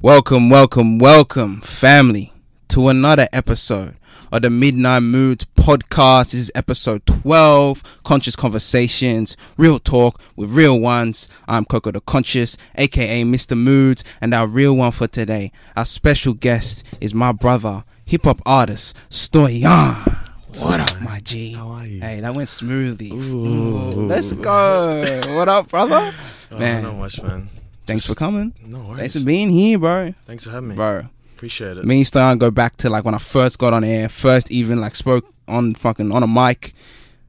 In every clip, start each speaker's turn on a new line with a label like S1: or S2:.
S1: Welcome, welcome, welcome, family, to another episode of the Midnight Moods podcast. This is episode 12 Conscious Conversations, Real Talk with Real Ones. I'm Coco the Conscious, aka Mr. Moods, and our real one for today, our special guest, is my brother, hip hop artist, Stoyan. What up, my G?
S2: How are you?
S1: Hey, that went smoothly.
S2: Ooh.
S1: Ooh, let's go. what up, brother?
S2: Oh,
S1: Man.
S2: not much, man.
S1: Thanks for
S2: Just-
S1: coming.
S2: No worries.
S1: Thanks for being here, bro.
S2: Thanks for having me.
S1: Bro,
S2: Appreciate it.
S1: me and Stein go back to like when I first got on air, first even like spoke on fucking on a mic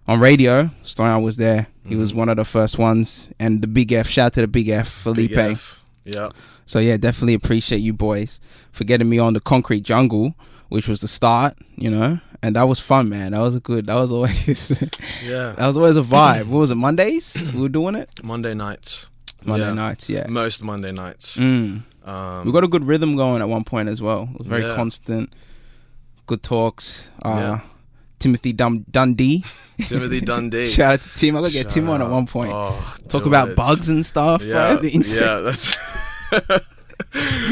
S1: on radio. Stein was there. He was
S2: Mhm.
S1: one of the first ones. And the Big F, shout out to the Big F, Felipe.
S2: Big F. Yeah.
S1: So yeah, definitely appreciate you boys for getting me on the Concrete Jungle, which was the start, you know. And that was fun, man. That was a good. That was always that
S2: Yeah.
S1: was always a vibe. What was it? Mondays we were doing it.
S2: Monday nights.
S1: Monday
S2: Yeah.
S1: nights, yeah.
S2: Most Monday nights.
S1: Mm.
S2: Um,
S1: we got a good rhythm going at one point as well. It was very
S2: Yeah.
S1: constant, good talks. Uh,
S2: Yeah.
S1: Timothy Dum- Dundee,
S2: Timothy Dundee.
S1: shout out to Tim. I gotta get
S2: Shout
S1: Tim on at
S2: out.
S1: one point.
S2: Oh,
S1: Talk
S2: dude,
S1: about
S2: it's-
S1: bugs and stuff,
S2: Yeah.
S1: right? The insect,
S2: Yeah, that's.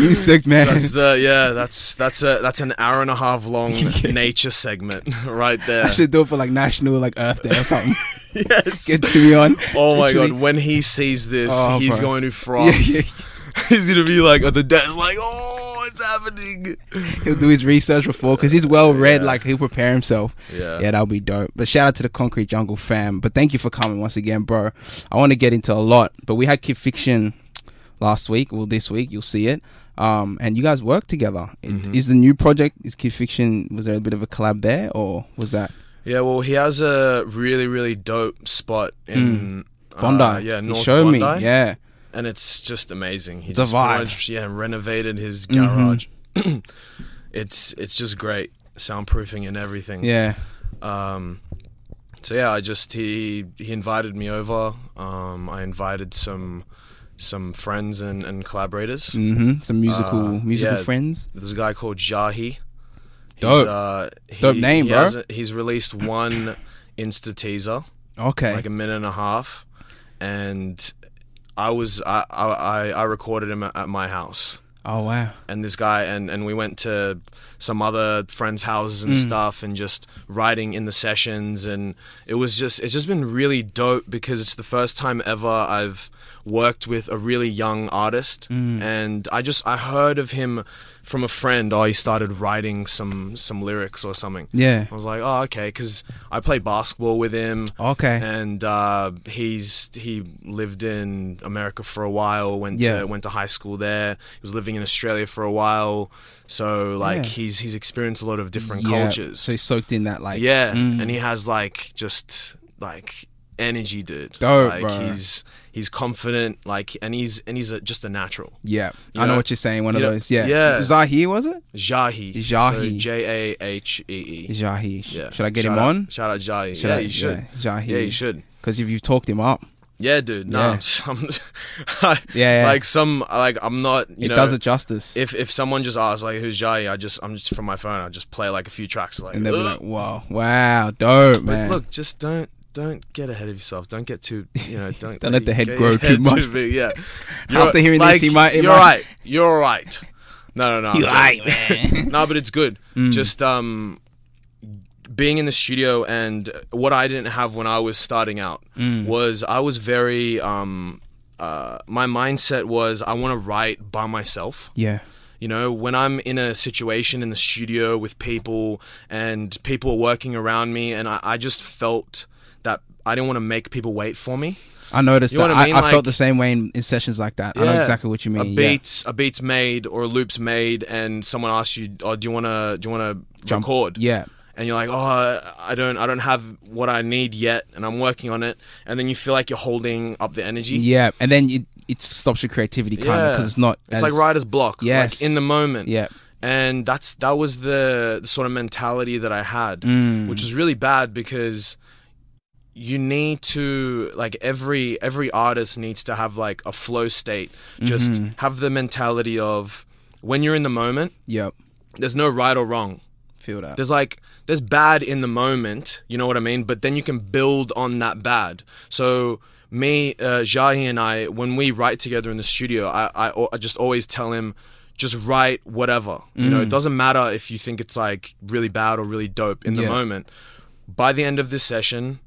S1: insect man.
S2: That's the yeah. That's that's a that's an hour and a half long
S1: Yeah.
S2: nature segment right there.
S1: I should do it for like National like Earth Day or something.
S2: yes.
S1: get Timmy on.
S2: oh my
S1: Actually-
S2: god! When he sees this,
S1: Oh,
S2: he's
S1: bro.
S2: going to froth.
S1: Yeah, yeah,
S2: he's gonna be like at the desk, like, oh, it's happening.
S1: he'll do his research before because he's well read.
S2: Yeah.
S1: Like he'll prepare himself.
S2: Yeah.
S1: Yeah, that'll be dope. But shout out to the Concrete Jungle fam. But thank you for coming once again, bro. I want to get into a lot, but we had Kid Fiction last week. Well, this week you'll see it. Um, and you guys work together. I-
S2: Mhm.
S1: Is the new project is Kid Fiction? Was there a bit of a collab there, or was that
S2: Yeah, well, he has a really, really dope spot in uh,
S1: Hmm. Bondi?
S2: yeah,
S1: he
S2: North
S1: showed
S2: Bondi,
S1: me. Yeah,
S2: and it's just amazing. He
S1: It's a
S2: just
S1: vibe.
S2: pretty much, yeah, renovated his
S1: Mhm.
S2: garage. it's it's just great, soundproofing and everything.
S1: yeah.
S2: Um, so yeah, I just he he invited me over. Um, I invited some some friends and, and collaborators.
S1: hmm Some musical
S2: Uh,
S1: musical
S2: yeah.
S1: friends.
S2: There's a guy called Jahi. He's,
S1: Dope.
S2: Uh, he,
S1: Dope name,
S2: he
S1: bro.
S2: hasn't- he's released one Insta teaser,
S1: Okay.
S2: like a minute and a half, and I was I I, I- I recorded him at, at my house,
S1: oh wow.
S2: and this guy and and we went to some other friends' houses and stuff, and just writing in the sessions, and it was just it's just been really dope because it's the first time ever I've worked with a really young artist, and I just I heard of him from a friend. Oh, he started writing some some lyrics or something.
S1: Yeah.
S2: I was like, oh, okay, because I play basketball with him
S1: Okay.
S2: and uh, he's he lived in America for a while. Went
S1: Yeah.
S2: to went to high school there. He was living in Australia for a while. So like
S1: Yeah.
S2: he's he's experienced a lot of different
S1: yeah.
S2: cultures.
S1: So he soaked in that like
S2: yeah,
S1: mm.
S2: and he has like just like energy, dude.
S1: Dope,
S2: like
S1: bro.
S2: he's he's confident, like and he's and he's a, just a natural.
S1: Yeah,
S2: You
S1: I know
S2: know?
S1: what you're saying. One of
S2: You know-
S1: those. Yeah,
S2: yeah.
S1: Zahi was it?
S2: Jahi,
S1: Jahi.
S2: J A H E E.
S1: Zahi.
S2: Yeah.
S1: Should I get
S2: Shout
S1: him
S2: out-
S1: on?
S2: Shout out Jahi.
S1: Should
S2: yeah,
S1: I?
S2: you should.
S1: Yeah, Zahi.
S2: yeah, you should.
S1: Because if you've talked him up,
S2: Yeah, dude. No,
S1: Yeah.
S2: I'm, I'm, I,
S1: Yeah, yeah.
S2: Like some, like I'm not. You
S1: it
S2: know,
S1: does it justice.
S2: if if someone just asks like who's Jai, I just I'm just from my phone. I just play like a few tracks. Like,
S1: and they'll be
S2: "Ugh."
S1: like, "Wow, wow, dope,
S2: uh, But
S1: man."
S2: look, just don't don't get ahead of yourself. Don't get too you know. Don't
S1: Don't let the head
S2: get
S1: grow
S2: your
S1: too
S2: head
S1: much.
S2: big, yeah.
S1: After hearing this, he might- he
S2: You're
S1: might-
S2: right. You're right. No, no, no. I'm joking.
S1: man.
S2: no, but it's good.
S1: Mm.
S2: Just um, being in the studio and what I didn't have when I was starting out
S1: Mm.
S2: was I was very um, uh, my mindset was I want to write by myself.
S1: yeah,
S2: You know, when I'm in a situation in the studio with people and people are working around me, and I, I just felt that I didn't want to make people wait for me.
S1: I noticed
S2: You know
S1: that.
S2: what I
S1: I,
S2: mean?
S1: I
S2: Like-
S1: felt the same way in, in sessions like that. I know
S2: Yeah.
S1: exactly what you mean.
S2: a
S1: yeah.
S2: beat's a beat's made or a loop's made, and someone asks you, "Oh, do you wanna do you wanna
S1: Jump-
S2: record?"
S1: Yeah,
S2: and you're like, oh, I don't, I don't have what I need yet, and I'm working on it, and then you feel like you're holding up the energy.
S1: yeah, and then it, it stops your creativity kind of
S2: Yeah.
S1: because it's not.
S2: It's
S1: as,
S2: like writer's block,
S1: Yes.
S2: like in the moment.
S1: Yeah,
S2: And that's that was the, the sort of mentality that I had,
S1: Mm.
S2: which is really bad because you need to like every every artist needs to have like a flow state. Just
S1: Mm-hmm.
S2: have the mentality of when you're in the moment,
S1: yep.
S2: there's no right or wrong.
S1: Feel that.
S2: There's like there's bad in the moment, you know what I mean? But then you can build on that bad. So me, uh, Jahi and I, when we write together in the studio, I, I, al- I just always tell him, just write whatever. You know, it doesn't matter if you think it's like really bad or really dope in the
S1: Yeah.
S2: moment. By the end of this session,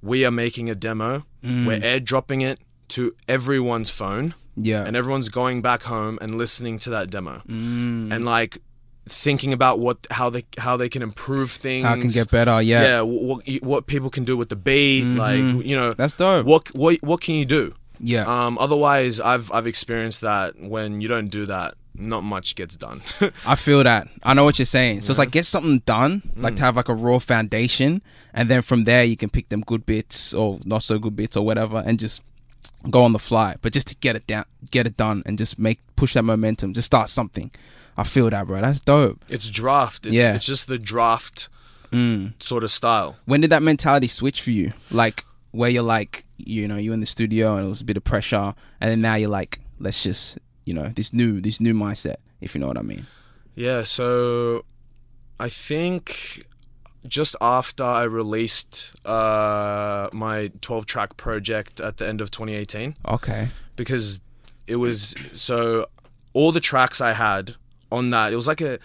S2: we are making a demo. We're airdropping it to everyone's phone,
S1: Yeah.
S2: and everyone's going back home and listening to that demo
S1: Mm.
S2: and like thinking about what how they how they can improve things.
S1: How I can get better. Mm-hmm. Yeah.
S2: yeah, wh- what you- what people can do with the beat, like you know,
S1: That's dope.
S2: what what what can you do?
S1: yeah.
S2: Um, otherwise, I've I've experienced that when you don't do that, not much gets done.
S1: I feel that. I know what you're saying. So it's like get something done, like
S2: Mm.
S1: to have like a raw foundation, and then from there you can pick them good bits or not so good bits or whatever, and just go on the fly. But just to get it down, get it done, and just make push that momentum. Just start something. I feel that, bro. That's dope.
S2: it's draft. It's,
S1: Yeah. Mm.
S2: it's just the draft sort of style.
S1: When did that mentality switch for you? Like where you're like, you know, you in the studio and it was a bit of pressure, and then now you're like, let's just, you know, this new this new mindset, if you know what I mean.
S2: Yeah. So, I think just after I released uh, my 12 track project at the end of 2018,
S1: Okay.
S2: because it was so all the tracks I had on that. It was like a.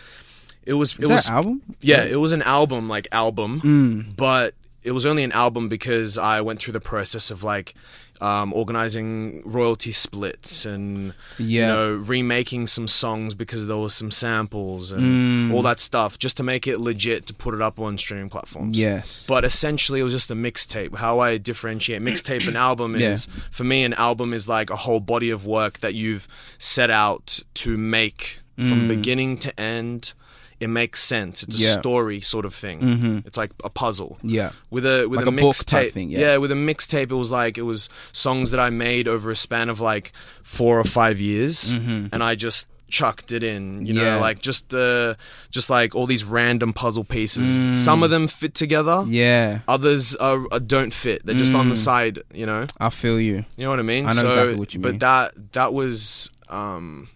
S2: It was.
S1: Is
S2: it
S1: that
S2: was Mm.
S1: album?
S2: Yeah, it was an album, like album, but it was only an album because I went through the process of like um, organizing royalty splits and
S1: Yeah.
S2: you know remaking some songs because there was some samples
S1: Mm.
S2: and all that stuff just to make it legit to put it up on streaming platforms.
S1: Yes.
S2: But essentially, it was just a mixtape. How I differentiate mixtape and album
S1: Yeah.
S2: is, for me, an album is like a whole body of work that you've set out to make from beginning to end. It makes sense. It's a
S1: Mm. Yeah.
S2: story sort of thing. It's like a puzzle.
S1: yeah.
S2: With a with
S1: Like
S2: a
S1: a book type
S2: mixtape,
S1: thing, yeah.
S2: With a mixtape, it was like it was songs that I made over a span of like four or five years, and I just chucked it in. You
S1: Mm. Yeah.
S2: know, like just uh, just like all these random puzzle pieces.
S1: Mm.
S2: Some of them fit together,
S1: Yeah.
S2: others are, are don't fit. They're just on the side, you know.
S1: I feel you.
S2: You know what I mean?
S1: Mm. I know exactly what you mean.
S2: But that that was um,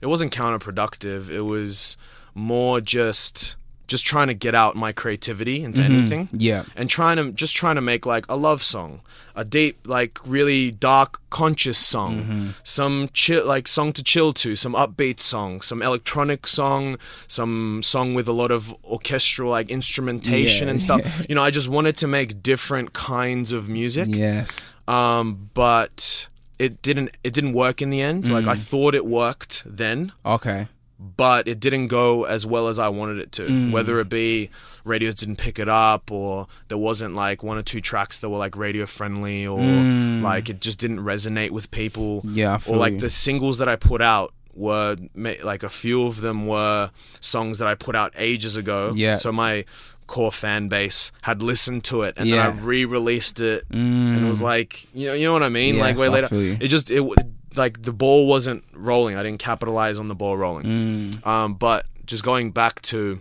S2: it wasn't counterproductive. It was more just just trying to get out my creativity into
S1: Mm-hmm.
S2: anything.
S1: Yeah.
S2: And trying to just trying to make like a love song, a deep, like really dark, conscious song, some chill, like song to chill to, some upbeat song, some electronic song, some song with a lot of orchestral like instrumentation
S1: Yeah.
S2: and stuff. You know, I just wanted to make different kinds of music
S1: Yes.
S2: um, but it didn't it didn't work in the end. Like I thought it worked then,
S1: Okay.
S2: but it didn't go as well as I wanted it to.
S1: Mm.
S2: Whether it be radios didn't pick it up, or there wasn't like one or two tracks that were like radio friendly, or
S1: Mm.
S2: like it just didn't resonate with people.
S1: Yeah, I
S2: or
S1: feel
S2: like
S1: you.
S2: the singles that I put out were ma- like a few of them were songs that I put out ages ago.
S1: Yeah.
S2: So my core fan base had listened to it, and
S1: Yeah.
S2: then I re-released it,
S1: Mm.
S2: and it was like, you know, you know what I mean? like
S1: Yes,
S2: way
S1: I
S2: later,
S1: feel you.
S2: it just it w- like the ball wasn't rolling. I didn't capitalize on the ball rolling. Um, but just going back to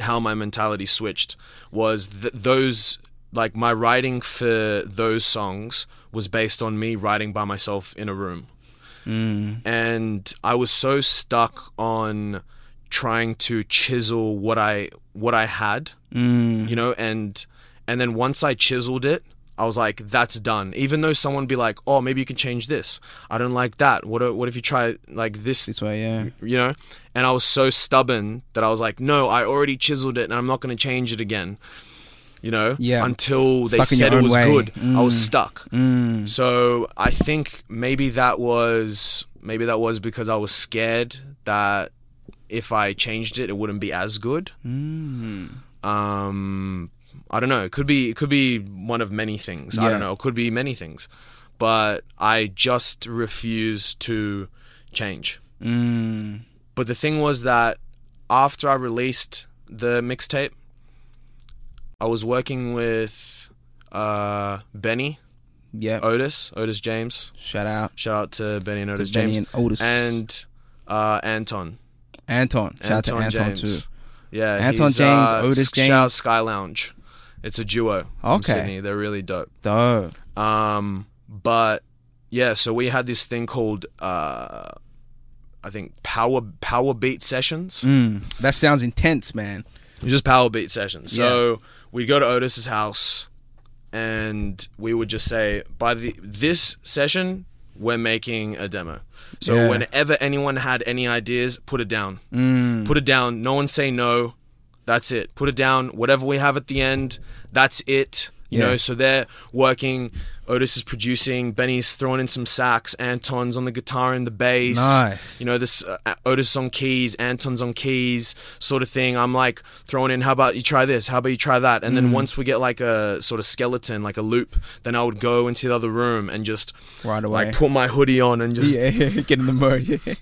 S2: how my mentality switched was th- those like my writing for those songs was based on me writing by myself in a room
S1: Mm.
S2: and I was so stuck on trying to chisel what I what I had,
S1: Mm.
S2: you know, and and then once I chiseled it, I was like, that's done. Even though someone be like, oh, maybe you can change this. I don't like that. What if- what if you try like this?
S1: This way, yeah.
S2: You know, and I was so stubborn that I was like, no, I already chiseled it, and I'm not going to change it again. You know,
S1: Yeah.
S2: until they
S1: Stuck in your
S2: said it
S1: own
S2: was
S1: way. Mm.
S2: good. I was stuck. Mm. So I think maybe that was maybe that was because I was scared that if I changed it, it wouldn't be as good.
S1: Mm.
S2: Um, I don't know. It could be it could be one of many things. I
S1: Yeah.
S2: don't know. It could be many things, but I just refuse to change.
S1: Mm.
S2: But the thing was that after I released the mixtape, I was working with uh, Benny
S1: Yeah.
S2: Oh, Otis, Otis James.
S1: Shout out
S2: Shout out to Benny and
S1: to
S2: Otis
S1: Benny
S2: James
S1: and Otis
S2: and uh, Anton.
S1: Anton. Shout out to
S2: Anton
S1: Anton
S2: James.
S1: too.
S2: Yeah,
S1: Anton
S2: he's,
S1: James,
S2: uh,
S1: Otis
S2: s- Shout out
S1: James.
S2: Sky Lounge. It's a duo. from
S1: Okay.
S2: Sydney. they're really dope.
S1: Dope.
S2: Um, but yeah, so we had this thing called uh, I think power power beat sessions.
S1: Mm. That sounds intense, man.
S2: It was just power beat sessions. So we'd go to Otis's house, and we would just say, by the this session, we're making a demo. So
S1: Yeah.
S2: whenever anyone had any ideas, put it down.
S1: Hmm.
S2: Put it down. No one say no. That's it. Put it down. Whatever we have at the end, that's it. You
S1: Yeah.
S2: know, so they're working. Otis is producing. Benny's throwing in some sax. Anton's on the guitar and the bass.
S1: Nice.
S2: You know, this uh, Otis on keys, Anton's on keys, sort of thing. I'm like throwing in, how about you try this? How about you try that? And
S1: Hmm.
S2: then once we get like a sort of skeleton, like a loop, then I would go into the other room and just
S1: Right away.
S2: like put my hoodie on and just
S1: yeah, get in the mode. Yeah.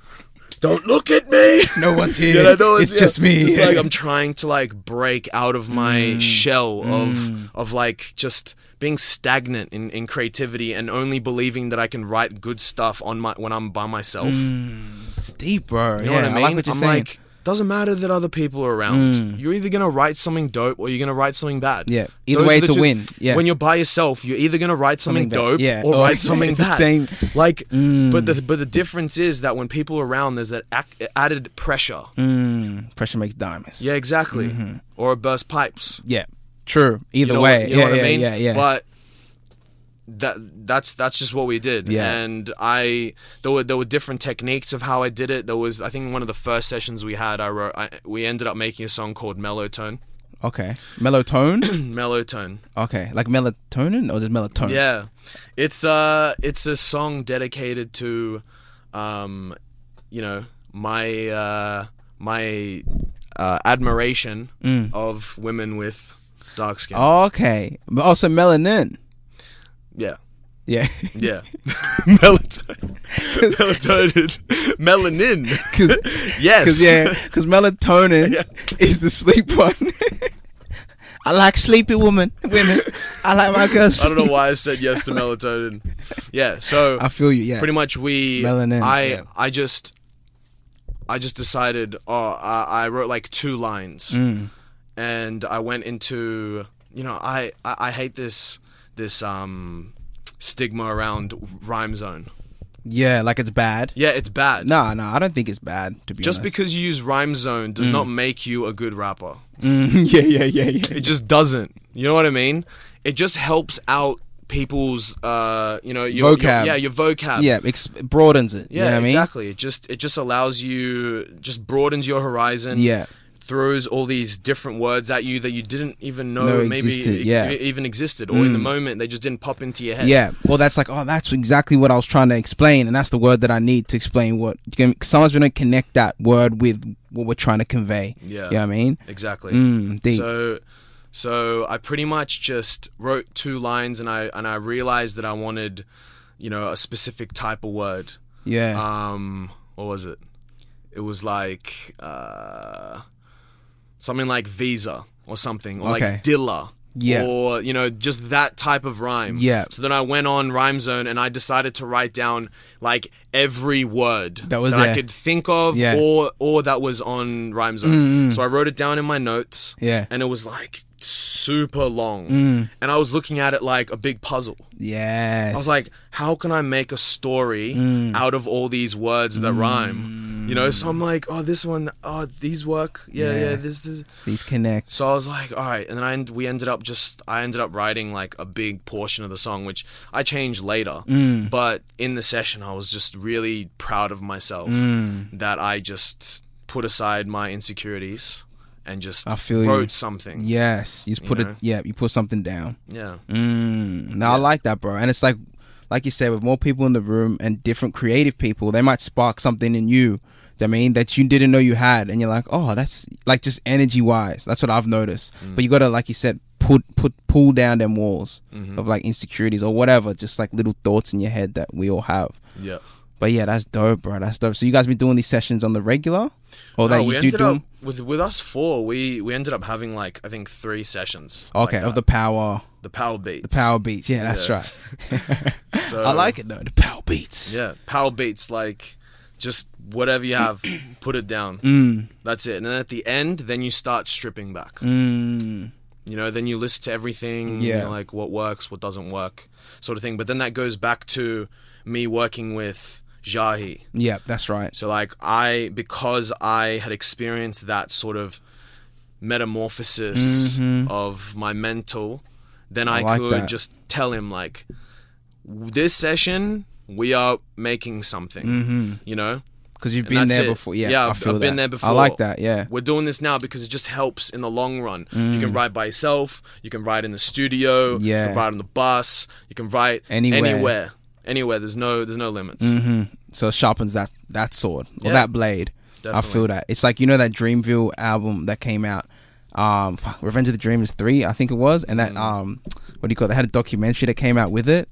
S2: don't look at me.
S1: No one's here.
S2: Yeah, I know,
S1: it's
S2: yeah,
S1: just me. Mm.
S2: It's like I'm trying to like break out of my shell of of like just being stagnant in, in creativity and only believing that I can write good stuff on my when I'm by myself.
S1: it's deep, bro. Mm.
S2: You know
S1: yeah,
S2: what I mean?
S1: like what you're
S2: am
S1: saying. Mm.
S2: like, doesn't matter that other people are around. You're either gonna write something dope or you're gonna write something bad.
S1: Yeah. Either
S2: Those
S1: way,
S2: are
S1: it's
S2: the
S1: a
S2: two-
S1: win. Yeah.
S2: When you're by yourself, you're either gonna write something,
S1: Something bad.
S2: dope
S1: Yeah.
S2: or
S1: Oh,
S2: write something
S1: it's the
S2: bad.
S1: same. Mm.
S2: Like, but the but the difference is that when people are around, there's that ac- added pressure.
S1: Mm, pressure makes diamonds.
S2: Yeah, exactly. Or burst pipes.
S1: Yeah. True.
S2: You
S1: Either
S2: know
S1: Mm-hmm. way.
S2: what- you
S1: yeah,
S2: know what
S1: yeah,
S2: I mean?
S1: yeah, yeah.
S2: But that that's that's just what we did.
S1: Yeah.
S2: And I there were there were different techniques of how I did it. There was I think one of the first sessions we had I wrote I, we ended up making a song called Mellow Tone.
S1: okay. Mellow tone?
S2: Mellow
S1: Mm.
S2: Tone.
S1: okay. Like melatonin or just melatonin?
S2: Yeah. It's uh it's a song dedicated to um you know, my uh my uh, admiration
S1: Mm.
S2: of women with dark skin.
S1: Oh. Okay. But also melanin.
S2: Yeah.
S1: Yeah.
S2: Yeah. melatonin. melatonin. Melanin. Yes.
S1: Because yeah, 'cause melatonin
S2: Yeah.
S1: is the sleep one. I like sleepy woman, women. I like my girls.
S2: I don't know why I said yes to melatonin. Yeah. So
S1: I feel you. Yeah.
S2: pretty much we
S1: Melanin,
S2: I
S1: yeah.
S2: I just I just decided oh I, I wrote like two lines
S1: Mm.
S2: and I went into you know I, I I hate this this um stigma around rhyme zone.
S1: Yeah, like it's bad.
S2: Yeah, it's bad.
S1: Nah, nah. I don't think it's bad to be
S2: Just
S1: honest.
S2: because you use rhyme zone does not make you a good rapper.
S1: Mm, yeah, yeah, yeah, yeah.
S2: It just doesn't. You know what I mean? It just helps out people's, uh, you know, your, your-
S1: Vocab.
S2: yeah, your vocab.
S1: Yeah, ex- it broadens it.
S2: Yeah,
S1: you know what
S2: exactly. It just it just allows you, just broadens your horizon.
S1: I mean? Yeah.
S2: Throws all these different words at you that you didn't even know
S1: No,
S2: maybe
S1: existed,
S2: e-
S1: yeah. Mm.
S2: e- even existed, or in the moment they just didn't pop into your head.
S1: Yeah. Well, that's like, oh, that's exactly what I was trying to explain, and that's the word that I need to explain what. Someone's going to connect that word with what we're trying to convey.
S2: Yeah.
S1: You know what I mean?
S2: exactly.
S1: Mm, deep.
S2: So, so I pretty much just wrote two lines, and I and I realized that I wanted, you know, a specific type of word.
S1: yeah.
S2: um what was it it was like uh something like visa or something or
S1: Okay.
S2: like dilla
S1: Yeah.
S2: or you know just that type of rhyme
S1: Yeah.
S2: so then i went on rhyme zone and i decided to write down like every word
S1: That was
S2: i
S1: there.
S2: could think of
S1: Yeah. Mm-hmm.
S2: or or that was on rhyme zone so i wrote it down in my notes
S1: Yeah. Mm.
S2: and it was like super long and i was looking at it like a big puzzle
S1: yes.
S2: I was like, how can I make a story
S1: Mm.
S2: out of all these words that rhyme? You know, so I'm like, oh, this one, oh, these work. Yeah, yeah,
S1: Yeah.
S2: this, this.
S1: these connect.
S2: So I was like, all right. And then I, end- we ended up just, I ended up writing like a big portion of the song, which I changed later.
S1: Mm.
S2: But in the session, I was just really proud of myself
S1: Mm.
S2: that I just put aside my insecurities and just
S1: I feel you.
S2: wrote something. Yeah.
S1: Yes. You just put it.
S2: know?
S1: Yeah. You put something down.
S2: Yeah.
S1: Mm, no, I like that, bro. And it's like, like you said, with more people in the room and different creative people, they might spark something in you. I mean, that you didn't know you had, and you're like, oh, that's like just energy wise. That's what I've noticed.
S2: Mm.
S1: But you gotta, like you said, put put pull down them walls
S2: Mm-hmm.
S1: of like insecurities or whatever, just like little thoughts in your head that we all have.
S2: Yeah.
S1: But yeah, that's dope, bro. That's dope. So you guys been doing these sessions on the regular, or that
S2: No,
S1: you
S2: we
S1: do
S2: ended
S1: do?
S2: up
S1: 'em?
S2: with with us four. We we ended up having like I think three sessions.
S1: Okay,
S2: like
S1: of the
S2: that.
S1: power,
S2: the power beats. The
S1: power beats. Yeah, that's
S2: Yeah.
S1: right.
S2: So,
S1: I like it though. The power beats.
S2: Yeah, power beats. Like just whatever you have, put it down.
S1: Mm.
S2: That's it. And then at the end, then you start stripping back.
S1: Mm.
S2: You know, then you listen to everything.
S1: Yeah.
S2: you know, like what works, what doesn't work, sort of thing. But then that goes back to me working with Jahi.
S1: Yeah, that's right.
S2: So like I because I had experienced that sort of metamorphosis of my mental, then I,
S1: Mm-hmm. like
S2: could
S1: that.
S2: just tell him like w- this session we are making something.
S1: Mm-hmm.
S2: You know,
S1: Because you've
S2: And
S1: been
S2: that's
S1: there
S2: it.
S1: before. Yeah,
S2: Yeah,
S1: I
S2: I've-
S1: feel
S2: I've been
S1: that.
S2: there
S1: I like
S2: before.
S1: that. Yeah. Mm.
S2: we're doing this now because it just helps in the long run. You can ride by yourself. You can ride in the studio.
S1: Yeah.
S2: You can ride on the bus. You can ride
S1: Anywhere.
S2: Anywhere. Anywhere. There's no. There's no limits.
S1: hmm So it sharpens that that sword or
S2: Yeah.
S1: that blade. I
S2: Definitely.
S1: feel that. It's like you know that Dreamville album that came out. Um, fuck, Revenge of the Dreamers three, I think it was, and
S2: Mm-hmm.
S1: that um, what do you call? It? They had a documentary that came out with it,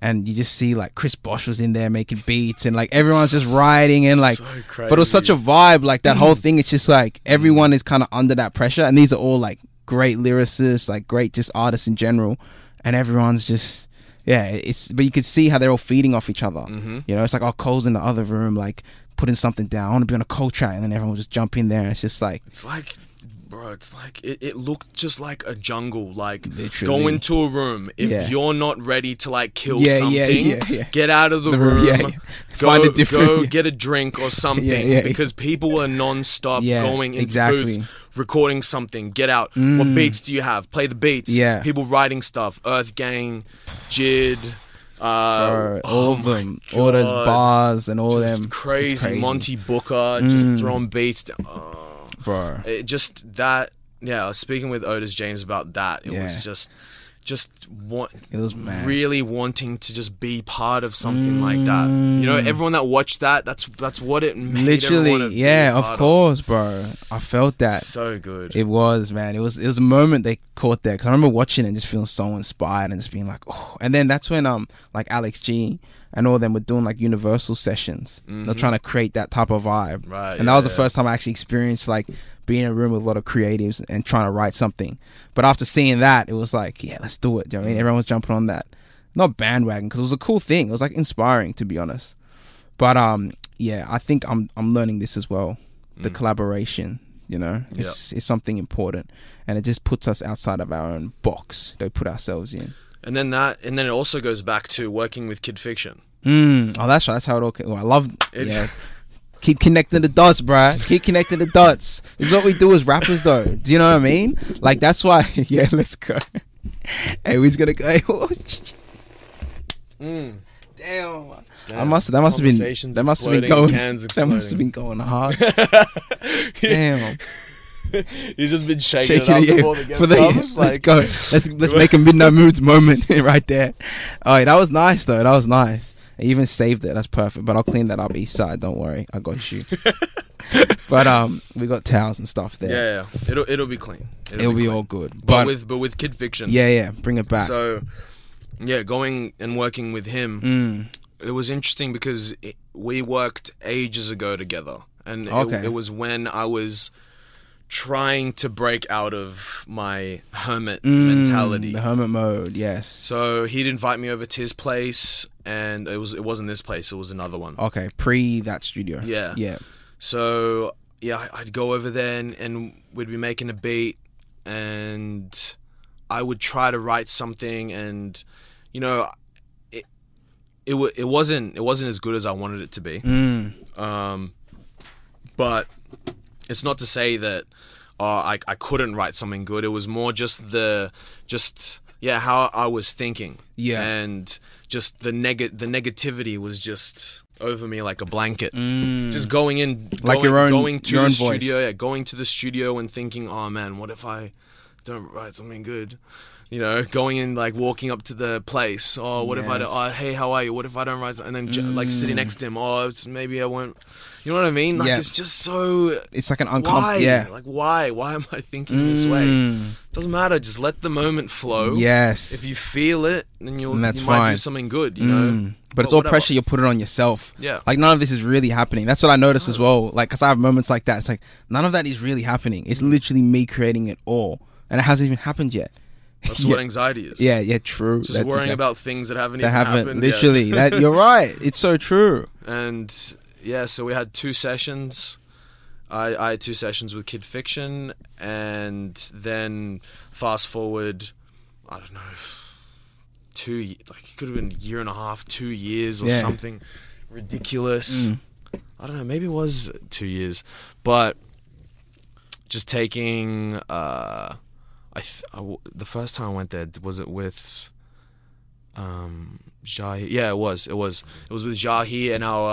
S1: and you just see like Chris Bosch was in there making beats, and like everyone's just riding and like.
S2: So
S1: but it was such a
S2: crazy.
S1: vibe, like that
S2: Mm-hmm.
S1: whole thing. It's just like everyone is kind of under that pressure, and these are all like great lyricists, like great just artists in general, and everyone's just yeah. It's but you could see how they're all feeding off each other.
S2: Mhm.
S1: You know, it's like oh, Cole's in the other room, like putting something down. I want to be on a Cole track, and then everyone will just jump in there. And it's just like
S2: It's like, bro, it's like it, it looked just like a jungle. Like
S1: Literally.
S2: go into a room. If
S1: Yeah.
S2: you're not ready to like kill
S1: Yeah, yeah,
S2: something,
S1: yeah, yeah.
S2: get out of the,
S1: The room,
S2: room.
S1: yeah, yeah.
S2: Go,
S1: Find a different-
S2: go
S1: yeah.
S2: get a drink or something
S1: yeah.
S2: because people are non-stop
S1: Yeah,
S2: going into
S1: exactly. Mm.
S2: booths, recording something. Get out. What beats do you have? Play the beats.
S1: Yeah.
S2: People writing stuff. Earth Gang, Jid. Uh, oh
S1: bro, all of them, all those
S2: God.
S1: bars and all
S2: just
S1: them it's Mm.
S2: crazy. Monty Booker just throwing beats. Down. Oh
S1: bro.
S2: it just that yeah i was speaking with otis james about that it was
S1: Yeah.
S2: just just want
S1: It was mad.
S2: really wanting to just be part of something like that you know everyone that watched that that's that's what it made everyone
S1: Mm. Literally,
S2: to be
S1: yeah,
S2: a
S1: of
S2: part
S1: course, bro. I felt that.
S2: so good
S1: It was, man. It was it was a moment they caught there because I remember watching it and just feeling so inspired and just being like, oh. And then that's when um like Alex G and all them were doing like Universal sessions. They're trying to create that type of vibe.
S2: Mm-hmm. Right,
S1: And that was the
S2: yeah.
S1: first time I actually experienced like being in a room with a lot of creatives and trying to write something. But after seeing that, it was like, yeah, let's do it. Do you know what
S2: Mm.
S1: I mean? Everyone was jumping on that. Not bandwagon because it was a cool thing. It was like inspiring to be honest. But um, yeah, I think I'm I'm learning this as well. The
S2: Mm.
S1: collaboration, you know, it's it's something important, and it just puts us outside of our own box. They put ourselves in.
S2: and then that and then it also goes back to working with kid fiction
S1: Mm. Oh, that's right. That's how it all. Came. Oh, I love.
S2: It's-
S1: yeah. Keep connecting the dots, bruh. Keep connecting the dots. This is what we do as rappers, though. Do you know what I mean? Like that's why. Yeah, let's go. hey, we's gonna go. Hey, oh, shit. Damn. I must. That must have been.
S2: Mm. Conversations
S1: That must have been
S2: exploding,
S1: going.
S2: cans
S1: That must have been going hard. Damn.
S2: he's just been shaking,
S1: Shaking it yeah. for the. yeah, let's go. Let's let's make a midnight moods moment right there. All right, that was nice though. That was nice. I even saved it. That's perfect. But I'll clean that up east side. Don't worry, I got you. but um, we got towels and stuff there.
S2: yeah, yeah it'll it'll be clean
S1: it'll, be, all good. But,
S2: but, with but with kid fiction
S1: yeah, yeah, bring it back.
S2: So, yeah, going and working with him,
S1: Mm.
S2: it was interesting because it, we worked ages ago together, and it-
S1: Okay.
S2: it, was when I was trying to break out of my hermit mentality.
S1: Mm, the hermit mode. Yes. So
S2: So he'd invite me over to his place, and it was it wasn't this place; it was another one.
S1: okay, pre that studio.
S2: Yeah.
S1: yeah.
S2: So yeah, I- I'd go over there and, and we'd be making a beat, and I would try to write something, and you know, it it wa it wasn't it wasn't as good as I wanted it to be.
S1: Mm.
S2: Um, but it's not to say that uh, I I couldn't write something good. It was more just the just yeah how I was thinking.
S1: Yeah.
S2: and just the neg the negativity was just over me like a blanket
S1: Mm.
S2: just going in
S1: Like
S2: going,
S1: your own-
S2: going to
S1: your own
S2: the
S1: voice.
S2: studio yeah going to the studio and thinking oh man what if i don't write something good you know going in like walking up to the place oh what if i don't
S1: Yes.
S2: oh hey how are you what if i don't write something? and then j like sitting next to him oh it's, maybe i won't you know what i mean like
S1: Mm. Yeah.
S2: it's just so
S1: It's like an
S2: why
S1: uncomfortable. Yeah.
S2: like why why am i thinking this way
S1: Mm.
S2: doesn't matter just let the moment flow
S1: Yes.
S2: if you feel it then you'll
S1: And that's
S2: you might
S1: fine.
S2: do something good you know
S1: Mm. But it's all
S2: whatever.
S1: pressure you're putting on yourself.
S2: yeah Mm.
S1: Like none of this is really happening. That's what I noticed as well. Like, cause I have moments like that. It's like none of that is really happening. It's
S2: Mm.
S1: literally me creating it all, and it hasn't even happened yet.
S2: that's
S1: yeah,
S2: what anxiety is
S1: yeah, yeah, true.
S2: just
S1: That's
S2: worrying
S1: exact-
S2: about things that haven't
S1: that
S2: even
S1: haven't
S2: happened yet.
S1: literally. that you're right. It's so true.
S2: and yeah, so we had two sessions. I, I had two sessions with Kid Fiction, and then fast forward, I don't know, two ye- like it could have been a year and a half, two years or
S1: Yeah.
S2: something ridiculous. I don't know, maybe it was two years, but just taking. Uh, I, th- I w- the first time I went there was it with um Jahi. Yeah, it was. It was. It was with Jahi and our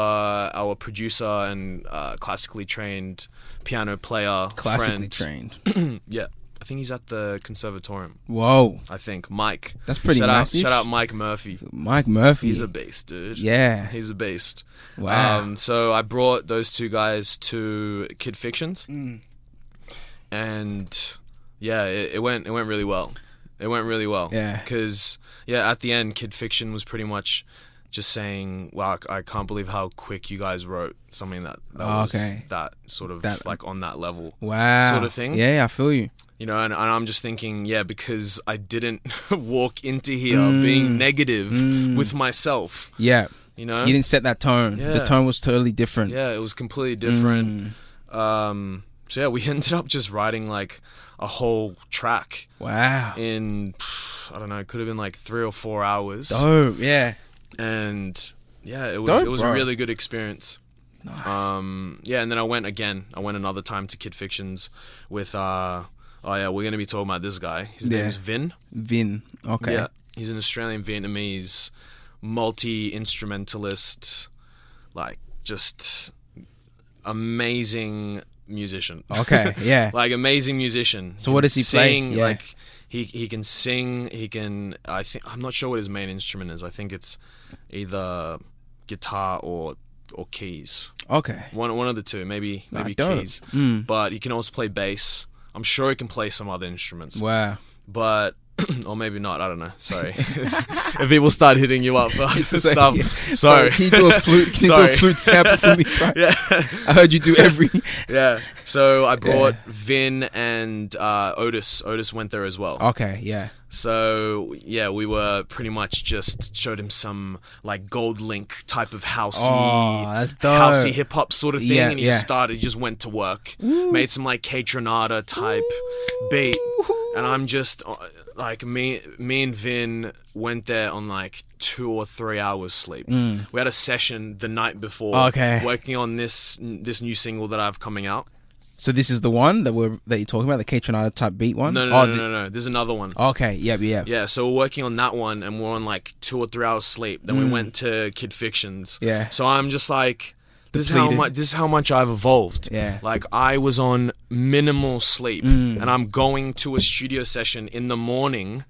S2: uh, our producer and uh, classically trained piano player.
S1: Classically
S2: friend.
S1: trained.
S2: Yeah, I think he's at the conservatorium.
S1: Whoa,
S2: I think Mike.
S1: that's pretty
S2: shout
S1: massive.
S2: out, shout out Mike Murphy.
S1: Mike Murphy.
S2: He's a beast, dude.
S1: yeah.
S2: He's a beast.
S1: Wow.
S2: Um, so I brought those two guys to Kid Fictions, and yeah, it, it went it went really well. It went really well.
S1: Yeah.
S2: Because yeah, at the end, Kid Fiction was pretty much just saying, "Wow, I can't believe how quick you guys wrote something that that
S1: Oh,
S2: was
S1: okay.
S2: that sort of
S1: That-
S2: like on that level."
S1: wow.
S2: sort of thing.
S1: Yeah, I feel you.
S2: You know, and, and I'm just thinking, yeah, because I didn't walk into here
S1: Mm.
S2: being negative with myself.
S1: Yeah.
S2: You know,
S1: Mm. You didn't Mm. set that tone. The
S2: Yeah.
S1: tone was totally different.
S2: yeah, it was completely different. Um, so yeah, we ended up just writing like a whole track
S1: Wow.
S2: in pff, I don't know, it could have been like three or four hours,
S1: Oh, yeah.
S2: and yeah, it was
S1: Dope,
S2: it was
S1: bro.
S2: a really good experience.
S1: Nice.
S2: Um, yeah, and then I went again. I went another time to Kid Fictions with uh, oh yeah, we're gonna be talking about this guy. His
S1: Yeah.
S2: name is Vin.
S1: Vin. Okay.
S2: Yeah, he's an Australian Vietnamese multi instrumentalist, like just amazing musician.
S1: Okay. Yeah.
S2: like amazing musician.
S1: Eh. So what does he play?
S2: sing,
S1: Yeah.
S2: Like he he can sing. He can. I think I'm not sure what his main instrument is. I think it's either guitar or or keys.
S1: okay.
S2: One one of the two. Maybe
S1: Nah,
S2: maybe
S1: dope.
S2: keys.
S1: Mm.
S2: But he can also play bass. I'm sure he can play some other instruments
S1: Wow.
S2: but or maybe not. I don't know. Sorry, if people start hitting you up for stuff, sorry.
S1: Oh, Can you do a flute? Can you do a
S2: Sorry.
S1: flute sample for me? bro?
S2: yeah,
S1: I heard you do every.
S2: yeah. So I brought Vin and uh, Otis. Otis went there as well.
S1: Okay. Yeah.
S2: So yeah, we were pretty much just showed him some like Gold Link type of housey,
S1: Oh, that's dope.
S2: housey hip hop sort of thing,
S1: Yeah,
S2: and he
S1: yeah.
S2: just started, he just went to work, made some like Catronada type beat, and I'm just uh, like me, me and Vin went there on like two or three hours sleep. We had a session the night before,
S1: Mm. Okay.
S2: working on this this new single that I have coming out.
S1: So this is the one that we're that you're talking about, the Catronada type beat one.
S2: No, no, no,
S1: Oh,
S2: no,
S1: the-
S2: no, no. There's another one.
S1: Okay. Yep. Yep.
S2: Yeah, so we're working on that one, and we're on like two or three hours sleep. Then we went to Kid Fictions.
S1: Mm. Yeah.
S2: So I'm just like, this is how
S1: Depleted.
S2: much this is how much I've evolved.
S1: Yeah. Mm.
S2: Like I was on minimal sleep, and I'm going to a studio session in the morning,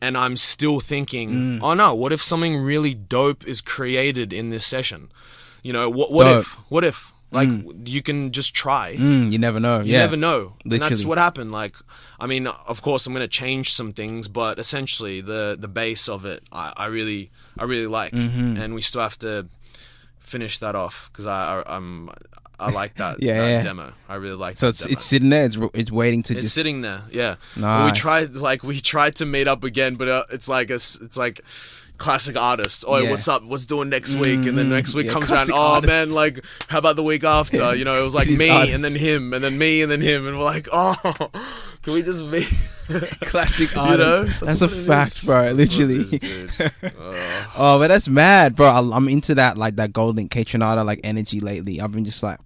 S2: and I'm still
S1: Mm.
S2: thinking, oh no, what if something really dope is created in this session? You know, what what
S1: Dope.
S2: if what if like you can just try.
S1: Mm, you never know.
S2: You
S1: yeah.
S2: never know. And that's
S1: Literally.
S2: what happened. Like, I mean, of course, I'm going to change some things, but essentially, the the base of it, I, I really, I really like,
S1: Mm-hmm.
S2: and we still have to finish that off because I, I, I'm, I like that,
S1: Yeah,
S2: that
S1: yeah.
S2: demo. I really like.
S1: So
S2: that
S1: it's
S2: demo.
S1: it's sitting there. It's ro- it's waiting to
S2: It's
S1: just.
S2: sitting there, yeah. Well, We
S1: Nice.
S2: tried, like, we tried to meet up again, but uh, it's like a, s- it's like classic artist. Oh,
S1: Yeah.
S2: what's up? What's doing next week? And then
S1: Mm,
S2: next week
S1: yeah,
S2: comes around.
S1: classic
S2: Oh
S1: artists.
S2: man, like, how about the week after? You know, it was like
S1: These
S2: me
S1: artists.
S2: and then him and then me and then him, and we're like, oh, can we just meet?
S1: Classic
S2: You know?
S1: artist. That's, a
S2: what it
S1: fact,
S2: is.
S1: bro.
S2: That's what it
S1: Literally.
S2: is, dude. Oh.
S1: Oh, but that's mad, bro. I, I'm into that, like that golden Catronada like energy lately. I've been just like,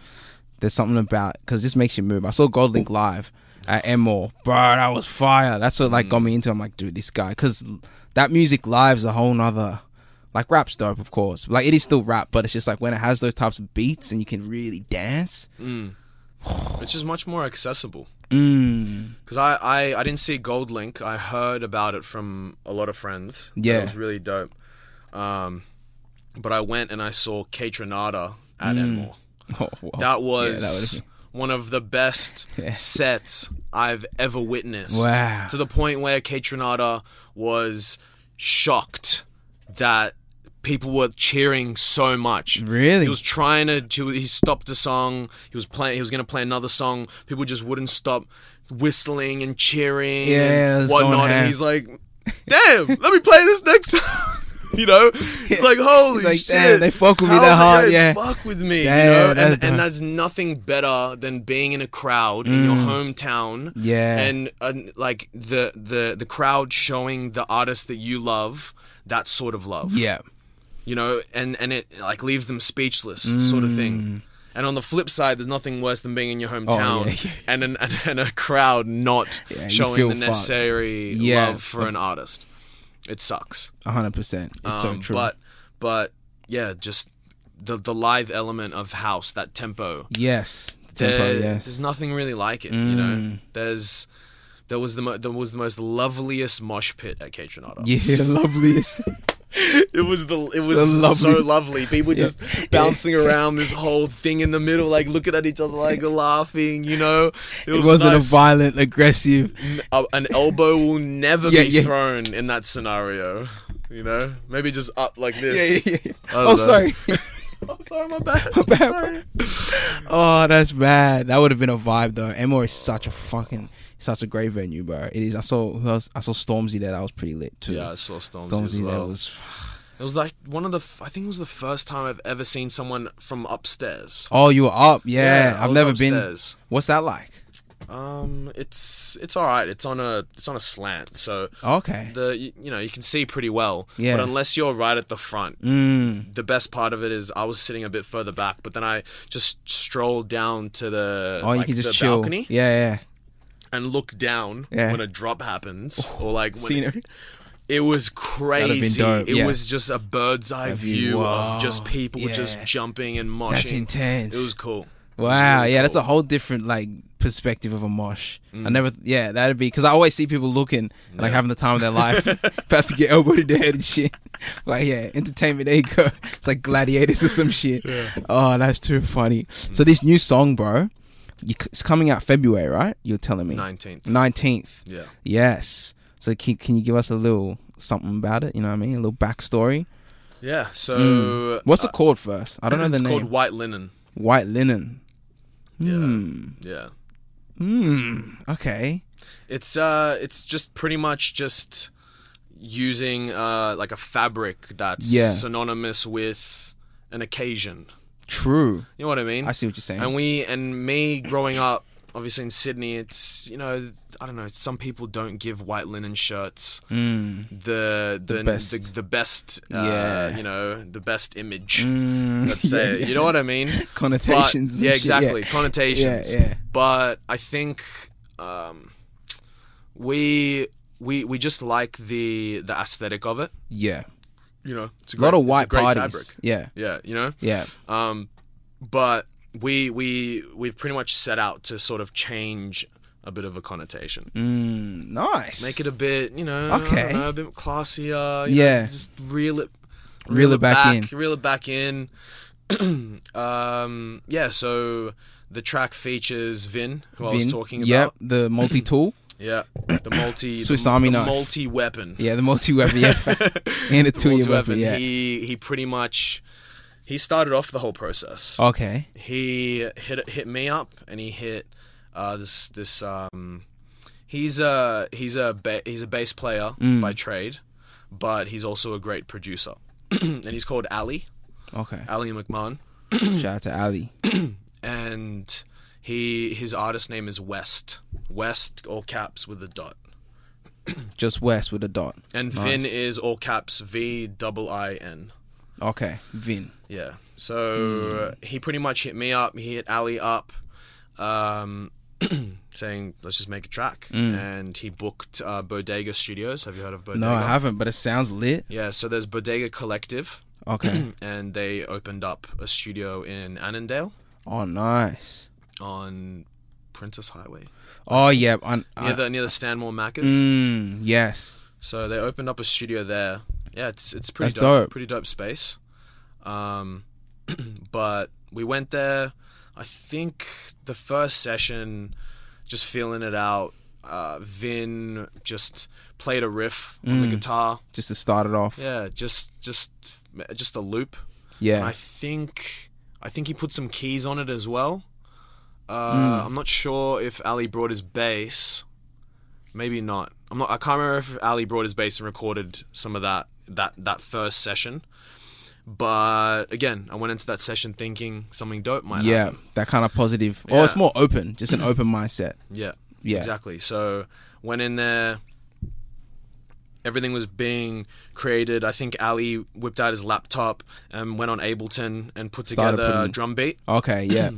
S1: there's something about because just makes you move. I saw Gold Link live at Emmore, bro. That was fire. That's what like got me into. it. I'm like, dude, this guy, because that music live's a whole nother. Like rap's dope, of course. Like it is still rap, but it's just like when it has those types of beats and you can really dance.
S2: It's just much more accessible.
S1: Mm.
S2: Because I, I, I didn't see Gold Link. I heard about it from a lot of friends.
S1: Yeah.
S2: It was really dope. Um, but I went and I saw Catronada at Enmore.
S1: Oh, wow.
S2: That
S1: Yeah, that would've
S2: was
S1: been-
S2: one of the best sets I've ever witnessed.
S1: Wow.
S2: To the point where Catronada was shocked that people were cheering so much.
S1: Really?
S2: He was trying to, to he stopped a song, he was playing he was gonna play another song, people just wouldn't stop whistling and cheering
S1: Yeah, it
S2: and
S1: was going
S2: whatnot.
S1: ham.
S2: And he's like, Damn, let me play this next time. you know? It's like holy
S1: like,
S2: shit.
S1: damn, they fuck with me
S2: how
S1: that
S2: the
S1: hard,
S2: hell
S1: yeah.
S2: fuck with me.
S1: Yeah,
S2: you know?
S1: that's
S2: and,
S1: dope.
S2: and that's nothing better than being in a crowd in your
S1: Mm.
S2: hometown.
S1: Yeah.
S2: And, and like the, the the crowd showing the artist that you love that sort of love.
S1: yeah.
S2: You know, and, and it like leaves them speechless sort of thing. And on the flip side, there's nothing worse than being in your hometown
S1: Mm. Oh, yeah, yeah.
S2: And, an, and and a crowd not
S1: you
S2: showing
S1: feel
S2: the
S1: fucked.
S2: necessary
S1: Yeah,
S2: love for an artist. it sucks.
S1: hundred percent. It's so
S2: Um,
S1: true.
S2: But but yeah, just the the live element of house, that tempo.
S1: yes, the tempo.
S2: There-
S1: Yes, Mm.
S2: There's nothing really like it. You know, there's there was the mo- there was the most loveliest mosh pit at Catronado.
S1: yeah, loveliest.
S2: It was the it was
S1: The
S2: so
S1: loveliest.
S2: lovely. People just bouncing around this whole thing in the middle, like looking at each other, like laughing. You know, it,
S1: It
S2: was
S1: wasn't a
S2: nice.
S1: violent, aggressive.
S2: a, an elbow will never
S1: Yeah,
S2: be
S1: yeah.
S2: thrown in that scenario. You know, maybe just up like
S1: Yeah,
S2: this.
S1: yeah, yeah.
S2: I don't
S1: Oh,
S2: know.
S1: sorry.
S2: Oh, sorry, my bad.
S1: My bad, bro. oh, that's bad. That would have been a vibe though. Emo is such a fucking such a great venue, bro. It is. I saw who else? I saw Stormzy there. That was pretty lit too.
S2: Yeah, I saw Stormzy, as
S1: Stormzy there
S2: well.
S1: was.
S2: it was like one of the. f- I think it was the first time I've ever seen someone from upstairs.
S1: Oh, you were up. Yeah,
S2: I
S1: I've
S2: was
S1: never
S2: upstairs.
S1: been. What's that like?
S2: Um, it's it's all right. It's on a it's on a slant, so
S1: Okay.
S2: the you, you know you can see pretty well.
S1: Yeah.
S2: But unless you're right at the front,
S1: Mm.
S2: the best part of it is I was sitting a bit further back, but then I just strolled down to the
S1: Oh, you
S2: like,
S1: can
S2: the
S1: just chill.
S2: balcony
S1: Yeah,
S2: and looked down
S1: Yeah.
S2: when a drop happens or like
S1: yeah.
S2: when it, it was
S1: been
S2: crazy.
S1: dope,
S2: It
S1: yeah.
S2: was just a bird's eye
S1: view,
S2: view
S1: wow.
S2: of just people just
S1: Yeah.
S2: jumping and moshing.
S1: That's intense.
S2: It was cool. It was
S1: Wow,
S2: really
S1: yeah, that's a
S2: cool. Mm.
S1: whole different like perspective of a mosh. I never, yeah, that'd be because I always see people looking and like having the time of their life, about to get elbowed in the head and shit. Like, yeah, entertainment, there you go. It's like gladiators or some shit. Oh, that's too funny.
S2: Mm.
S1: So this new song, bro, you, c- it's coming out February, right? You're telling me
S2: 19th.
S1: nineteenth.
S2: Yeah.
S1: Yes. So can can you give us a little something about it? You know what I mean? A little backstory.
S2: Yeah. So
S1: Hmm. What's
S2: uh,
S1: it called first? I don't know the
S2: it's
S1: name.
S2: called White Linen.
S1: White linen.
S2: Yeah.
S1: Hmm.
S2: Yeah.
S1: Hmm. Okay.
S2: It's uh it's just pretty much just using uh like a fabric that's
S1: Yeah.
S2: synonymous with an occasion.
S1: True.
S2: You know what I mean?
S1: I see what you're saying.
S2: and we and me growing up obviously in Sydney it's you know I don't know some people don't give white linen shirts
S1: mm.
S2: the the the
S1: best.
S2: the, best uh,
S1: Yeah.
S2: you know the best image
S1: Mm.
S2: let's say
S1: Yeah,
S2: you know what I mean
S1: yeah. connotations.
S2: but,
S1: and
S2: yeah,
S1: shit,
S2: exactly. Connotations.
S1: Yeah, yeah.
S2: But I think um, we we we just like the the aesthetic of it.
S1: Yeah.
S2: You know, it's a,
S1: A lot
S2: great-
S1: of
S2: it's a
S1: white
S2: great
S1: parties.
S2: fabric.
S1: Yeah.
S2: Yeah, you know.
S1: Yeah.
S2: Um, but we we we've pretty much set out to sort of change a bit of a connotation,
S1: Mm. Nice.
S2: make it a bit you know, I don't
S1: Okay.
S2: know, a bit classier. you
S1: Yeah.
S2: know, just reel it.
S1: Reel it back in.
S2: Reel it back in. um, yeah, so the track features Vin, who I was
S1: Vin.
S2: talking
S1: Yep.
S2: about.
S1: The multi tool.
S2: Yeah, the multi
S1: Swiss
S2: the,
S1: Army
S2: the
S1: knife.
S2: multi weapon.
S1: yeah. The multi weapon. Yeah. and a two year weapon. Yeah.
S2: He he pretty much he started off the whole process.
S1: okay.
S2: He hit hit me up and he hit uh, this this um he's a he's a ba- he's a bass player by trade, but he's also a great producer. and he's called Ali,
S1: Okay.
S2: Ali McMahon.
S1: Shout out to Ali.
S2: and he his artist name is West. West all caps with a dot.
S1: Just West with a dot.
S2: And Vin
S1: Nice.
S2: is all caps V double I N.
S1: Okay. Vin.
S2: Yeah. So
S1: Hmm.
S2: he pretty much hit me up. He hit Ali up, um, saying let's just make a track. And he booked uh, Bodega Studios. Have you heard of Bodega?
S1: Hmm. No, I haven't, but it sounds lit.
S2: Yeah. So there's Bodega Collective,
S1: Okay.
S2: and they opened up a studio in Annandale
S1: oh, nice.
S2: on Princess Highway
S1: Oh, yeah. On,
S2: near
S1: I-
S2: the near the Stanmore Maccas.
S1: Mm, yes.
S2: So they opened up a studio there. Yeah, it's it's pretty
S1: That's
S2: dope,
S1: dope.
S2: Pretty dope space. Um, but we went there. I think the first session, just feeling it out. Uh, Vin just played a riff on the guitar.
S1: Just to start it off.
S2: Yeah, just just just a loop. And I
S1: Yeah.
S2: think I think he put some keys on it as well.
S1: Mm.
S2: Uh, I'm not sure if Ali brought his bass. Maybe not. I'm not. I can't remember if Ali brought his bass and recorded some of that that that first session. But again, I went into that session thinking something dope might
S1: yeah.
S2: happen.
S1: That kind of positive. Or it's
S2: Yeah.
S1: more open. Just an open mindset.
S2: Yeah.
S1: Yeah.
S2: Exactly. So went in there. Everything was being created. I think Ali whipped out his laptop and went on Ableton and put
S1: Started
S2: together a
S1: putting-
S2: drum beat.
S1: Okay. Yeah.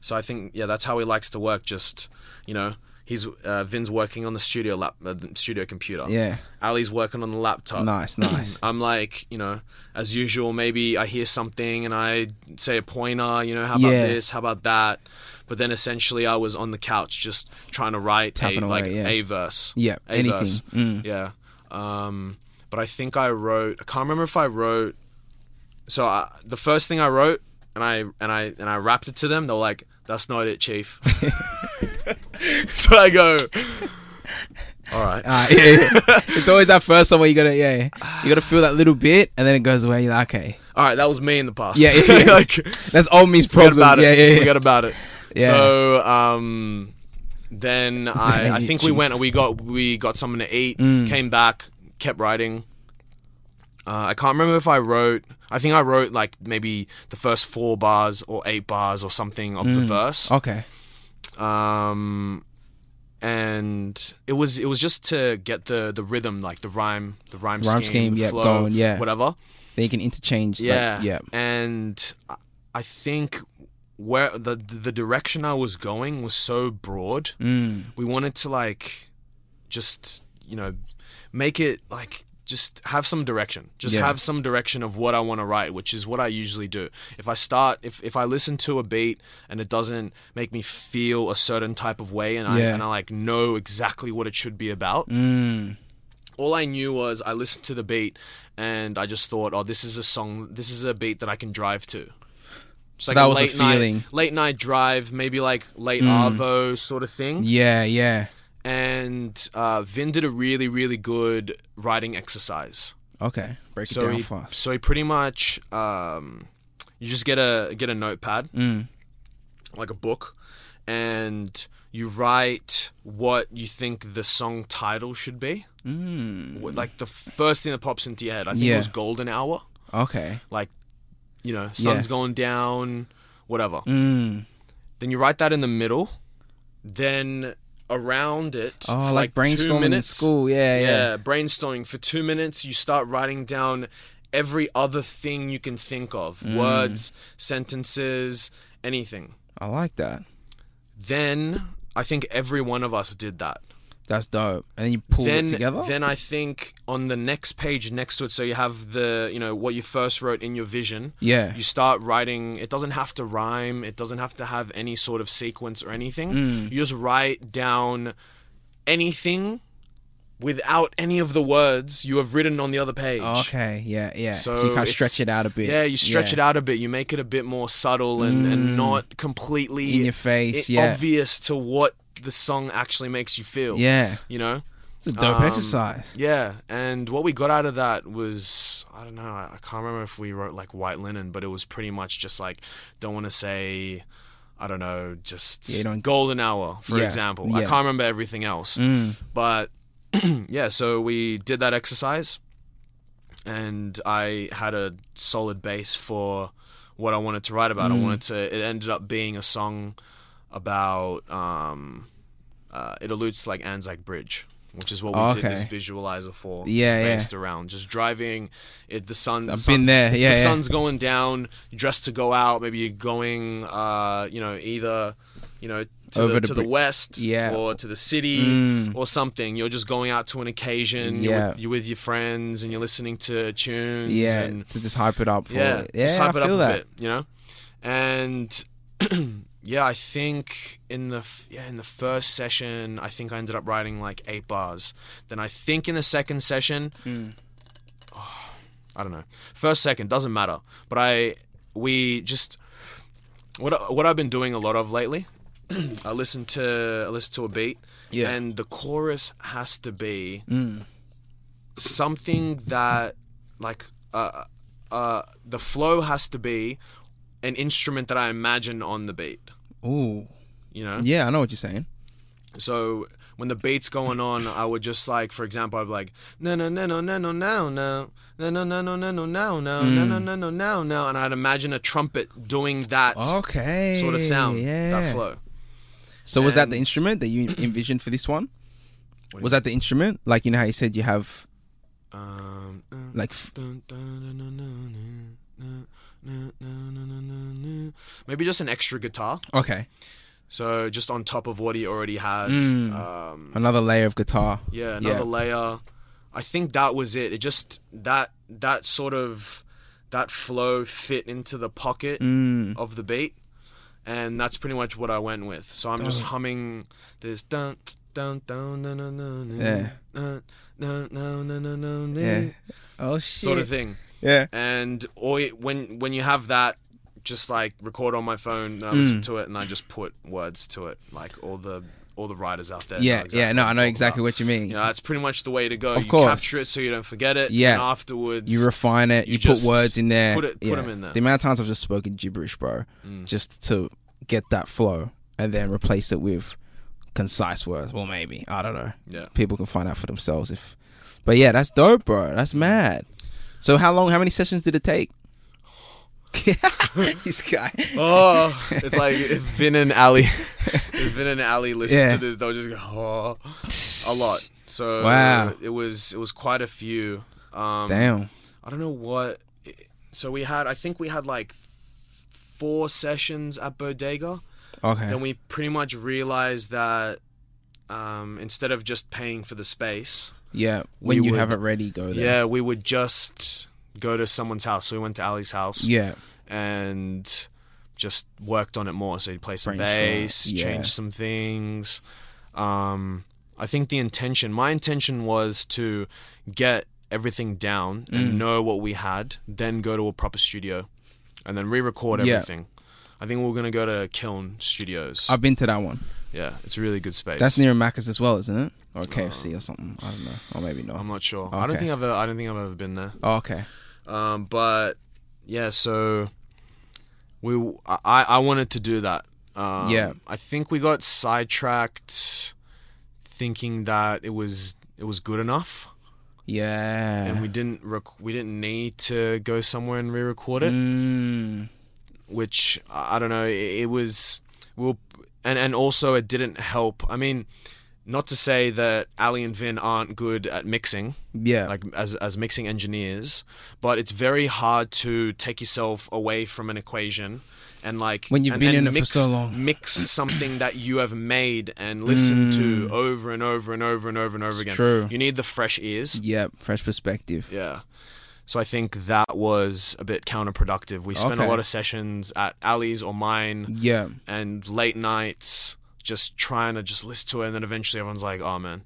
S2: So I think yeah, that's how he likes to work. Just you know, he's uh, Vin's working on the studio lap, uh, the studio computer.
S1: Yeah.
S2: Ali's working on the laptop.
S1: Nice, nice.
S2: I'm like, you know, as usual, maybe I hear something and I say a pointer, you know, how
S1: Yeah.
S2: about this, how about that. But then essentially, I was on the couch just trying to write
S1: Tapping
S2: a,
S1: away,
S2: like
S1: yeah.
S2: a verse.
S1: Yeah,
S2: a
S1: anything.
S2: verse.
S1: Mm.
S2: Yeah. Um, but I think I wrote. I can't remember if I wrote. So I, the first thing I wrote, and I and I and I rapped it to them. They were like, "That's not it, chief." so I go, "All right."
S1: Ah, yeah, yeah. it's always that first one where you gotta, yeah, yeah. you gotta feel that little bit, and then it goes away. You're like, okay,
S2: All right, that was me in the past.
S1: Yeah, yeah, yeah.
S2: like
S1: that's old me's
S2: forget
S1: problem.
S2: about
S1: yeah,
S2: it.
S1: yeah, yeah.
S2: Forget about it.
S1: Yeah.
S2: So um, then I, I
S1: You Mm.
S2: think we
S1: chief.
S2: went. We got we got something to eat. Came back, kept writing. Uh, I can't remember if I wrote. I think I wrote like maybe the first four bars or eight bars or something of
S1: Mm.
S2: the verse.
S1: Okay. Oh.
S2: Um, and it was it was just to get the the rhythm, like the rhyme, the rhyme,
S1: Rhyme scheme,
S2: the
S1: yeah,
S2: flow,
S1: going, yeah.
S2: whatever.
S1: Then you can interchange. like,
S2: Yeah.
S1: yeah.
S2: And I- I think where the the direction I was going was so broad.
S1: Mm.
S2: We wanted to like just, you know, make it like just have some direction. Just
S1: Yeah.
S2: have some direction of what I want to write, which is what I usually do. If I start if if I listen to a beat and it doesn't make me feel a certain type of way and I
S1: Yeah.
S2: and I like know exactly what it should be about,
S1: Mm.
S2: all I knew was I listened to the beat and I just thought, oh, this is a song, this is a beat that I can drive to. It's
S1: So that was the feeling. Mm.
S2: Night, late night drive, maybe like late Arvo sort of thing.
S1: Yeah, yeah.
S2: And uh, Vin did a really, really good writing exercise.
S1: Okay. Break it
S2: So
S1: down
S2: he,
S1: fast.
S2: so he pretty much, um, you just get a get a notepad,
S1: Mm.
S2: like a book, and you write what you think the song title should be.
S1: Mm.
S2: What- Like the first thing that pops into your head, I think
S1: Yeah.
S2: it was Golden Hour.
S1: Okay.
S2: like you know sun's
S1: Yeah.
S2: going down whatever
S1: Mm.
S2: then you write that in the middle then around it
S1: Oh, like,
S2: for like, two
S1: brainstorming in
S2: minutes
S1: school. Yeah,
S2: yeah.
S1: yeah.
S2: brainstorming for two minutes you start writing down every other thing you can think of
S1: Mm.
S2: words sentences anything
S1: I like that.
S2: then i think every one of us did that
S1: That's dope. And then you pull
S2: then
S1: it together.
S2: then i think on the next page next to it so you have the you know what you first wrote in your vision
S1: yeah.
S2: you start writing it doesn't have to rhyme it doesn't have to have any sort of sequence or anything
S1: Mm.
S2: you just write down anything without any of the words you have written on the other page
S1: Oh, Okay. Yeah, yeah. So, you kind of
S2: it's-
S1: stretch it out a bit.
S2: yeah you stretch it out a bit you make it a bit more subtle and, and not completely
S1: Mm. in your face.
S2: i-
S1: yeah.
S2: obvious to what the song actually makes you feel
S1: Yeah.
S2: you know
S1: It's a dope
S2: Um,
S1: exercise.
S2: yeah, and what we got out of that was I don't know, I I can't remember if we wrote like white linen, but it was pretty much just like don't want to say I don't know, just
S1: Yeah, you don't-
S2: golden hour for
S1: Yeah,
S2: example. I
S1: yeah.
S2: can't remember everything else.
S1: Mm.
S2: But yeah, so we did that exercise and I had a solid base for what I wanted to write
S1: Mm.
S2: about. I wanted to it ended up being a song about um uh, it alludes to like Anzac Bridge, which is what we did this
S1: Oh, Okay.
S2: visualizer for.
S1: Yeah,
S2: It's
S1: yeah.
S2: based around just driving. It the sun. the
S1: I've
S2: sun's-
S1: been there. Yeah.
S2: the
S1: yeah.
S2: sun's going down. You're dressed to go out. Maybe you're going, uh, you know, either, you know, to,
S1: Over
S2: the,
S1: the
S2: to the
S1: bri-
S2: west,
S1: Yeah.
S2: or to the city,
S1: Mm.
S2: or something. You're just going out to an occasion. You're,
S1: Yeah.
S2: with, you're with your friends and you're listening to tunes.
S1: yeah.
S2: and
S1: to just hype it up. For
S2: yeah,
S1: It. Yeah.
S2: just hype
S1: I
S2: it
S1: feel
S2: up
S1: that.
S2: a bit, you know. And yeah, I think in the f- yeah in the first session, I think I ended up writing like eight bars. Then I think in the second session,
S1: Mm.
S2: oh, I don't know, first second doesn't matter. But I we just what I- what I've been doing a lot of lately. I listen to I listen to a beat,
S1: Yeah.
S2: and the chorus has to be
S1: Mm.
S2: something that like uh uh the flow has to be an instrument that I imagine on the beat,
S1: Ooh.
S2: you know?
S1: Yeah, I know what you're saying.
S2: So when the beat's going on, I would just like, for example, I'd be like, no, no, no, no, no, no, no, no, no, no, no, no, no, no, no, no, no, no, no, no, no, no, and I'd imagine a trumpet doing that
S1: Okay.
S2: sort of sound,
S1: Oh, Yeah.
S2: that flow.
S1: So was that the
S2: And-
S1: instrument that you envisioned for this one?
S2: What
S1: Was
S2: do you-
S1: that the instrument? Like you know how you said you have
S2: Um, uh,
S1: like f-
S2: Dun, dun, dun, dun, dun, dun, dun, dun, dun, dun, dun, dun. Maybe just an extra guitar.
S1: okay,
S2: So just on top of what he already had. Um,
S1: Another layer of guitar.
S2: yeah, another
S1: Yeah.
S2: layer. I think that was it. It just that that sort of that flow fit into the pocket
S1: Mm.
S2: of the beat, and that's pretty much what I went with. So I'm just humming this dun dun dun dun dun dun
S1: Yeah.
S2: dun dun dun dun dun dun
S1: Yeah.
S2: dun
S1: Oh shit.
S2: sort of thing.
S1: Yeah.
S2: And or it- when when you have that, just like record on my phone and I
S1: Mm.
S2: listen to it and I just put words to it, like all the all the writers out there. know
S1: Yeah.
S2: exactly
S1: Yeah. No,
S2: what
S1: I
S2: I'm
S1: know
S2: talking
S1: exactly
S2: about.
S1: what you mean.
S2: You know, that's pretty much the way to go. you
S1: course.
S2: capture it so you don't forget it.
S1: Yeah.
S2: And afterwards,
S1: You refine it. You,
S2: You
S1: put
S2: just
S1: words in there.
S2: put it- put 'em in there. Mm.
S1: The amount of times I've just spoken gibberish, bro, just to get that flow, and then replace it with concise words. Well, maybe I don't know.
S2: Yeah.
S1: People can find out for themselves if. But yeah, that's dope, bro.
S2: Mm.
S1: That's mad. So how long? How many sessions did it take? this guy.
S2: Oh, it's like if Vin and Ali, if Vin and Ali listen
S1: Yeah.
S2: to this, they'll just go oh, a lot. So
S1: Wow.
S2: it was it was quite a few. Um,
S1: Damn.
S2: I don't know what. So we had, I think we had like four sessions at Bodega.
S1: Okay.
S2: Then we pretty much realized that um, instead of just paying for the space,
S1: Yeah. When
S2: we
S1: you
S2: would-
S1: have it ready, go there.
S2: yeah, we would just go to someone's house. So we went to Ali's house
S1: Yeah.
S2: and just worked on it more. So he'd play some
S1: Brainstorm,
S2: bass,
S1: yeah.
S2: change some things. Um, I think the intention, my intention was to get everything down
S1: Mm.
S2: and know what we had, then go to a proper studio and then re record
S1: Yeah.
S2: everything. I think we we're going to go to Kiln Studios.
S1: I've been to that one.
S2: yeah, it's a really good space.
S1: That's near Macca's as well, isn't it? Or KFC or something. I don't know. Or maybe not.
S2: I'm not sure. I don't
S1: Okay.
S2: think I've ever, I don't think I've ever been there.
S1: Oh, okay.
S2: Um, but yeah, so we I I wanted to do that. Um,
S1: Yeah.
S2: I think we got sidetracked thinking that it was it was good enough,
S1: Yeah.
S2: and we didn't rec- we didn't need to go somewhere and re-record it.
S1: Mm,
S2: Which I I don't know. It, it was we will and and also it didn't help. I mean. Not to say that Ali and Vin aren't good at mixing,
S1: yeah.
S2: like as as mixing engineers, but it's very hard to take yourself away from an equation and like
S1: When you've
S2: and-
S1: been
S2: and
S1: in it for
S2: mix,
S1: so long.
S2: mix something that you have made and listened to over and over and over and over and over again.
S1: Mm. true.
S2: You need the fresh ears.
S1: yep. Fresh perspective.
S2: Yeah. So I think that was a bit counterproductive. We spent
S1: Okay.
S2: a lot of sessions at Ali's or mine
S1: Yeah.
S2: and late nights just trying to just listen to it and then eventually everyone's like, Oh man,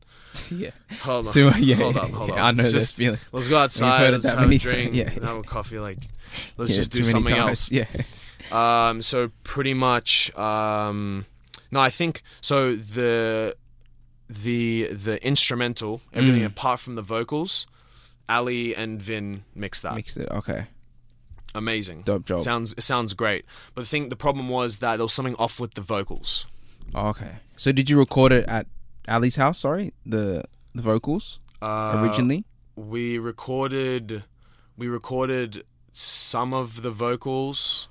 S1: Yeah.
S2: hold on.
S1: So, yeah,
S2: hold
S1: yeah,
S2: up, hold
S1: yeah,
S2: up.
S1: I know
S2: Let's
S1: that
S2: just-
S1: feeling.
S2: Let's go
S1: heard
S2: outside,
S1: it
S2: let's
S1: that
S2: have
S1: many
S2: a drink,
S1: times, yeah.
S2: and have a coffee, like let's
S1: Yeah,
S2: just do
S1: too many
S2: something
S1: times.
S2: else.
S1: Yeah.
S2: Um so pretty much um no, I think so the the the instrumental, everything
S1: Mm.
S2: apart from the vocals, Ali and Vin mix that.
S1: Mix it. Okay.
S2: Amazing.
S1: Dope job.
S2: Sounds it sounds great. But the thing the problem was that there was something off with the vocals.
S1: Oh, okay. So did you record it at Ali's house? Sorry, the the vocals
S2: Uh,
S1: originally.
S2: we recorded we recorded some of the vocals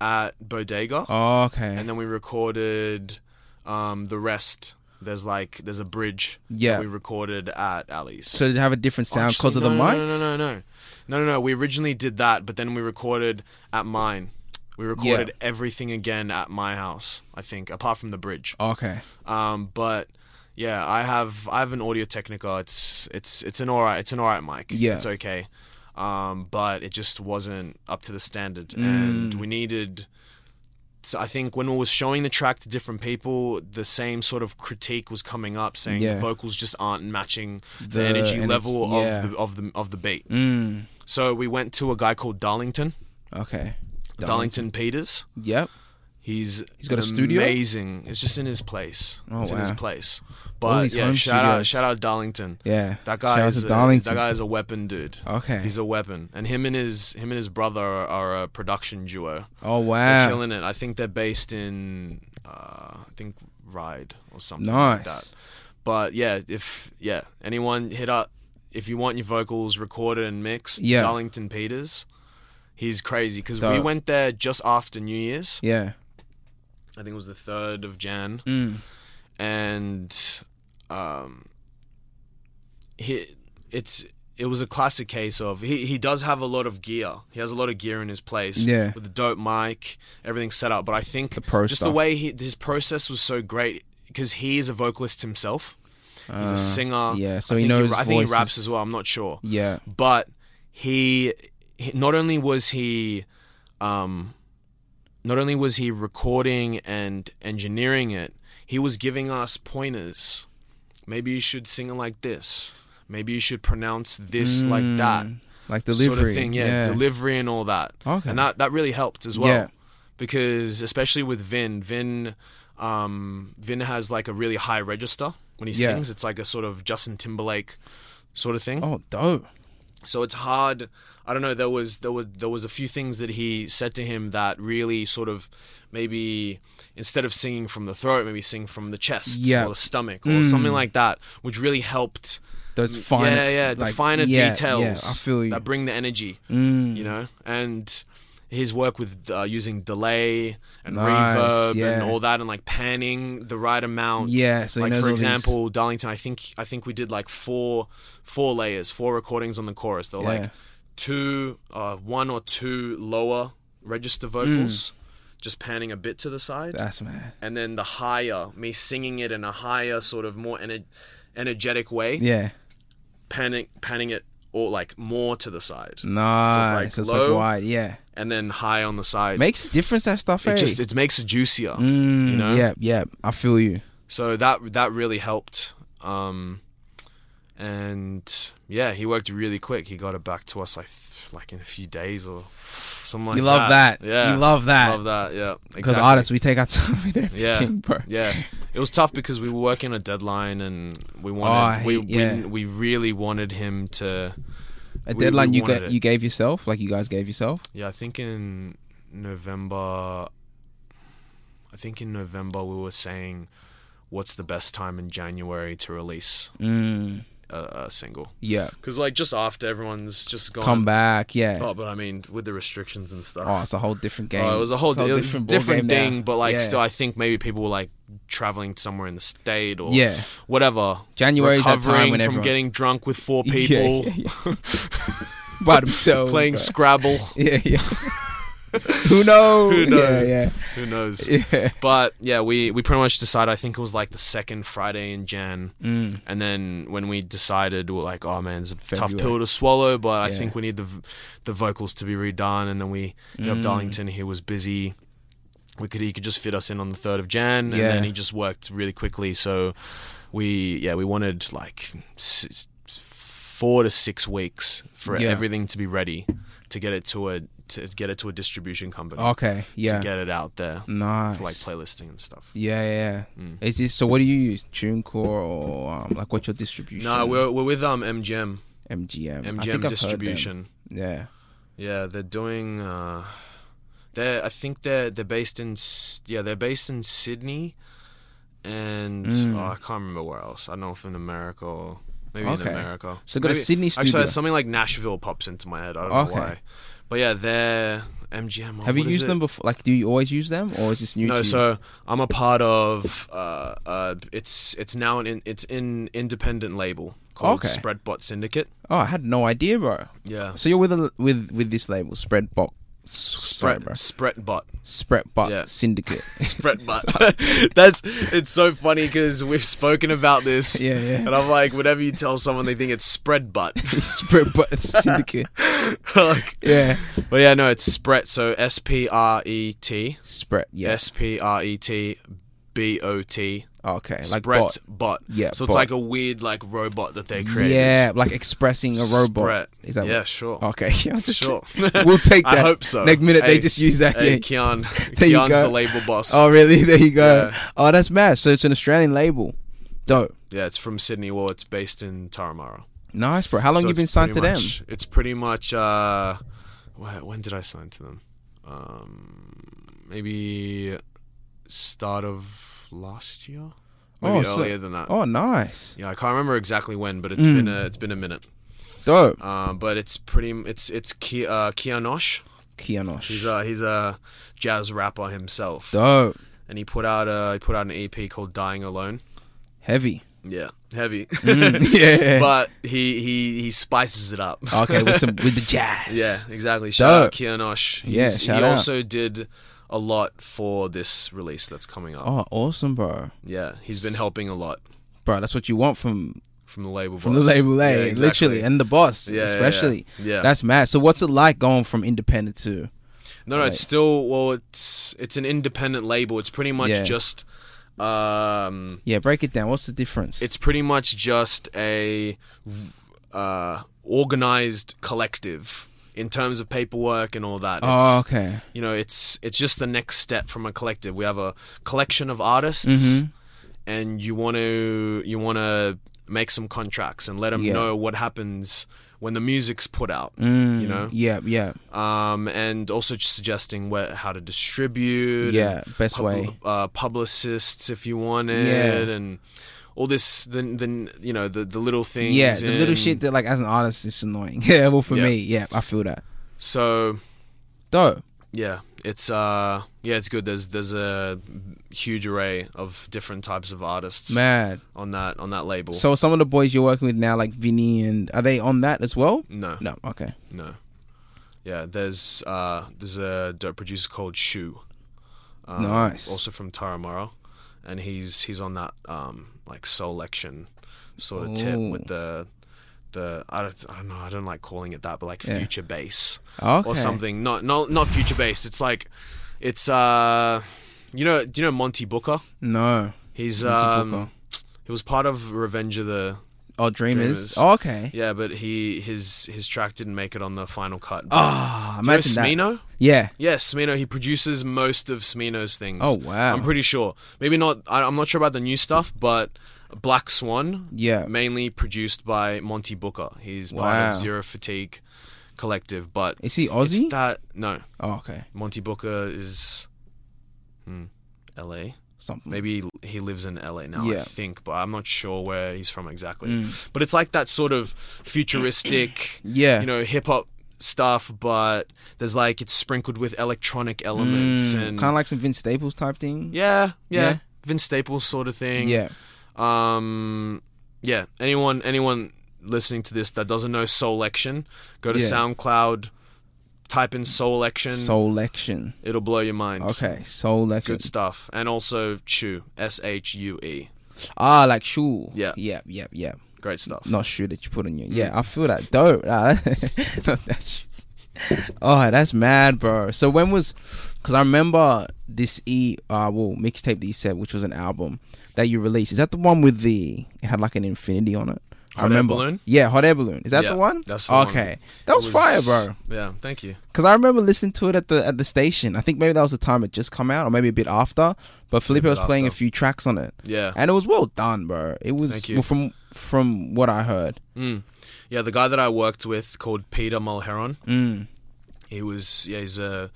S2: at Bodega
S1: Oh, okay.
S2: and then we recorded um, the rest there's like there's a bridge
S1: Yeah.
S2: that we recorded at Ali's
S1: so did it have a different sound because of the
S2: Actually, no,
S1: mics?
S2: no, no no no no no no no we originally did that but then we recorded at mine we recorded everything again at my house I think apart from the bridge
S1: Oh, Okay.
S2: um, but yeah, I have I have an Audio Technica. It's it's it's an alright it's an alright mic.
S1: Yeah.
S2: it's okay. Um, but it just wasn't up to the standard,
S1: Mm.
S2: and we needed. So I think when we was showing the track to different people, the same sort of critique was coming up, saying
S1: Yeah.
S2: the vocals just aren't matching the,
S1: The
S2: energy
S1: ener-
S2: level
S1: yeah.
S2: of the of the of the beat.
S1: Mm.
S2: So we went to a guy called Darlington,
S1: Okay. Done.
S2: Darlington Peters.
S1: Yep.
S2: He's he's
S1: got a studio?
S2: Amazing. It's just in his place.
S1: Oh,
S2: it's in his
S1: wow.
S2: place. But
S1: these
S2: yeah,
S1: home
S2: shout
S1: studios.
S2: out shout out Darlington.
S1: Yeah.
S2: That guy
S1: Shout out
S2: is
S1: to
S2: a,
S1: Darlington.
S2: that guy is a weapon, dude.
S1: Okay.
S2: He's a weapon, and him and his him and his brother are, are a production duo.
S1: oh
S2: They're
S1: wow.
S2: killing it. I think they're based in uh, I think Ride or something
S1: Nice.
S2: like that. But yeah, if yeah anyone hit up if you want your vocals recorded and mixed,
S1: Yeah.
S2: Darlington Peters. He's crazy because we
S1: Dope.
S2: went there just after New Year's.
S1: Yeah.
S2: I think it was the third of Jan,
S1: Mm.
S2: and um, he, it's it was a classic case of he, he does have a lot of gear. He has a lot of gear in his place.
S1: Yeah.
S2: With the dope mic, everything set up. But I think
S1: pro
S2: just the
S1: stuff.
S2: way he, his process was so great because he is a vocalist himself. He's a singer.
S1: Uh, yeah, so
S2: I
S1: he
S2: think
S1: knows
S2: ra- I think
S1: voices.
S2: he raps as well. I'm not sure.
S1: Yeah.
S2: But he, he not only was he, um, not only was he recording and engineering it, he was giving us pointers. Maybe you should sing it like this. Maybe you should pronounce this like that.
S1: Mm, Like delivery.
S2: Sort of thing, yeah, Delivery and all that.
S1: Okay.
S2: And that, that really helped as well.
S1: Yeah.
S2: Because especially with Vin, Vin um Vin has like a really high register when he
S1: Yeah.
S2: sings. It's like a sort of Justin Timberlake sort of thing.
S1: oh, dope.
S2: So it's hard. I don't know. There was there were there was a few things that he said to him that really sort of maybe instead of singing from the throat, maybe sing from the chest
S1: Yeah.
S2: or the stomach or something like that, which really helped.
S1: Those finer,
S2: Mm, yeah, yeah, the
S1: like,
S2: finer
S1: yeah,
S2: details.
S1: Yeah, I feel you. Mm.
S2: That bring the energy. You know, and his work with uh, using delay and
S1: Nice,
S2: reverb and
S1: yeah.
S2: all that, and like panning the right amount.
S1: Yeah, so he
S2: like
S1: knows
S2: for
S1: all these-
S2: example, Darlington. I think I think we did like four four layers, four recordings on the chorus. They were
S1: Yeah.
S2: like two, uh, one or two lower register
S1: Mm.
S2: vocals, just panning a bit to the side
S1: That's man.
S2: and then the higher me singing it in a higher sort of more ener- energetic way
S1: Yeah.
S2: panning panning it or like more to the side
S1: Mm. Nice. So it's like,
S2: low.
S1: wide. Yeah.
S2: and then high on the side
S1: Makes a difference that stuff.
S2: it
S1: eh?
S2: just it makes it juicier
S1: Mm,
S2: you know?
S1: Yeah, yeah. I feel you.
S2: so that that really helped um and yeah he worked really quick he got it back to us like like in a few days or something like
S1: you love that.
S2: yeah
S1: You love that.
S2: love that yeah
S1: Because
S2: exactly.
S1: artists, we take our time with everything,
S2: Yeah,
S1: bro.
S2: yeah. It was tough because we were working a deadline, and we wanted
S1: Oh, I
S2: we,
S1: hate- yeah.
S2: we we really wanted him to.
S1: A
S2: we-
S1: deadline
S2: we
S1: you
S2: wanted
S1: got,
S2: it.
S1: you gave yourself, like you guys gave yourself.
S2: Yeah, I think in November. I think in November we were saying, "What's the best time in January to release
S1: Mm,
S2: a, a single?"
S1: yeah.
S2: Because like just after everyone's just gone.
S1: Come back. Yeah.
S2: Oh, but I mean, with the restrictions and stuff.
S1: Oh, it's a whole different game.
S2: Oh, it was a whole
S1: It's
S2: di- it was
S1: different,
S2: different,
S1: ball game now.
S2: thing, but like
S1: Yeah.
S2: still, I think maybe people were like traveling somewhere in the state or
S1: Yeah.
S2: whatever.
S1: January is that
S2: recovering
S1: time when
S2: from
S1: everyone-
S2: getting drunk with four
S1: Yeah,
S2: people,
S1: yeah, yeah. by themselves
S2: playing
S1: bro.
S2: Scrabble.
S1: yeah, yeah. Who knows?
S2: Who knows?
S1: Yeah,
S2: Who knows?
S1: yeah, yeah.
S2: But yeah, we we pretty much decided. I think it was like the second Friday in Jan,
S1: Mm.
S2: and then when we decided, we are like, oh man, it's a tough
S1: February.
S2: pill to swallow. But
S1: Yeah.
S2: I think we need the v- the vocals to be redone, and then we ended
S1: Mm.
S2: up Darlington. He was busy. We could he could just fit us in on the third of Jan, and
S1: Yeah.
S2: then he just worked really quickly. So we yeah we wanted like s- s- four to six weeks for
S1: Yeah.
S2: everything to be ready to get it to a to get it to a distribution company
S1: Okay.
S2: to
S1: Oh, Yeah.
S2: get it out there
S1: nice.
S2: for like playlisting and stuff.
S1: yeah, yeah.
S2: Mm.
S1: Is this so? What do you use? TuneCore or um, like what's your distribution?
S2: No, we're we're with um MGM
S1: MGM. I think I've heard
S2: MGM
S1: them.
S2: distribution.
S1: Yeah.
S2: Yeah, they're doing. Uh, they are I think they're they're based in S- yeah they're based in Sydney, and
S1: Mm.
S2: oh, I can't remember where else. I don't know if in America or maybe in
S1: Okay.
S2: America.
S1: So got a
S2: Maybe-
S1: Sydney studio.
S2: Actually, something like Nashville pops into my head. I don't
S1: Okay.
S2: know why, but yeah, they're MGM. oh,
S1: Have you
S2: what is
S1: used
S2: it?
S1: them before? Like, do you always use them, or is this new? to
S2: No,
S1: you?
S2: so I'm a part of. Uh, uh, it's it's now an in, it's in independent label called
S1: Okay.
S2: Spreadbot Syndicate.
S1: oh, I had no idea, bro.
S2: Yeah.
S1: So you're with a, with with this label, Spreadbox. Spread,
S2: Spread, Spreadbot.
S1: Spreadbox
S2: Yeah.
S1: Syndicate.
S2: Spreadbot. That's it's so funny because we've spoken about this.
S1: Yeah, yeah.
S2: And I'm like, whenever you tell someone, they think it's Spreadbutt.
S1: Spreadbox Syndicate.
S2: like,
S1: Yeah.
S2: but yeah, no, it's Spread. So S P R E T
S1: Spread. Yeah.
S2: S P R E T B O T.
S1: Okay. Like
S2: Spreadbot.
S1: bot. Yeah,
S2: Yeah. So
S1: bot.
S2: it's like a weird like robot that they created.
S1: Yeah, like expressing a robot.
S2: Spread.
S1: Is that
S2: yeah,
S1: what-
S2: sure.
S1: Okay. Yeah, I'm just-
S2: Sure.
S1: We'll take that.
S2: I hope so.
S1: Next minute they
S2: Hey,
S1: just use that.
S2: Hey,
S1: yeah.
S2: Keon.
S1: There you
S2: Keon's
S1: go.
S2: the label boss.
S1: Oh really? There you go.
S2: Yeah.
S1: Oh, that's mad. So it's an Australian label. Dope.
S2: Yeah, it's from Sydney. Well, it's based in Taramara.
S1: Nice, bro. How long
S2: So
S1: you been
S2: it's
S1: signed to
S2: pretty
S1: them?
S2: much- It's pretty much. Uh, wh- when did I sign to them? Um, maybe start of last year. Maybe
S1: Oh, so-
S2: earlier than that.
S1: Oh, Mm. nice.
S2: Yeah, I can't remember exactly when, but it's been a it's been a minute.
S1: Dope.
S2: Um, but it's pretty. m- It's it's Ki, uh, Kianosh.
S1: Kianosh.
S2: He's a he's a jazz rapper himself,
S1: Dope.
S2: E and he put out a he put out an EP called Dying Alone.
S1: Heavy.
S2: Yeah, heavy.
S1: Mm, yeah. Oh,
S2: but he he he spices it up.
S1: Okay, with some with the jazz.
S2: Yeah, exactly. Shout
S1: Dope.
S2: out Kianosh.
S1: Yeah,
S2: He's-
S1: shout
S2: he
S1: out.
S2: also did a lot for this release that's coming up.
S1: Oh, awesome, bro.
S2: Yeah, he's been helping a lot
S1: Bro, that's what you want from
S2: from the label.
S1: from
S2: boss.
S1: the label, eh?
S2: Yeah, exactly.
S1: literally, and the boss,
S2: Yeah, yeah, yeah.
S1: especially.
S2: Yeah.
S1: That's mad. So, what's it like going from independent to?
S2: No, no, it's still well, it's it's an independent label. It's pretty much
S1: Yeah.
S2: just um
S1: Yeah, break it down. What's the difference?
S2: it's pretty much just a uh, organized collective in terms of paperwork and all that. It's,
S1: oh, okay.
S2: You know, it's it's just the next step from a collective. We have a collection of artists,
S1: Mhm.
S2: and you want to you want to make some contracts and let them
S1: Yeah.
S2: know what happens when the music's put out.
S1: Mm,
S2: You know,
S1: Yeah, yeah,
S2: um, and also just suggesting where how to distribute. and
S1: yeah. Best
S2: pub-
S1: way.
S2: uh, publicists if you wanted
S1: Yeah.
S2: and all this then then you know the the little things
S1: Yeah, the little
S2: and-
S1: shit that like as an artist is annoying. yeah, well for
S2: Yeah.
S1: me, yeah, I feel that.
S2: so
S1: Dope.
S2: yeah it's uh yeah it's good there's there's a huge array of different types of artists
S1: Mad.
S2: on that on that label
S1: So some of the boys you're working with now, like Vinny and are they on that as well?
S2: no
S1: No, okay.
S2: no yeah there's uh there's a dope producer called Shu um,
S1: Nice.
S2: also from Taramara and he's he's on that um like selection sort of tip
S1: Ooh.
S2: with the the I don't, I don't know I don't like calling it that but like
S1: Yeah.
S2: future bass
S1: Okay.
S2: or something not not not future bass it's like it's uh you know do you know Monty Booker
S1: No.
S2: he's
S1: Monty
S2: um
S1: Booker.
S2: he was part of Revenge of the
S1: Oh, Dreamers.
S2: Dreamers.
S1: Oh, okay.
S2: yeah but he his his track didn't make it on the final cut but-
S1: Ah,
S2: Do you know
S1: imagine that.
S2: Smino?
S1: Yeah.
S2: Yeah, Smino. He produces most of Smino's things.
S1: Oh, wow.
S2: I'm pretty sure. Maybe not. I, I'm not sure about the new stuff, but Black Swan,
S1: Yeah.
S2: mainly produced by Monty Booker. He's part
S1: Wow.
S2: of Zero Fatigue Collective, but
S1: Is he
S2: it's
S1: Aussie?
S2: that no
S1: oh, okay.
S2: Monty Booker is, hmm, L.A.
S1: Something.
S2: Maybe he lives in LA now,
S1: Yeah.
S2: I think, but I'm not sure where he's from exactly.
S1: Mm.
S2: But it's like that sort of futuristic,
S1: Yeah.
S2: you know, hip hop stuff, but there's like it's sprinkled with electronic elements and
S1: kind of Mm, like some Vince Staples type thing.
S2: yeah, yeah,
S1: Yeah.
S2: Vince Staples sort of thing.
S1: Yeah.
S2: Um, yeah. Anyone, anyone listening to this that doesn't know Soulection, go to
S1: Yeah.
S2: SoundCloud, type in Soulection.
S1: Soulection.
S2: It'll blow your mind.
S1: Okay. Soulection.
S2: Good stuff. And also Chew, S H U E.
S1: Ah, like shoe.
S2: Yeah.
S1: Yeah. Yeah. Yeah.
S2: Great stuff.
S1: Not shoe that you put on your.
S2: Mm.
S1: Yeah, I feel that dope. Nah, that- not that shoe. Oh, that's mad, bro. So when was? Because I remember this E, uh, well, mixtape that you said, which was an album that you released. Is that the one with the? It had like an infinity on it. I
S2: Hot Air
S1: remember.
S2: Balloon?
S1: Yeah, hot air balloon. Is that
S2: Yeah,
S1: the one?
S2: that's the one.
S1: okay. That was, fire, bro.
S2: Yeah, thank you.
S1: Because I remember listening to it at the at the station. I think maybe that was the time it just come out, or maybe a bit after. But Felipe
S2: bit
S1: was playing
S2: after.
S1: a few tracks on it,
S2: Yeah.
S1: and it was well done, bro. It was
S2: Thank you.
S1: well, from from what I heard.
S2: Mm. Yeah, the guy that I worked with called Peter Mulheron,
S1: Mm.
S2: he was, yeah, he's a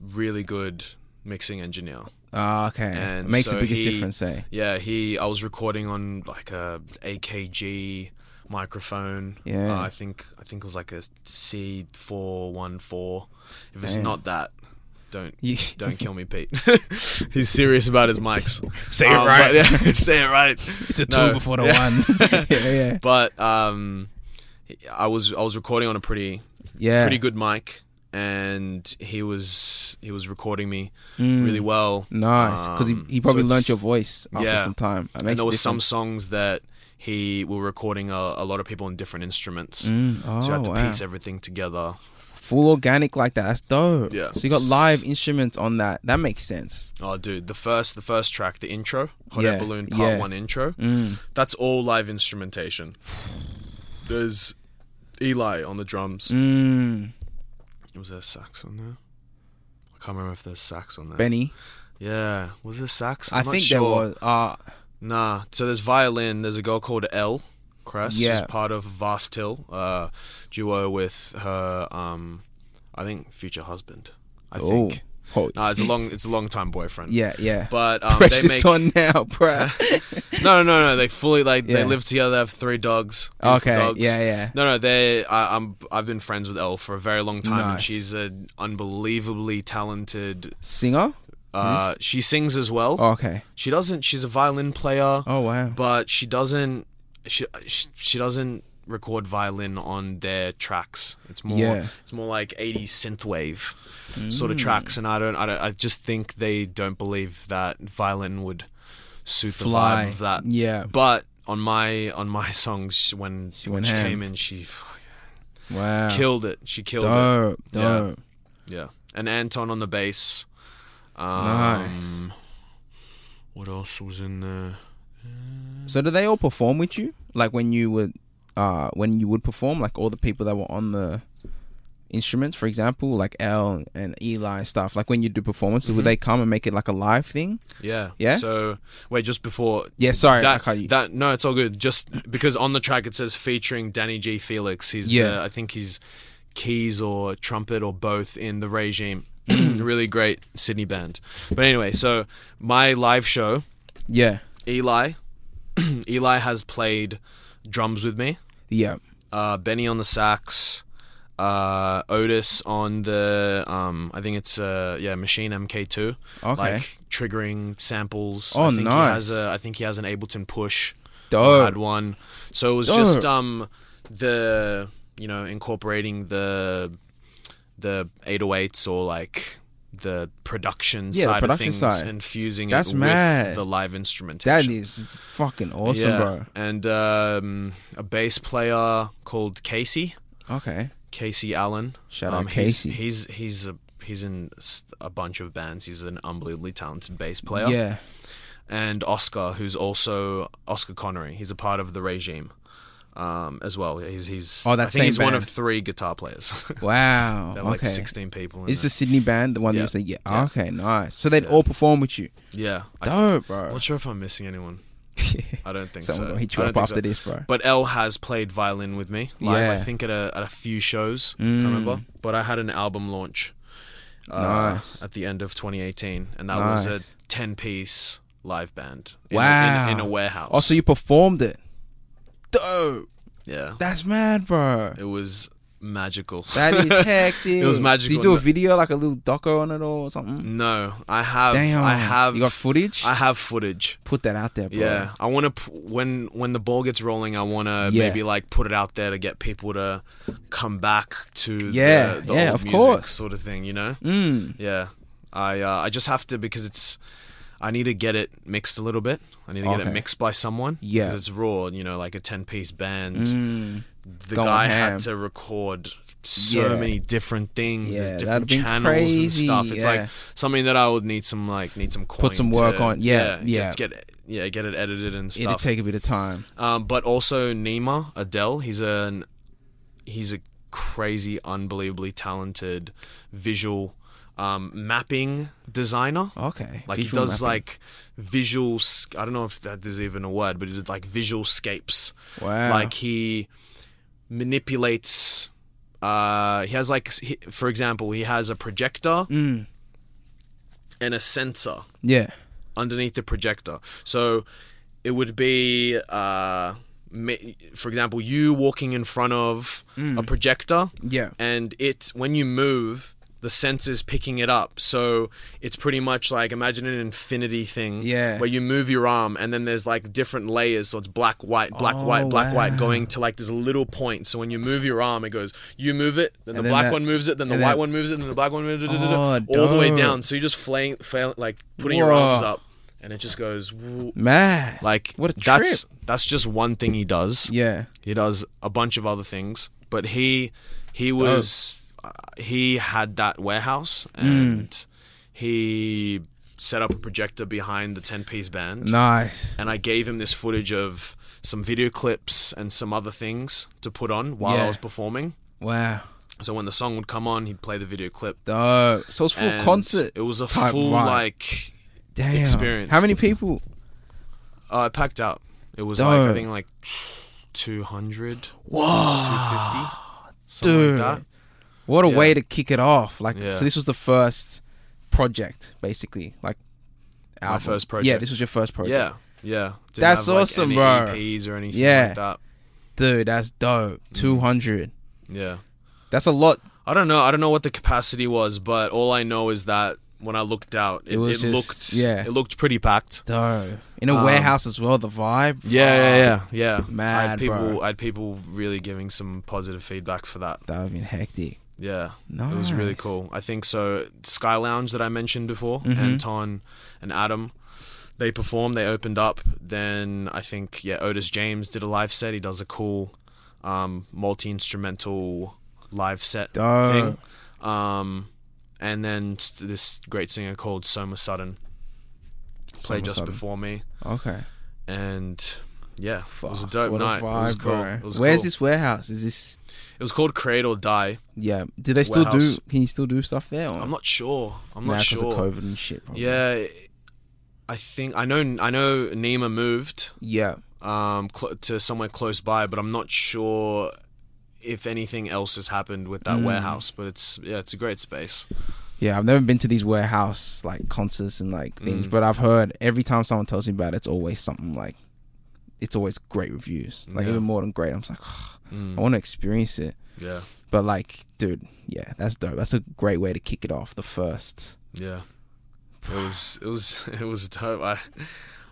S2: really good mixing engineer.
S1: Ah, okay.
S2: And
S1: Makes the
S2: so
S1: biggest
S2: he-
S1: difference, eh?
S2: Yeah, he, I was recording on like a AKG microphone.
S1: Yeah.
S2: Uh, I think, I think it was like a C414. If it's
S1: Damn.
S2: not that, don't.
S1: You-
S2: Don't kill me, Pete. He's serious about his mics.
S1: Say
S2: Um, but yeah, say it right.
S1: It's a
S2: No, yeah.
S1: yeah, yeah.
S2: but um, I was I was recording on a pretty
S1: Yeah.
S2: pretty good mic, and he was he was recording me
S1: Mm.
S2: really well.
S1: Nice. Because
S2: Um,
S1: he, he probably
S2: so
S1: learned your
S2: it's-
S1: voice after
S2: yeah.
S1: some time. That makes
S2: And there
S1: a
S2: was some
S1: difference.
S2: songs that he we were recording a, a lot of people on different instruments,
S1: Mm. Oh,
S2: so you had to
S1: wow.
S2: piece everything together.
S1: Full organic like that. That's dope.
S2: Yeah.
S1: So you got live instruments on that. That makes sense.
S2: Oh, dude, the first the first track, the intro, Hot
S1: Yeah,
S2: Air Balloon Part
S1: yeah.
S2: One intro,
S1: Mm.
S2: that's all live instrumentation. There's Eli on the drums.
S1: Mm.
S2: Was there sax on there? I can't remember if there's sax on there.
S1: Benny.
S2: Yeah, was there sax?
S1: i
S2: I'm not
S1: think
S2: sure.
S1: there was. Uh,
S2: Nah, so there's violin. There's a girl called L. Cress.
S1: Yeah.
S2: She's part of Vast Hill, uh, duo with her, um, I think, future husband. I
S1: oh.
S2: think.
S1: Holy-
S2: Nah, it's a long, it's a long time boyfriend.
S1: yeah, yeah.
S2: But um, they
S1: Pressure's
S2: make
S1: on now, bro.
S2: no, no, no, no. They fully like
S1: Yeah.
S2: they live together. They have three dogs. beautiful
S1: okay.
S2: Dogs.
S1: Yeah, yeah.
S2: No, no, they. I, I'm. I've been friends with Elle for a very long time, and
S1: Nice.
S2: she's an unbelievably talented
S1: Singer?
S2: Uh, She sings as well.
S1: Oh, okay.
S2: She doesn't. She's a violin player,
S1: Oh wow.
S2: but she doesn't. She she she doesn't record violin on their tracks. It's more
S1: Yeah. Mm.
S2: it's more like 80s synthwave sort of tracks, and I don't, I don't I just think they don't believe that violin would suit the
S1: Fly.
S2: vibe of that.
S1: Yeah.
S2: But on my on my songs, when she, when
S1: went
S2: she
S1: ham.
S2: came in, she
S1: Wow.
S2: killed it. She killed it.
S1: Dope.
S2: Yeah.
S1: Dope.
S2: Yeah, and Anton on the bass. Um,
S1: Nice.
S2: What else was in there?
S1: So do they all perform with you? Like when you would, uh, when you would perform, like all the people that were on the instruments, for example, like L and Eli and stuff. Like when you do performances,
S2: Mm-hmm.
S1: would they come and make it like a live thing?
S2: Yeah.
S1: Yeah?
S2: So wait, just before
S1: Yeah. Sorry, I
S2: that,
S1: cut you.
S2: that no, it's all good. Just because on the track it says featuring Danny G. Felix. He's
S1: Yeah.
S2: the, I think he's keys or trumpet or both in the regime. really great Sydney band. But anyway, so my live show,
S1: yeah.
S2: Eli, Eli has played drums with me.
S1: Yeah.
S2: uh, Benny on the sax, uh, Otis on the um, I think it's uh, yeah Machine MK2.
S1: Okay.
S2: Like triggering samples.
S1: Oh,
S2: I think He
S1: nice.
S2: has a, I think he has an Ableton push. I had
S1: Dope.
S2: one. So it was
S1: Dope.
S2: just um the you know incorporating the the 808s or like the production
S1: Yeah, the
S2: side
S1: production
S2: of things
S1: side.
S2: and fusing
S1: That's
S2: it
S1: mad.
S2: with the live instrumentation.
S1: That is fucking awesome, bro.
S2: And um, a bass player called Casey,
S1: Okay.
S2: Casey Allen.
S1: Shout
S2: um,
S1: out
S2: he's-
S1: Casey.
S2: He's he's, a, he's in s- a bunch of bands. He's an unbelievably talented bass player.
S1: Yeah.
S2: And Oscar, who's also Oscar Connery. He's a part of the regime. Um, as well, he's he's.
S1: Oh, that
S2: I think
S1: same
S2: he's one
S1: band.
S2: of three guitar players.
S1: Wow.
S2: There
S1: Okay.
S2: are like sixteen people. In
S1: It's
S2: there.
S1: the Sydney band, the one that
S2: Yeah.
S1: you say, yeah.
S2: Yeah.
S1: Okay, nice. So they'd all perform with you.
S2: yeah. I,
S1: Dope,
S2: am
S1: bro.
S2: not sure if I'm missing anyone. I don't think
S1: Someone
S2: so.
S1: gonna hit
S2: I
S1: you
S2: don't
S1: up
S2: think so.
S1: after this, bro.
S2: But L has played violin with me live.
S1: Yeah.
S2: I think at a at a few shows.
S1: Mm.
S2: Can't remember. But I had an album launch. uh,
S1: Nice.
S2: At the end of 2018, and that was
S1: Nice.
S2: a 10 piece live band. in a-
S1: Wow.
S2: In, in a warehouse.
S1: Oh, so you performed it. Dope.
S2: yeah.
S1: That's mad, bro.
S2: It was magical.
S1: That is hectic.
S2: it was
S1: Did
S2: magical.
S1: you do a video, like a little doco on it or something?
S2: no, I have.
S1: Damn.
S2: I have.
S1: You got footage?
S2: I have footage.
S1: Put that out there, bro.
S2: Yeah, I want to when when the ball gets rolling, I want to
S1: Yeah.
S2: maybe like put it out there to get people to come back to
S1: Yeah,
S2: the, the
S1: yeah,
S2: old
S1: of
S2: music
S1: course.
S2: sort of thing, you know.
S1: Mm.
S2: Yeah, I uh, I just have to because it's I need to get it mixed a little bit. I need to get
S1: Okay.
S2: it mixed by someone. 'cause
S1: Yeah.
S2: it's raw, you know, like a ten piece band.
S1: Mm.
S2: The
S1: Going
S2: guy
S1: ham.
S2: had to record so
S1: Yeah.
S2: many different things.
S1: Yeah,
S2: There's
S1: that'd
S2: different
S1: be
S2: channels and
S1: crazy,
S2: stuff. It's
S1: yeah.
S2: like something that I would need some like need some coin
S1: some work
S2: to-
S1: on. Yeah, yeah.
S2: Get, get- yeah get it edited and
S1: It'll
S2: stuff.
S1: take a bit of time.
S2: um, but also Nima Adele. He's an he's a crazy, unbelievably talented visual um, mapping designer.
S1: Okay. Visual
S2: Like he does
S1: mapping.
S2: like visual. s- I don't know if that is even a word, but he did like visual scapes.
S1: wow.
S2: Like he manipulates. Uh, he has like, s- he, for example, he has a projector
S1: Mm.
S2: and a sensor
S1: Yeah.
S2: underneath the projector. So it would be, uh, ma- for example, you walking in front of a projector,
S1: Mm. Yeah.
S2: and it when you move, the sensor's picking it up. So it's pretty much like imagine an infinity thing,
S1: Yeah.
S2: where you move your arm, and then there's like different layers. So it's black, white, black,
S1: Oh,
S2: white, black,
S1: wow.
S2: white, going to like this little point. So when you move your arm, it goes, you move it, then the
S1: And then
S2: black
S1: that-
S2: one moves it, then the
S1: and
S2: white
S1: then-
S2: one moves it, then the black one, moves it,
S1: Oh,
S2: all the way
S1: dope.
S2: down. So you're just flaying, failing, like putting your
S1: Whoa.
S2: arms up, and it just goes. woo.
S1: Mad.
S2: Like
S1: What a
S2: that's that's just one thing he does.
S1: yeah.
S2: He does a bunch of other things, but he he was uh, he had that warehouse
S1: Hmm.
S2: and he set up a projector behind the 10-piece band
S1: Nice.
S2: and I gave him this footage of some video clips and some other things to put on while
S1: Yeah.
S2: I was performing.
S1: Wow.
S2: So when the song would come on, he'd play the video clip.
S1: Dope. So it's full
S2: And
S1: concert.
S2: It was a
S1: type
S2: full
S1: vibe.
S2: like
S1: Damn.
S2: experience.
S1: How many people?
S2: uh, it packed out. It was like I
S1: Dope.
S2: think like 200,
S1: Wow.
S2: 250, something
S1: dude.
S2: like that.
S1: What a
S2: Yeah.
S1: way to kick it off! Like,
S2: Yeah.
S1: so this was the first project, basically. Like, album.
S2: first
S1: Yeah,
S2: project.
S1: this was your first project.
S2: Yeah, yeah. Didn't
S1: That's
S2: have, like,
S1: awesome,
S2: any
S1: bro.
S2: EPs or anything
S1: Yeah.
S2: like that.
S1: dude, that's dope.
S2: Mm.
S1: Two hundred.
S2: Yeah.
S1: That's a lot.
S2: I don't know. I don't know what the capacity was, but all I know is that when I looked out. It, it,
S1: was just-
S2: looked
S1: yeah.
S2: it looked pretty packed.
S1: Dope. In a
S2: Um,
S1: warehouse as well, the vibe.
S2: Yeah, yeah, yeah, yeah. I
S1: Mad,
S2: had people,
S1: bro.
S2: I had people really giving some positive feedback for that.
S1: That would have been hectic.
S2: Yeah,
S1: Nice.
S2: it was really cool. I think so. Sky Lounge that I mentioned before,
S1: Mhm.
S2: Anton and Adam, they performed. They opened up. Then I think yeah, Otis James did a live set. He does a cool um, multi instrumental live set
S1: Dope.
S2: thing. Um, and then s- this great singer called Soma Sudden played
S1: Soma
S2: just
S1: Sudden.
S2: before me,
S1: Okay.
S2: and yeah, it was a
S1: Fuck,
S2: dope
S1: what
S2: night. it was
S1: vibe,
S2: cool.
S1: bro.
S2: It was
S1: Where's
S2: cool.
S1: this warehouse? Is this?
S2: It was called Create or Die.
S1: Yeah. Do they still
S2: Warehouse.
S1: do? Can you still do stuff there? Or?
S2: I'm not sure. I'm
S1: Oh. Nah,
S2: not
S1: 'cause of
S2: sure.
S1: COVID and shit. Probably.
S2: Yeah, I think I know. I know Nima moved
S1: Yeah.
S2: um, cl- to somewhere close by, but I'm not sure if anything else has happened with that
S1: Mm.
S2: warehouse. But it's yeah, it's a great space.
S1: Yeah. I've never been to these warehouse like concerts and like things,
S2: Mm.
S1: but I've heard every time someone tells me about it, it's always something like, it's always great reviews. Like
S2: Yeah.
S1: even more than great. I'm just like,
S2: Mm.
S1: Hmm. I want to experience it.
S2: Yeah,
S1: But like, dude, yeah, that's dope. That's a great way to kick it off. The first.
S2: yeah. It was it was it was dope. I,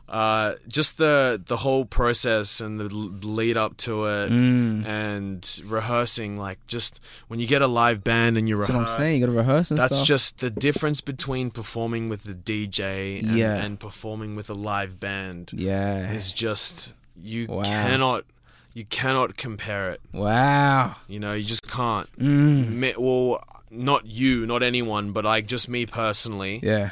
S2: uh, just the the whole process and the l- lead up to it.
S1: Mm.
S2: And rehearsing, like just when you get a live band and you
S1: That's
S2: rehearse,
S1: what I'm saying. You got to rehearse and
S2: That's
S1: stuff.
S2: just the difference between performing with the DJ and,
S1: Yeah.
S2: and performing with a live band
S1: yeah.
S2: is just you
S1: Wow.
S2: cannot you cannot compare it.
S1: wow.
S2: You know, you just can't.
S1: Mm.
S2: Me- well, not you, not anyone, but like just me personally.
S1: Yeah.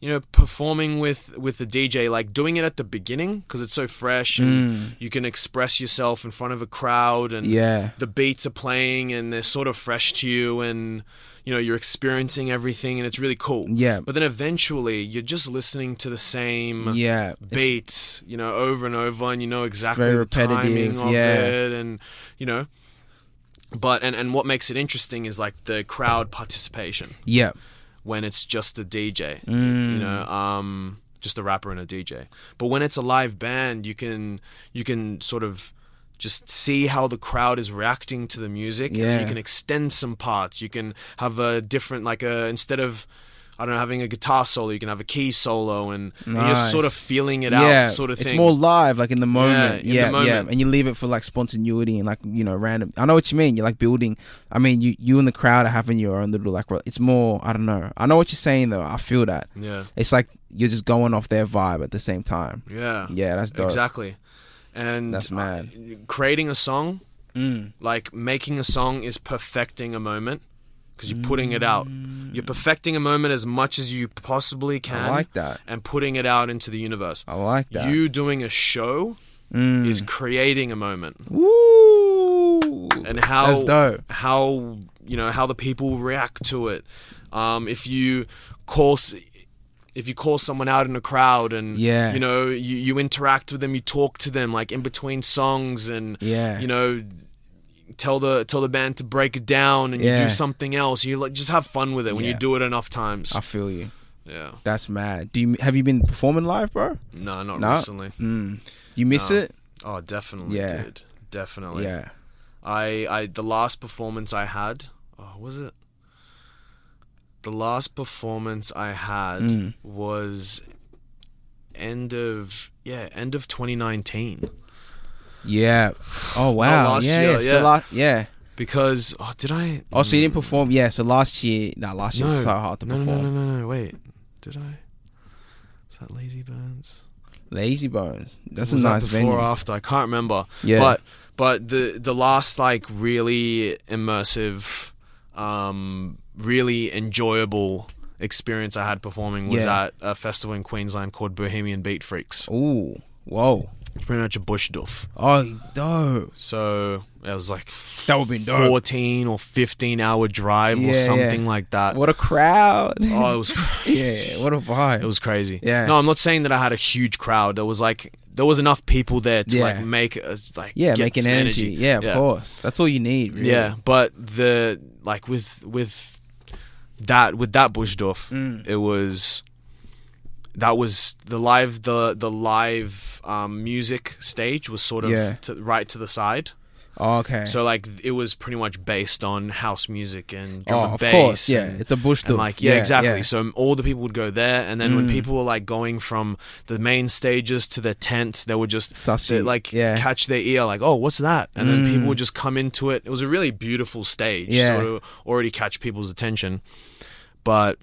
S2: You know, performing with with the DJ, like doing it at the beginning because it's so fresh and
S1: Mm.
S2: you can express yourself in front of a crowd and
S1: Yeah.
S2: the beats are playing and they're sort of fresh to you and you know you're experiencing everything and it's really cool
S1: Yeah.
S2: but then eventually you're just listening to the same
S1: Yeah. It's-
S2: beats you know over and over and you know exactly
S1: very
S2: the timing
S1: repetitive,
S2: of
S1: yeah.
S2: it and you know but and, and what makes it interesting is like the crowd participation
S1: yeah.
S2: when it's just a dj
S1: Mm.
S2: you know um just a rapper and a dj but when it's a live band you can you can sort of just see how the crowd is reacting to the music and
S1: Yeah.
S2: you can extend some parts you can have a different like a instead of I don't know, having a guitar solo, you can have a key solo, and, and you're just sort of
S1: Nice.
S2: feeling it
S1: yeah.
S2: out, sort of thing.
S1: It's more live, like in the moment.
S2: in the
S1: Yeah. Yeah.
S2: moment.
S1: And you leave it for like spontaneity and like, you know, random. I know what you mean. You're like building. I mean, you, you and the crowd are having your own little like, re- it's more, I don't know. I know what you're saying though. I feel that.
S2: yeah,
S1: It's like you're just going off their vibe at the same time.
S2: yeah,
S1: Yeah. That's dope.
S2: exactly. And
S1: That's mad.
S2: uh, creating a song,
S1: Mm.
S2: like making a song, is perfecting a moment because you're putting it out. You're perfecting a moment as much as you possibly can
S1: Mm. I like that.
S2: and putting it out into the universe.
S1: I like that.
S2: You doing a show
S1: Mm.
S2: is creating a moment.
S1: Woo!
S2: And how
S1: That's dope.
S2: how you know how the people react to it. Um, if you call s- if you call someone out in a crowd and
S1: Yeah.
S2: you know you, you interact with them, you talk to them like in between songs and
S1: Yeah.
S2: you know tell the tell the band to break it down and you
S1: Yeah.
S2: do something else. You like just have fun with it when
S1: Yeah. Uh,
S2: you do it enough times.
S1: I feel you.
S2: yeah.
S1: That's mad. Do you have you been performing live, bro?
S2: No, not
S1: No?
S2: recently.
S1: Mm. You miss
S2: No.
S1: it?
S2: Oh, definitely,
S1: Yeah.
S2: dude. Definitely.
S1: Yeah.
S2: I, I, the last performance I had, oh, was it? The last performance I had
S1: Mm.
S2: was end of yeah, end of 2019.
S1: Yeah. Oh wow.
S2: last
S1: yeah,
S2: year,
S1: yeah. So
S2: yeah.
S1: la- yeah.
S2: Because oh, did I?
S1: Oh, so you didn't perform? Yeah. So last year, nah, last year
S2: no,
S1: was so hard to
S2: no, no,
S1: perform.
S2: no, no, no, no. Wait, did I? Was that Lazy Burns?
S1: Lazy Bones. That's
S2: was
S1: a nice
S2: that before
S1: venue.
S2: or after? I can't remember.
S1: Yeah.
S2: But but the the last like really immersive, um, really enjoyable experience I had performing was
S1: Yeah. Oh.
S2: at a festival in Queensland called Bohemian Beat Freaks.
S1: Ooh. Whoa.
S2: It's pretty much a bush duff.
S1: Oh, dope.
S2: So it was like
S1: That would've been dope.
S2: fourteen or fifteen hour drive
S1: Yeah,
S2: or
S1: yeah.
S2: something like that.
S1: What a crowd.
S2: Oh, it was crazy.
S1: yeah. What a vibe.
S2: It was crazy.
S1: Yeah.
S2: No, I'm not saying that I had a huge crowd. There was like there was enough people there to
S1: Yeah.
S2: like make us like
S1: yeah,
S2: get
S1: making
S2: some
S1: energy. Yeah, of course. That's all you need. Really.
S2: Yeah, but the like with with that with that Bushdoff,
S1: Mm.
S2: it was that was the live the the live um, music stage was sort of
S1: Yeah.
S2: to, right to the side.
S1: Oh, okay.
S2: So like it was pretty much based on house music and drum
S1: oh,
S2: and
S1: of
S2: bass.
S1: course, yeah.
S2: and-
S1: It's a bush
S2: and
S1: doof.
S2: like yeah, exactly.
S1: yeah.
S2: So all the people would go there, and then when
S1: Mm.
S2: people were like going from the main stages to their tents, they would just
S1: Sushi,
S2: they, like
S1: yeah.
S2: catch their ear, like oh, what's that? And then
S1: Mm.
S2: people would just come into it. It was a really beautiful stage,
S1: Yeah.
S2: so to already catch people's attention. But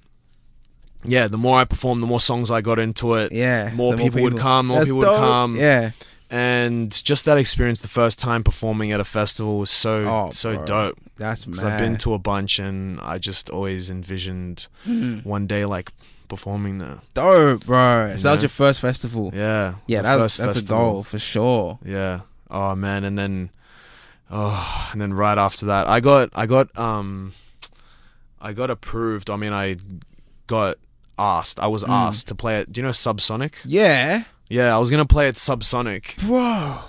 S2: yeah, the more I performed, the more songs I got into it.
S1: yeah.
S2: more
S1: the
S2: people would come, more
S1: That's
S2: people would
S1: dope.
S2: come.
S1: Yeah.
S2: And just that experience, the first time performing at a festival was so
S1: Oh,
S2: so
S1: bro.
S2: dope.
S1: That's mad.
S2: Because I've been to a bunch, and I just always envisioned
S1: Mm.
S2: one day like performing there.
S1: dope, bro. So that was
S2: Yeah.
S1: your first festival.
S2: Yeah, it's
S1: Yeah,
S2: the
S1: that's
S2: first
S1: that's
S2: festival.
S1: a goal for sure.
S2: Yeah. Oh man, and then, oh, and then right after that, I got I got um, I got approved. I mean, I got asked. I was
S1: Mm.
S2: asked to play at. Do you know Subsonic?
S1: Yeah,
S2: Yeah, I was gonna play at Subsonic.
S1: bro.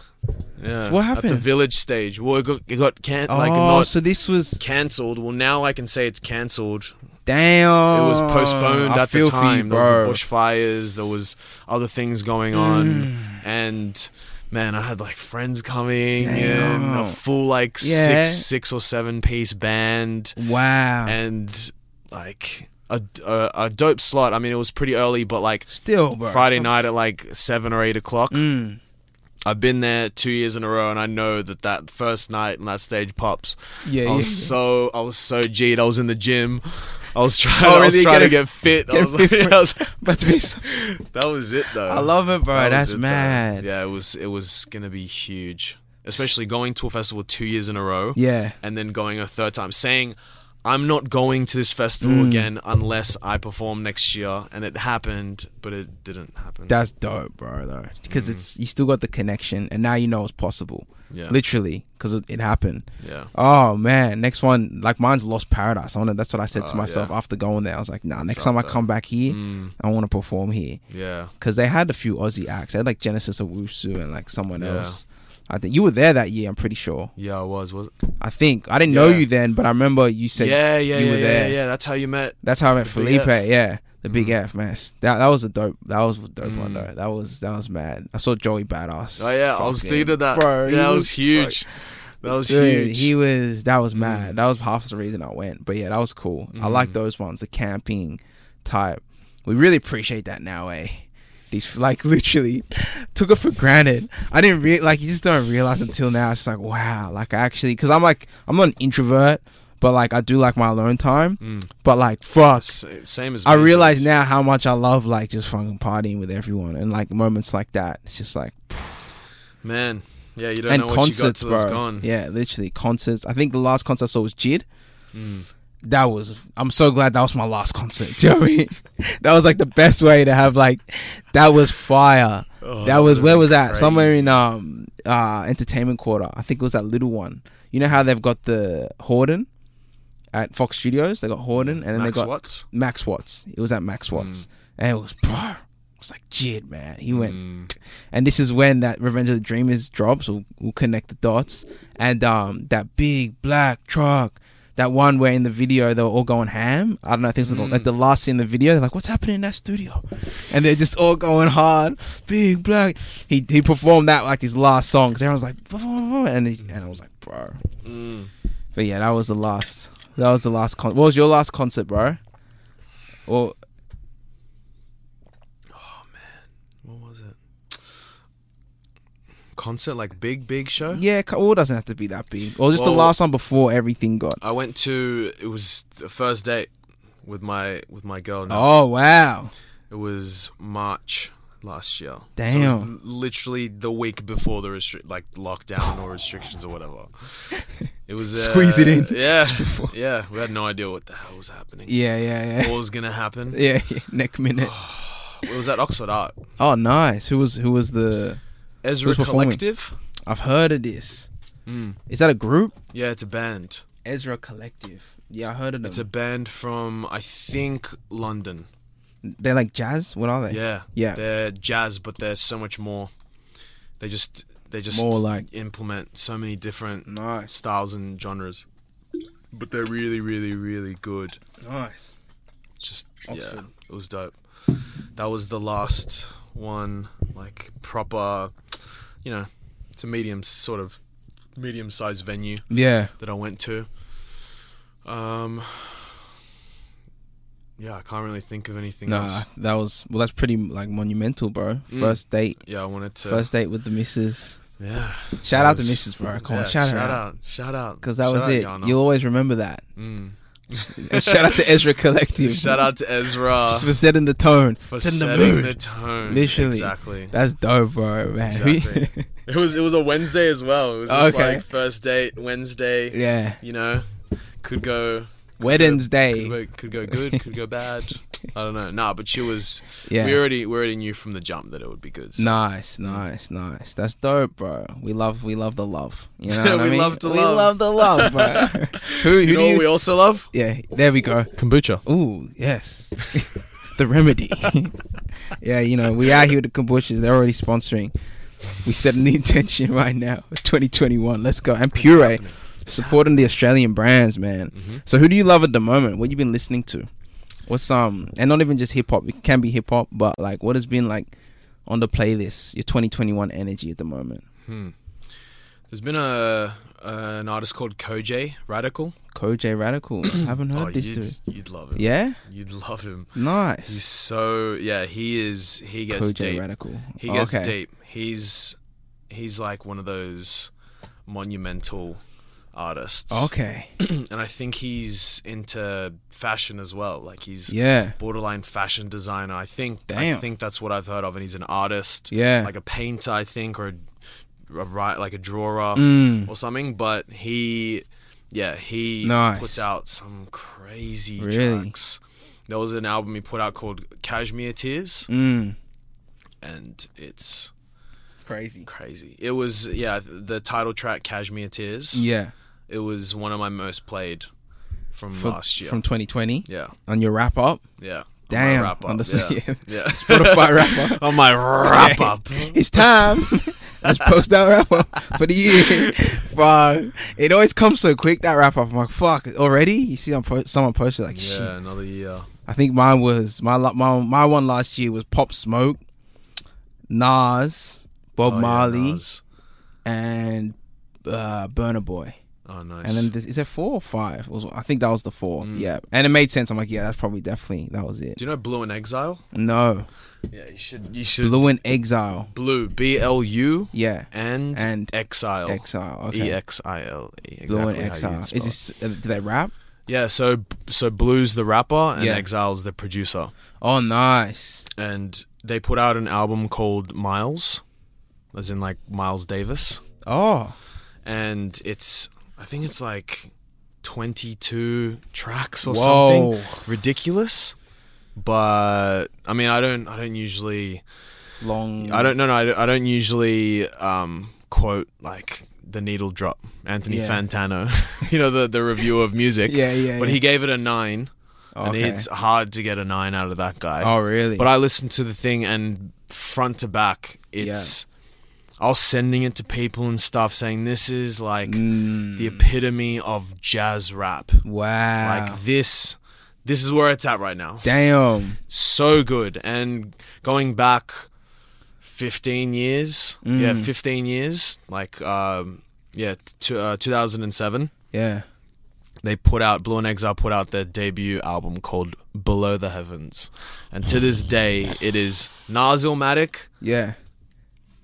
S2: Yeah.
S1: So what
S2: At the
S1: happened?
S2: Village stage. Well, it got, it got can-
S1: oh,
S2: like not
S1: so this was
S2: cancelled. Well, now I can say it's cancelled
S1: damn.
S2: it was postponed
S1: Oh, I
S2: at the
S1: feel for you,
S2: time. there
S1: bro. Hmm.
S2: was the bushfires. There was other things going on, and man, I had like friends coming and
S1: Damn.
S2: a full like
S1: Yeah.
S2: six, six or seven piece band,
S1: Mm. Wow.
S2: and like a, a a dope slot. I mean, it was pretty early, but like
S1: Still, bro.
S2: Friday
S1: so-
S2: night at like seven or eight o'clock.
S1: Mm.
S2: I've been there two years in a row, and I know that that first night and that stage pops.
S1: Yeah,
S2: I
S1: yeah.
S2: was so I was so G'd. I was in the gym. I was trying.
S1: Oh,
S2: I was
S1: really?
S2: trying to
S1: Get-
S2: get fit. I
S1: get
S2: was like-
S1: fit for-
S2: I was-
S1: but to be so-
S2: that was it though.
S1: I love it, bro.
S2: That was
S1: That's
S2: it, though.
S1: mad.
S2: Yeah, it was it was gonna be huge, especially going to a festival two years in a row
S1: Yeah.
S2: and then going a third time, saying. I'm not going to this festival
S1: Mm.
S2: again unless I perform next year, and it happened, but it didn't happen.
S1: That's dope, bro. Though, because
S2: Mm.
S1: it's you still got the connection, and now you know it's possible.
S2: yeah,
S1: Literally, because it, it happened.
S2: yeah,
S1: Oh man, next one like mine's Lost Paradise. I want that's what I said to
S2: Oh,
S1: myself
S2: yeah.
S1: after going there. I was like, nah, next
S2: up
S1: time I
S2: there.
S1: come back here,
S2: Mm,
S1: I want to perform here
S2: yeah.
S1: because they had a few Aussie acts. They had like Genesis Owusu and like someone
S2: Yeah.
S1: else. I think you were there that year. I'm pretty sure.
S2: Yeah, I was. Was
S1: I think I didn't know
S2: Yeah.
S1: you then, but I remember you said
S2: yeah, yeah,
S1: you
S2: yeah,
S1: were
S2: yeah,
S1: there.
S2: yeah, yeah. That's how you met.
S1: that's how I met
S2: The
S1: Felipe.
S2: big F. Mm-hmm.
S1: Yeah, the big F man. S- That that was a dope. That was a dope one
S2: Mm.
S1: though. That was that was mad. I saw Joey Badass.
S2: Oh yeah, I was
S1: fucking-
S2: thinking of that.
S1: Bro,
S2: yeah,
S1: he
S2: that was,
S1: was
S2: huge. that was
S1: Dude,
S2: huge.
S1: he was that was mad.
S2: Mm.
S1: That was half the reason I went. But yeah, that was cool. I like
S2: Mm.
S1: those ones, the camping type. We really appreciate that now, eh? These like literally took it for granted. I didn't really like you just don't realize until now. It's just like wow, like I actually because I'm like I'm not an introvert, but like I do like my alone time.
S2: Mm.
S1: But like fuck,
S2: S- Same as
S1: I
S2: me,
S1: realize
S2: dude.
S1: now how much I love like just fucking partying with everyone and like moments like that. It's just like
S2: Man, yeah, you don't
S1: and
S2: know what you got
S1: concerts,
S2: till
S1: bro.
S2: it's gone.
S1: Yeah, literally concerts. I think the last concert I saw was Jid.
S2: Mm.
S1: That was. I'm so glad that was my last concert. Do you know what I mean? That was like the best way to have like. That was fire.
S2: Oh,
S1: that was
S2: would've
S1: where
S2: been
S1: was that?
S2: crazy.
S1: Somewhere in um uh entertainment quarter. I think it was that little one. You know how they've got the Horden at Fox Studios. They got Horden, and then
S2: Mm. Max Mm.
S1: they got
S2: Watts?
S1: Max Watts. It was at Max Watts, and it was bro. It was like Jid, man. He went
S2: Mm.
S1: and this is when that Revenge of the Dreamers drops. We'll, we'll connect the dots. And um, that big black truck, that one where in the video they were all going ham. I don't know. I think it's the,
S2: Mm.
S1: like the last scene in the video. They're like, "What's happening in that studio?" And they're just all going hard. Big black. He he performed that like his last song. Cause everyone's like, "Blah, blah, blah," and he, and I was like, bro.
S2: Mm.
S1: But yeah, that was the last. That was the last con. What was your last concert, bro? Or
S2: What was it? Concert like big big show.
S1: yeah, co- well, it doesn't have to be that big. Or just the
S2: Well-
S1: last one before everything got.
S2: I went to it was the first date with my with my girl. Now.
S1: Oh wow.
S2: It was March last year. So it was
S1: Damn.
S2: l- literally the week before the restri- like lockdown or restrictions or whatever. It was uh,
S1: Squeeze it in.
S2: Yeah,
S1: before.
S2: yeah. We had no idea what the hell was happening.
S1: Yeah, yeah,
S2: What
S1: yeah.
S2: was gonna happen?
S1: Yeah, yeah. Neck minute.
S2: It was at Oxford Art.
S1: Oh, nice. Who was who was the?
S2: Ezra
S1: Who's performing?
S2: Collective.
S1: I've heard of this.
S2: Mm.
S1: Is that a group?
S2: Yeah, it's a band.
S1: Ezra Collective. Yeah, I heard of them.
S2: It's a band from I think London.
S1: they're like jazz. What are they?
S2: Yeah.
S1: Yeah.
S2: They're jazz, but they're so much more. They just they just
S1: More like-
S2: implement so many different
S1: Nice,
S2: styles and genres. But they're really, really, really good.
S1: nice.
S2: Just yeah,
S1: Oxford.
S2: it was dope. That was the last one, like proper, you know, it's a medium sort of medium sized venue
S1: Yeah.
S2: that I went to. Um, yeah, I can't really think of anything
S1: Nah,
S2: else.
S1: that was well. That's pretty like monumental, bro.
S2: Mm.
S1: First date,
S2: Yeah, I wanted to.
S1: first date with the missus.
S2: yeah,
S1: Shout out to
S2: was-
S1: missus, bro. Come
S2: yeah,
S1: on, shout,
S2: shout
S1: her out.
S2: out, shout out,
S1: Because that was
S2: shout out,
S1: it.
S2: Yana.
S1: You'll always remember that.
S2: Mm.
S1: And shout out to Ezra Collective.
S2: Shout out to Ezra
S1: Just for setting the tone,
S2: for
S1: setting the
S2: setting
S1: mood.
S2: the tone.
S1: Literally.
S2: exactly.
S1: That's dope, bro, man.
S2: Exactly. It was it was a Wednesday as well. It was just
S1: Okay.
S2: like first date Wednesday.
S1: yeah.
S2: You know, could go
S1: Weddings
S2: could
S1: day.
S2: go, could go good, could go bad. I don't know. Nah, but she was.
S1: Yeah.
S2: We already we already knew from the jump that it would be good. so-
S1: Nice, nice, nice. That's dope, bro. We love, we love the love. You know, what I
S2: We
S1: mean?
S2: love to
S1: we
S2: love.
S1: love the love, bro. who, who
S2: You
S1: do
S2: know
S1: you?
S2: what we also love?
S1: yeah, there we go.
S2: Kombucha.
S1: Ooh, yes, the remedy. yeah, you know, we out here with the kombuchas. They're already sponsoring. We setting the intention right now, 2021. Let's go and Puree, supporting the Australian brands, man.
S2: Mm-hmm.
S1: So, who do you love at the moment? What you been listening to? What's um, and not even just hip hop. It can be hip hop, but like, what has been like on the playlist? Your 2021 energy at the moment.
S2: Hmm. There's been a an artist called Koj Radical.
S1: Koj Radical. I haven't heard
S2: oh,
S1: this
S2: you'd,
S1: dude.
S2: you'd love him.
S1: Yeah,
S2: You'd love him. He's
S1: nice.
S2: so yeah. He is. He gets
S1: Koj
S2: deep.
S1: Radical.
S2: He
S1: Oh,
S2: gets
S1: okay.
S2: deep. He's he's like one of those monumental artists.
S1: Okay.
S2: and I think he's into fashion as well. Like he's
S1: Yeah.
S2: borderline fashion designer. I think I
S1: Damn.
S2: think that's what I've heard of and he's an artist.
S1: Yeah.
S2: Like a painter, I think, or a, a ri- like a drawer
S1: Mm.
S2: or something, but he yeah, he
S1: Nice.
S2: puts out some crazy
S1: Really?
S2: tracks. There was an album he put out called Cashmere Tears
S1: Mm.
S2: and it's
S1: Crazy.
S2: crazy. It was yeah, th- the title track Cashmere Tears.
S1: Yeah.
S2: It was one of my most played from
S1: For-
S2: last year.
S1: From 2020
S2: yeah,
S1: on your wrap up.
S2: yeah.
S1: Damn,
S2: on my wrap
S1: on
S2: up.
S1: the-
S2: yeah. yeah.
S1: Spotify wrap up.
S2: on my wrap
S1: Yeah.
S2: up.
S1: It's time. Let's post that wrap up for the year. Fuck. It always comes so quick that wrap up. I'm like, fuck, already? You see, I'm po- someone posted like, shit.
S2: Yeah, another year.
S1: I think mine was my la- my my one last year was Pop Smoke, Nas, Bob
S2: Oh, yeah,
S1: Marley,
S2: Nas.
S1: and uh, Burner Boy.
S2: Oh, nice.
S1: And then this, is there four or five? Was- I think that was the four.
S2: Mm.
S1: Yeah, and it made sense. I'm like, yeah, that's probably definitely that was it.
S2: do you know Blue in Exile?
S1: No,
S2: Yeah, you should. You should.
S1: Blue in Exile.
S2: Blue B L U
S1: Yeah,
S2: and
S1: And
S2: Exile.
S1: Exile.
S2: E
S1: Okay,
S2: X I L E.
S1: Blue in
S2: exactly how
S1: Exile.
S2: you'd
S1: Is
S2: spell it.
S1: this? Uh, do they rap?
S2: Yeah. So so Blue's the rapper and
S1: Yeah.
S2: Exile's the producer.
S1: Oh, nice.
S2: and they put out an album called Miles, as in like Miles Davis,
S1: Oh,
S2: and it's I think it's like 22 tracks
S1: whoa.
S2: or something ridiculous. But I mean, I don't I don't usually
S1: Long.
S2: I don't no no I don't, I don't usually um, quote like the needle drop Anthony
S1: Yeah.
S2: Fantano, you know the the review of music.
S1: Yeah, yeah.
S2: But
S1: yeah.
S2: he gave it a nine,
S1: Okay.
S2: and it's hard to get a nine out of that guy.
S1: oh, really?
S2: But I listened to the thing and front to back, it's. I was sending it to people and stuff, saying this is like
S1: Mm.
S2: the epitome of jazz rap.
S1: wow.
S2: Like this, this is where it's at right now.
S1: Damn.
S2: So good. And going back fifteen years, yeah,
S1: Mm.
S2: fifteen years, like um, yeah, to, uh, two thousand and seven.
S1: Yeah.
S2: They put out Blue and Exile put out their debut album called Below the Heavens, and to this day it is Nas Illmatic,
S1: Yeah.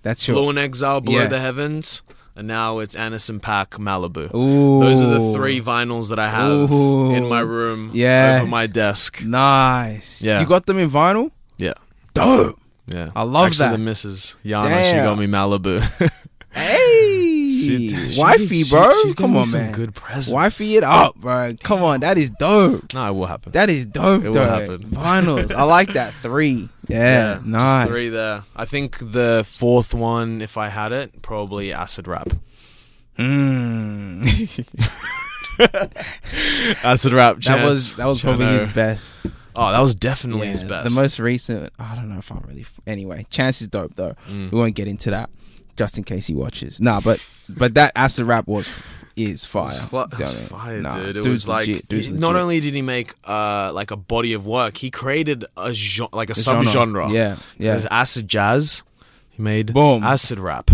S1: That's
S2: Blue
S1: your.
S2: in Exile, Below
S1: Yeah.
S2: the Heavens, and now it's Anderson Pack, Malibu.
S1: Ooh.
S2: Those are the three vinyls that I have
S1: Ooh.
S2: in my room,
S1: Yes.
S2: over my desk.
S1: Nice.
S2: Yeah.
S1: You got them in vinyl?
S2: Yeah,
S1: Dope.
S2: yeah.
S1: I love
S2: Actually,
S1: that.
S2: The missus Yana, she
S1: Damn.
S2: got me Malibu.
S1: Hey.
S2: She- she-
S1: Wifey,
S2: she-
S1: bro.
S2: she's
S1: Come
S2: gonna
S1: on,
S2: be some
S1: man.
S2: Good presents.
S1: Wifey it up, bro. Come on. That is dope.
S2: No, it will happen.
S1: That is dope,
S2: It will
S1: though.
S2: happen.
S1: Vinyls. I like that. Three. Yeah.
S2: just
S1: nice.
S2: Three there. I think the fourth one, if I had it, probably acid rap.
S1: Mm.
S2: Acid rap.
S1: that
S2: Chance,
S1: was that was probably
S2: Chano.
S1: his best.
S2: Oh, that was definitely
S1: Yeah,
S2: his best.
S1: The most recent. I don't know if I really. Anyway, Chance is dope though.
S2: Mm.
S1: We won't get into that, just in case he watches. Nah, but but that acid rap was is fire.
S2: It was fla-
S1: Do
S2: it
S1: you know
S2: was
S1: what I mean?
S2: fire,
S1: Nah,
S2: dude. It
S1: dude's
S2: was like
S1: legit, dude's
S2: he- not
S1: legit.
S2: only did he make uh like a body of work, he created a gen- like a
S1: The
S2: subgenre.
S1: Yeah, yeah.
S2: There's acid jazz. He made
S1: Boom.
S2: acid rap.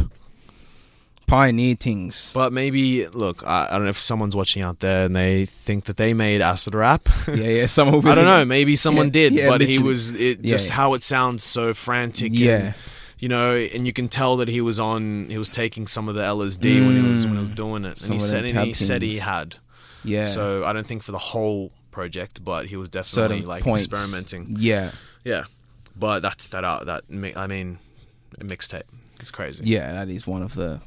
S1: pioneered things.
S2: But maybe, look, I, I don't know if someone's watching out there and they think that they made acid rap.
S1: yeah, yeah. Someone.
S2: I don't know. Maybe someone
S1: Yeah,
S2: did,
S1: yeah,
S2: but he
S1: literally.
S2: was it,
S1: Yeah.
S2: just how it sounds so frantic.
S1: Yeah.
S2: And, you know, and you can tell that he was on. He was taking some of the LSD when he was when he was doing it,
S1: Mm. Some
S2: and he
S1: of
S2: said
S1: them
S2: and he
S1: tab
S2: said he
S1: things.
S2: had.
S1: Yeah.
S2: So I don't think for the whole project, but he was definitely
S1: certain
S2: like
S1: points.
S2: experimenting.
S1: Yeah.
S2: Yeah, but that's that out. That mi- I mean, a mixtape. It's crazy.
S1: Yeah. That is one of the.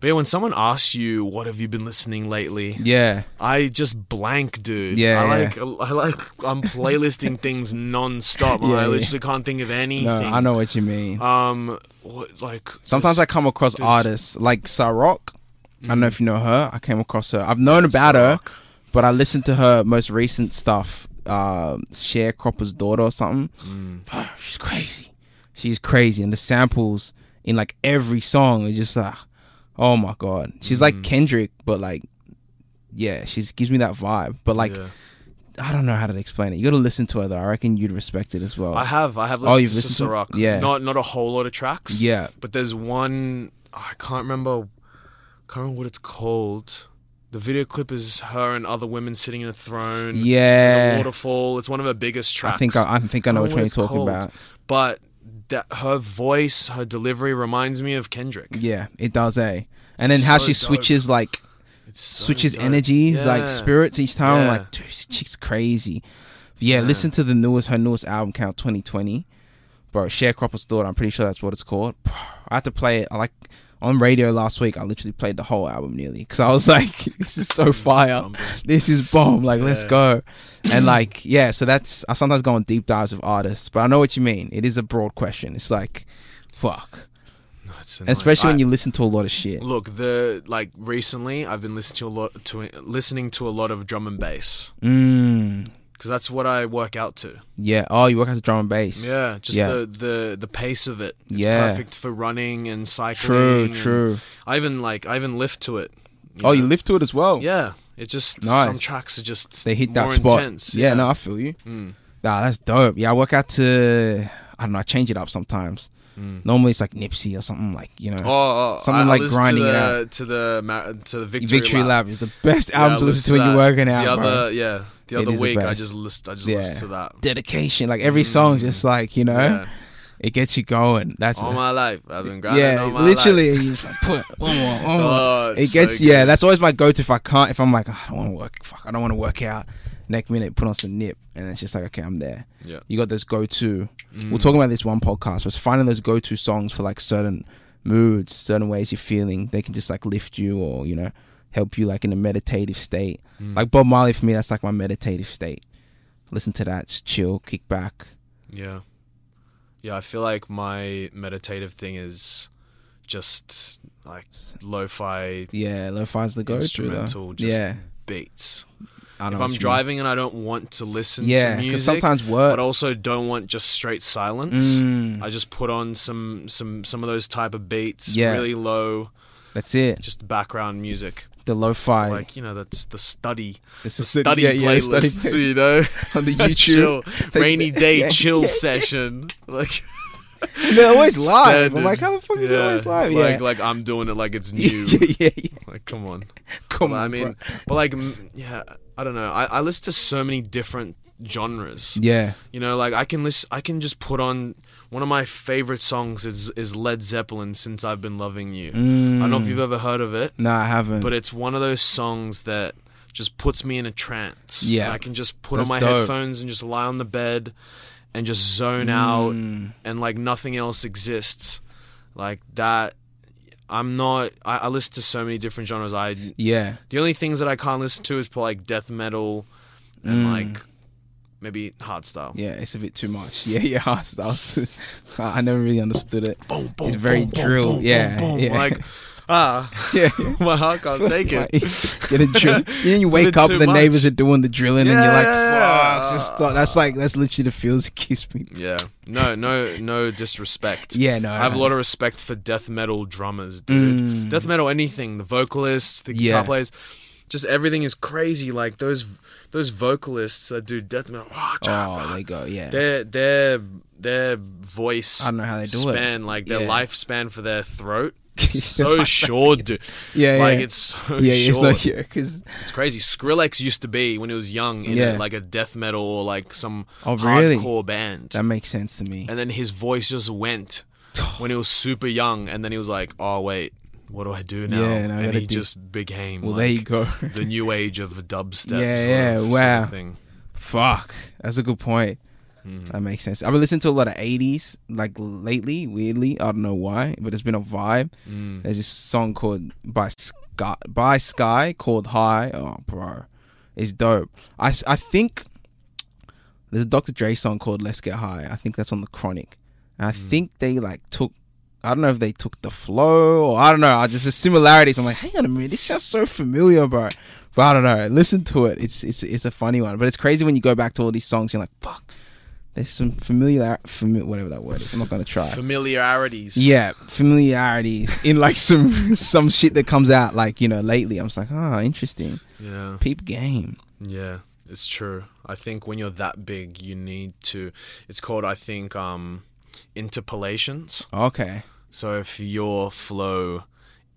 S2: But yeah, when someone asks you what have you been listening lately,
S1: Yeah.
S2: I just blank, dude.
S1: Yeah,
S2: I
S1: yeah.
S2: like I like I'm playlisting things non-stop.
S1: Yeah,
S2: I
S1: yeah.
S2: literally can't think of anything.
S1: No, I know what you mean.
S2: Um, what, like
S1: Sometimes I come across artists like Sarok. I don't know
S2: Mm-hmm.
S1: if you know her. I came across her. I've known about her, but I listened to her most recent stuff, uh, Sharecropper's Daughter or something. She's crazy. She's crazy. And the samples in like every song are just like, oh my God. She's like
S2: Mm.
S1: Kendrick, but like, yeah, she's gives me that vibe. But like,
S2: Mm, Yeah.
S1: I don't know how to explain it. You got to listen to her though. I reckon you'd respect it as well.
S2: I have I have
S1: Oh,
S2: listened,
S1: you've
S2: to
S1: listened to-
S2: Ciroc.
S1: yeah.
S2: not not a whole lot of tracks.
S1: yeah.
S2: but there's one oh, I can't remember. Can't remember what it's called. The video clip is her and other women sitting in a throne. There's
S1: Yeah.
S2: a waterfall. It's one of her biggest tracks.
S1: I think I, I think I know which one
S2: Can't remember what
S1: you're
S2: it's
S1: talking
S2: called,
S1: about.
S2: But that her voice, her delivery reminds me of Kendrick.
S1: Yeah, it does, eh? And then how
S2: So
S1: she
S2: dope.
S1: switches like
S2: It's so
S1: switches
S2: dope.
S1: energies,
S2: Yeah.
S1: like spirits each time. I'm
S2: Yeah.
S1: like, dude, this chick's crazy. Yeah, listen to the newest her newest album count 2020. Bro, Sharecropper's Daughter, I'm pretty sure that's what it's called. Bro, I had to play it I like on radio last week. I literally played the whole album nearly because I was like, this is so fire.
S2: bumping.
S1: This is bomb. Like, let's
S2: Yeah.
S1: go. And like, yeah, so that's I sometimes go on deep dives with artists, but I know what you mean. It is a broad question. It's like, fuck.
S2: No, it's annoying.
S1: Especially when
S2: I-
S1: you listen to a lot of shit.
S2: look the like recently. I've been listening to a lot to listening to a lot of drum and bass
S1: Mm.
S2: because that's what I work out to.
S1: Yeah. Oh, you work as a drum and bass.
S2: Yeah, just
S1: Yeah.
S2: the the the pace of it. It's
S1: Yeah.
S2: perfect for running and cycling.
S1: True.
S2: and
S1: True.
S2: I even like I even lift to it.
S1: Oh, you
S2: know?
S1: live to it as well.
S2: Yeah, it just some
S1: Nice.
S2: tracks are just
S1: They hit
S2: more
S1: that spot.
S2: Intense.
S1: yeah, No, I feel you.
S2: Mm.
S1: Nah, that's dope. Yeah, I work out to. I don't know. I change it up sometimes. Normally it's like Nipsey or something like you know.
S2: mm. Oh, oh,
S1: Mm. Something
S2: I- I
S1: like
S2: listened
S1: grinding
S2: to
S1: it
S2: the,
S1: out.
S2: to the ma- to the victory,
S1: Victory, Lap. is the best
S2: Yeah,
S1: album
S2: I
S1: to listen to when
S2: that.
S1: you're working out.
S2: The
S1: bro.
S2: other yeah, the
S1: It
S2: other
S1: is the
S2: week I
S1: best.
S2: just list I just
S1: Yeah.
S2: listened to that.
S1: dedication, like every song's just like you know,
S2: Yeah.
S1: it gets you going. That's
S2: All
S1: it.
S2: my life I've been grinding.
S1: yeah,
S2: all my
S1: literally.
S2: life.
S1: you just put one more, one more.
S2: Oh,
S1: it
S2: it's so
S1: gets yeah
S2: good.
S1: that's always my go-to if i can't if i'm like "Oh, i don't want to work fuck i don't want to work out next minute put on some nip and it's just like okay i'm there
S2: Yeah.
S1: you got this go-to
S2: Mm.
S1: we're talking about this one podcast was finding those go-to songs for like certain moods certain ways you're feeling they can just like lift you or you know help you like in a meditative state
S2: Mm.
S1: like bob marley for me that's like my meditative state listen to that just chill kick back
S2: Yeah. Yeah, I feel like my meditative thing is just like lo-fi
S1: yeah lo-fi's the go-to
S2: instrumental
S1: though.
S2: just
S1: yeah
S2: beats.
S1: I know
S2: If
S1: what
S2: I'm
S1: you mean.
S2: driving and I don't want to listen
S1: yeah
S2: to music,
S1: sometimes
S2: but
S1: work
S2: also don't want just straight silence.
S1: Mm.
S2: I just put on some some some of those type of beats,
S1: Yeah.
S2: really low,
S1: that's it
S2: just background music.
S1: the lo-fi
S2: Like, you know, that's the study
S1: This
S2: the
S1: is
S2: study playlists, you know.
S1: on the
S2: Chill,
S1: YouTube. They-
S2: rainy day
S1: yeah,
S2: chill session. Like
S1: They're always live.
S2: Standard.
S1: I'm like, how the fuck is it always live?
S2: Like,
S1: yeah.
S2: like I'm doing it like it's new.
S1: yeah, yeah, yeah.
S2: Like, come on.
S1: Come
S2: But
S1: on,
S2: I mean,
S1: bro.
S2: but like, mm, yeah, I don't know. I, I listen to so many different genres.
S1: yeah,
S2: You know, like I can listen, I can just put on one of my favorite songs is is Led Zeppelin since I've been loving you. I don't know if you've ever heard of it,
S1: no, Mm. I haven't.
S2: but it's one of those songs that just puts me in a trance.
S1: Yeah.
S2: And I can just put
S1: That's
S2: on my
S1: dope. Mm.
S2: headphones and just lie on the bed and just zone out and like nothing else exists. Like that I'm not I, I listen to so many different genres. I
S1: yeah,
S2: the only things that I can't listen to is probably like death metal and like maybe hard style.
S1: Mm. yeah, it's a bit too much. Yeah, yeah, I was- I was- I never really understood it.
S2: Boom, boom,
S1: It's very drill. Yeah, yeah.
S2: Like ah
S1: Yeah, yeah.
S2: my heart can't take
S1: Like,
S2: it.
S1: Get a drill. And then you
S2: It's a
S1: wake
S2: bit
S1: up
S2: too
S1: and the
S2: much.
S1: neighbors are doing the drilling, and you're like,
S2: Yeah.
S1: "Fuck!" Just thought, that's like that's literally the feels it gives me.
S2: Yeah. No, no no disrespect.
S1: Yeah, no,
S2: I have a
S1: no. Mm.
S2: lot of respect for death metal drummers, dude. Death metal, anything, the vocalists, the guitar
S1: Yeah.
S2: players, just everything is crazy. Like those those vocalists that do death metal, oh,
S1: Oh, they go, yeah,
S2: they're they're their voice
S1: I don't know how they do it.
S2: span, like their
S1: Yeah.
S2: lifespan for their throat, is so short, dude.
S1: Yeah,
S2: like
S1: yeah.
S2: it's so
S1: yeah, yeah, it's
S2: short.
S1: not here because
S2: It's crazy. Skrillex used to be when he was young in
S1: Yeah.
S2: a, like a death metal or like some
S1: Oh, really?
S2: hardcore band,
S1: that makes sense to me.
S2: and then his voice just went when he was super young, and then he was like, "Oh wait, what do I do now?"
S1: Yeah, and I
S2: and
S1: gotta
S2: he
S1: do-
S2: just became
S1: Well,
S2: like,
S1: there you go.
S2: the new age of dubstep.
S1: Yeah,
S2: sort of
S1: yeah, wow.
S2: something.
S1: Fuck, that's a good point.
S2: Mm-hmm.
S1: That makes sense. I've been listening to a lot of '80s, like lately. Weirdly, I don't know why, but it's been a vibe.
S2: Mm.
S1: There's this song called by Sky by Sky called High. Oh, bro, it's dope. I s- I think there's a Dr. Dre song called Let's Get High. I think that's on the Chronic, and I think they like took. I don't know if they took the flow or I don't know. I just the similarities. I'm like, hang on a minute, this sounds so familiar, bro. But I don't know. Listen to it. It's it's it's a funny one. But it's crazy when you go back to all these songs. You're like, fuck. There's some familiar, fami- whatever that word is. I'm not gonna try.
S2: Familiarities.
S1: Yeah, familiarities in like some some shit that comes out like you know lately. I'm just like, ah, interesting.
S2: yeah,
S1: Peep game.
S2: yeah. It's true. I think when you're that big, you need to. It's called, I think, um, interpolations.
S1: Okay.
S2: So if your flow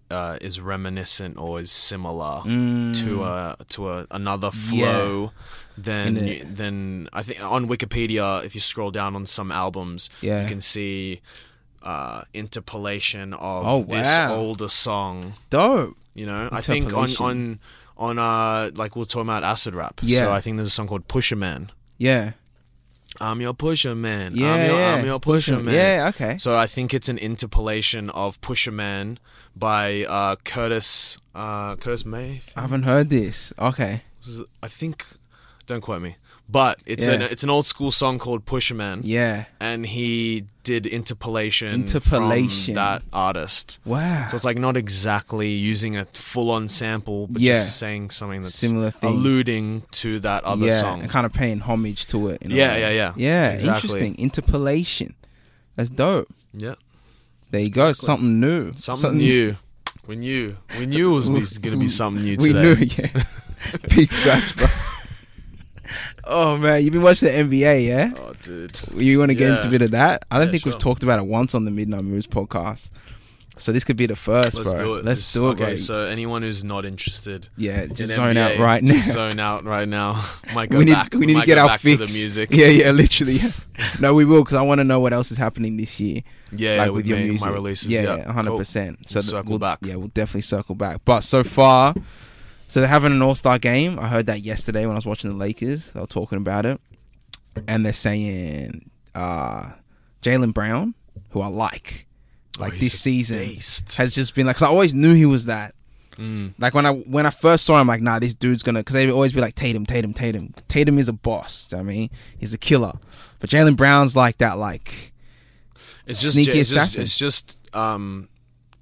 S2: uh, is reminiscent or is similar
S1: Mm.
S2: to a to a, another
S1: Yeah.
S2: flow, then
S1: In
S2: you, then I think on Wikipedia, if you scroll down on some albums,
S1: Yeah.
S2: you can see uh, interpolation of
S1: Oh,
S2: this
S1: wow.
S2: older song.
S1: Dope.
S2: You know, I think on on
S1: Interpolation.
S2: on uh like we will talking about acid rap.
S1: Yeah.
S2: So I think there's a song called Pusher Man.
S1: Yeah.
S2: I'm your pusher man.
S1: Yeah.
S2: I'm your,
S1: yeah.
S2: I'm your pusher, man.
S1: Yeah. Okay.
S2: So I think it's an interpolation of Pusher Man by uh, Curtis uh, Curtis May.
S1: I haven't heard this. Okay.
S2: I think don't quote me. But it's
S1: Yeah.
S2: an it's an old school song called Pusher Man
S1: Yeah.
S2: and he did interpolation,
S1: Interpolation.
S2: from that artist.
S1: Wow.
S2: So it's like not exactly using a full on sample but
S1: Yeah.
S2: just saying something that's
S1: Similar things.
S2: alluding to that other
S1: yeah,
S2: song.
S1: and kind of paying homage to it. in a
S2: Yeah,
S1: way.
S2: yeah, yeah.
S1: Yeah.
S2: Exactly.
S1: Interesting interpolation. That's dope.
S2: yeah.
S1: There you go. Something new.
S2: Something, new. We knew. We knew it was going to be something new
S1: We
S2: today.
S1: knew, yeah. Big facts, bro. oh man, you've been watching the NBA, yeah?
S2: Oh, dude.
S1: You want to get into a
S2: Yeah.
S1: bit of that? I don't
S2: Yeah,
S1: think we've
S2: sure.
S1: talked about it once on the Midnight Moves podcast. So this could be the 1st
S2: Let's
S1: bro.
S2: do it.
S1: Let's
S2: This-
S1: do it,
S2: Okay,
S1: bro.
S2: so anyone who's not interested,
S1: yeah,
S2: in
S1: just zone
S2: NBA,
S1: out right now.
S2: just Zone out right now. Might go
S1: we need,
S2: back.
S1: we need to
S2: might
S1: get
S2: go
S1: our
S2: back
S1: fix.
S2: to the music.
S1: Yeah, yeah, literally. no, we will because I want to know what else is happening this year.
S2: yeah,
S1: like
S2: yeah,
S1: with, your
S2: me,
S1: music.
S2: my releases.
S1: Yeah,
S2: Yeah,
S1: yeah, hundred
S2: Cool.
S1: percent. So
S2: We'll
S1: th-
S2: circle
S1: we'll-
S2: back.
S1: Yeah, we'll definitely circle back. But so far, so they're having an All Star game. I heard that yesterday when I was watching the Lakers. They were talking about it, and they're saying uh, Jalen Brown, who I like,
S2: Oh,
S1: like
S2: he's
S1: this
S2: a
S1: season
S2: beast.
S1: has just been like. Cause I always knew he was that.
S2: Mm.
S1: Like when I when I first saw him, like nah, this dude's gonna because they always be like Tatum, Tatum, Tatum. Tatum is a boss. I mean, he's a killer. But Jalen Brown's like that, like
S2: It's just,
S1: Sneaky
S2: it's just,
S1: assassin.
S2: it's just um,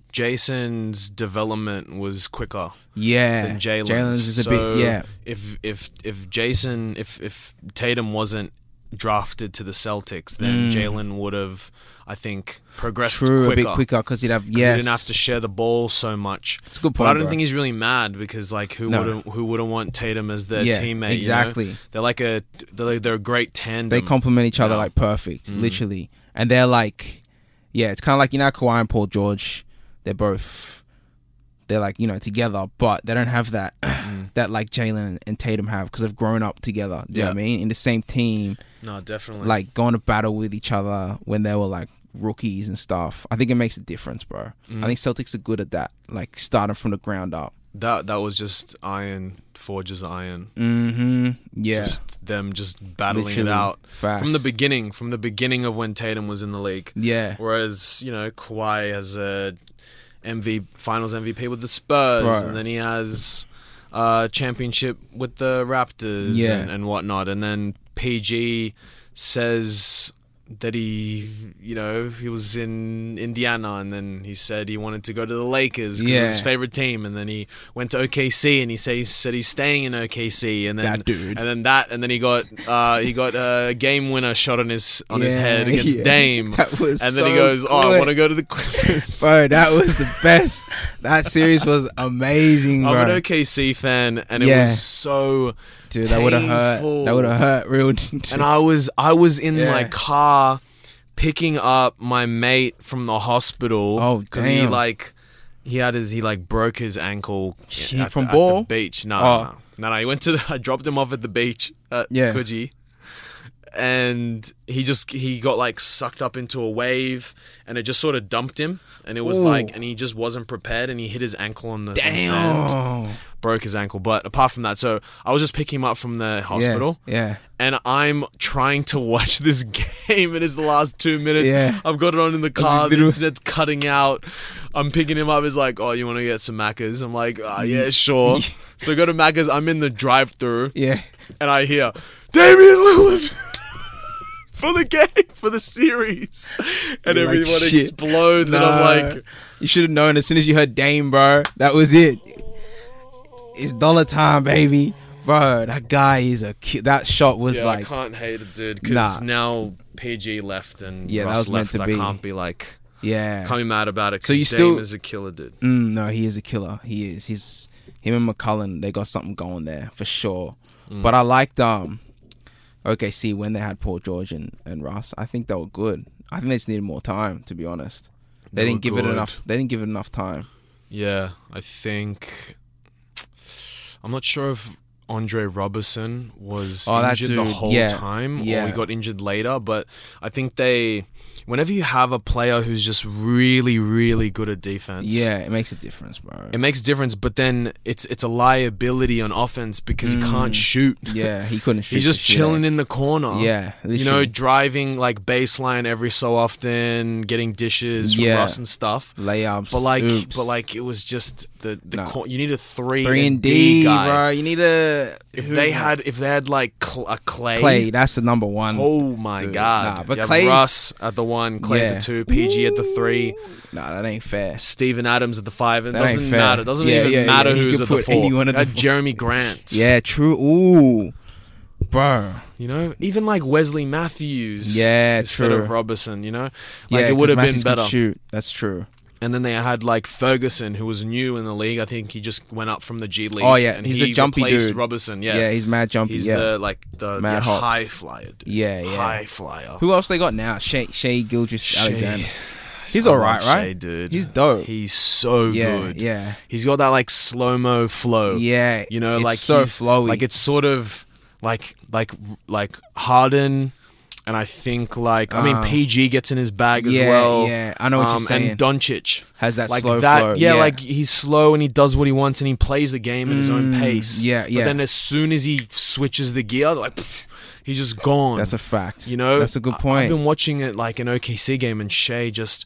S2: Jason's development was quicker
S1: yeah.
S2: than Jalen's.
S1: is a
S2: so
S1: bit yeah.
S2: If if if Jason if if Tatum wasn't drafted to the Celtics, then
S1: Mm.
S2: Jalen would have, I think, progressed
S1: True,
S2: quicker.
S1: a bit quicker because he'd have
S2: 'cause
S1: yes.
S2: He didn't have to share the ball so much.
S1: it's a good point.
S2: But I don't
S1: bro.
S2: think he's really mad because like who
S1: No.
S2: wouldn't who wouldn't want Tatum as their
S1: yeah,
S2: teammate? you know?
S1: Exactly.
S2: They're like a they're, like- they're a great tandem.
S1: They complement each other
S2: No. Mm.
S1: like perfect, literally. And they're like, yeah, it's kind of like you know how Kawhi and Paul George. They're both, they're like you know together, but they don't have that
S2: Mm.
S1: that like Jalen and Tatum have because they've grown up together. Do you know what I mean? In the same team,
S2: no, definitely.
S1: like going to battle with each other when they were like rookies and stuff. I think it makes a difference, bro.
S2: Mm.
S1: I think Celtics are good at that, like starting from the ground up.
S2: that that was just iron forges iron.
S1: Mm-hmm. Yeah.
S2: Just them just battling
S1: Literally.
S2: it out
S1: Facts.
S2: from the beginning, from the beginning of when Tatum was in the league.
S1: Yeah.
S2: Whereas you know Kawhi has a MV Finals MVP with the Spurs,
S1: Bro.
S2: and then he has uh championship with the Raptors,
S1: Yeah.
S2: and, and whatnot. And then PG says that he, you know, he was in Indiana, and then he said he wanted to go to the Lakers because it
S1: Yeah.
S2: was his favorite team, and then he went to OKC, and he say, said he's staying in OKC, and then
S1: That dude.
S2: and then that, and then he got uh, he got a game winner shot on his on his
S1: Yeah,
S2: head against
S1: yeah.
S2: Dame,
S1: That was
S2: and then he
S1: so
S2: goes, "Oh, I
S1: good."
S2: want to go to the Clippers."
S1: Bro, that was the best. that series was amazing, bro.
S2: I'm an OKC fan, and it
S1: Yeah.
S2: was so.
S1: Dude, that would have hurt.
S2: painful.
S1: That would have hurt real.
S2: And I was I was in my
S1: Yeah.
S2: car picking up my mate from the hospital.
S1: Oh,
S2: he
S1: damn.
S2: like he had his he like broke his ankle
S1: Shit,
S2: at-
S1: from
S2: at
S1: ball?
S2: the beach. No,
S1: Oh.
S2: no, no, no, no. He went to the, I dropped him off at the beach at
S1: Yeah.
S2: Coogee, and he just he got like sucked up into a wave, and it just sort of dumped him, and it was
S1: Ooh.
S2: like, and he just wasn't prepared, and he hit his ankle on the on the sand
S1: Damn.
S2: broke his ankle. But apart from that, so I was just picking him up from the hospital.
S1: Yeah.
S2: And I'm trying to watch this game in his last two minutes.
S1: Yeah.
S2: I've got it on in the car. The
S1: Little-
S2: internet's cutting out. I'm picking him up. He's like, "Oh, you want to get some macas?" I'm like, "Ah, "Yeah, sure." so I go to macas. I'm in the drive-through,
S1: Yeah.
S2: and I hear Damian Lillard for the game for the series, and
S1: You're like,
S2: everyone
S1: "Shit."
S2: explodes. And I'm
S1: Nah.
S2: like,
S1: you should have known as soon as you heard Dame, bro. That was it. It's dollar time, baby, bro. That guy is a ki- that shot was
S2: Yeah,
S1: like
S2: I can't hate it, dude. Because
S1: Nah.
S2: now PG left and
S1: Yeah, that
S2: Russ
S1: was meant
S2: left.
S1: to
S2: I
S1: be.
S2: can't be like,
S1: yeah.
S2: can't be mad about it.
S1: So you
S2: Because Dame
S1: still-
S2: is a killer, dude.
S1: Mm, no, he is a killer. He is. He's him and McCullen. They got something going there for sure.
S2: Mm.
S1: But I liked um OKC when they had Paul George and, and Russ. I think they were good. I think they just needed more time, to be honest. They,
S2: They
S1: didn't
S2: were
S1: give it
S2: good.
S1: enough. They didn't give it enough time.
S2: Yeah, I think I'm not sure if Andre Robertson was
S1: Oh, that
S2: injured the
S1: dude,
S2: whole
S1: yeah,
S2: time, or
S1: yeah.
S2: he got injured later. But I think they, whenever you have a player who's just really, really good at defense,
S1: Yeah, it makes a difference, bro.
S2: It makes a difference, but then it's it's a liability on offense because he can't shoot.
S1: Mm. yeah, he couldn't.
S2: He's just chilling in the corner.
S1: Yeah,
S2: you know,
S1: literally.
S2: driving like baseline every so often, getting dishes from
S1: Yeah.
S2: Russ and stuff.
S1: layups.
S2: But like,
S1: oops.
S2: but like, it was just the the
S1: Nah.
S2: cor- you need a three,
S1: three and
S2: D,
S1: D,
S2: guy.
S1: bro. You need a
S2: If
S1: who-
S2: they had, if they had like cl- a Clay,
S1: Clay, that's the number one.
S2: oh my
S1: Dude,
S2: god!
S1: nah, but
S2: You have
S1: Clay's-
S2: Russ at the one, Clay at
S1: Yeah.
S2: the two, PG at the three,
S1: Nah, that ain't fair.
S2: Steven Adams at the five, and it
S1: That ain't
S2: doesn't
S1: fair.
S2: matter. It doesn't
S1: Yeah,
S2: even
S1: yeah,
S2: matter
S1: yeah. You
S2: who's
S1: could
S2: at the
S1: put
S2: four.
S1: anyone at
S2: You had
S1: the four.
S2: Jeremy Grant.
S1: Yeah, true. Ooh, bro.
S2: You know, even like Wesley Matthews.
S1: Yeah,
S2: instead
S1: true.
S2: of Robertson. You know, like
S1: yeah,
S2: it would
S1: 'cause
S2: have been
S1: Matthews could
S2: better.
S1: Shoot, that's true.
S2: And then they had like Ferguson, who was new in the league. I think he just went up from the G League.
S1: Oh, yeah,
S2: and
S1: he's
S2: he
S1: a jumpy
S2: replaced
S1: dude.
S2: Robertson.
S1: Yeah,
S2: Yeah,
S1: he's mad jumpy.
S2: he's
S1: yeah.
S2: the like the
S1: Mad
S2: yeah,
S1: hops.
S2: high flyer. Dude.
S1: Yeah, yeah.
S2: high flyer.
S1: Who else they got now? Shay Shay Gildress
S2: Shea.
S1: Alexander. He's
S2: I
S1: all
S2: love
S1: right, right?
S2: Shea, dude.
S1: He's dope.
S2: He's so
S1: yeah,
S2: good.
S1: yeah,
S2: He's got that like slow mo flow.
S1: yeah.
S2: you know,
S1: it's
S2: like
S1: so
S2: he's-
S1: flowy.
S2: Like it's sort of like like like Harden, and I think like I mean
S1: Um,
S2: PG gets in his bag as
S1: yeah,
S2: well.
S1: yeah. I know what you're
S2: Um,
S1: saying.
S2: And Doncic.
S1: Has that
S2: like
S1: slow
S2: that,
S1: flow?
S2: Yeah, like he's slow and he does what he wants and he plays the game at his own
S1: Mm,
S2: pace.
S1: yeah, yeah.
S2: But then as soon as he switches the gear, like pff, he's just gone.
S1: that's a fact.
S2: you know,
S1: that's a good
S2: I-
S1: point.
S2: I've been watching it like an OKC game and Shea just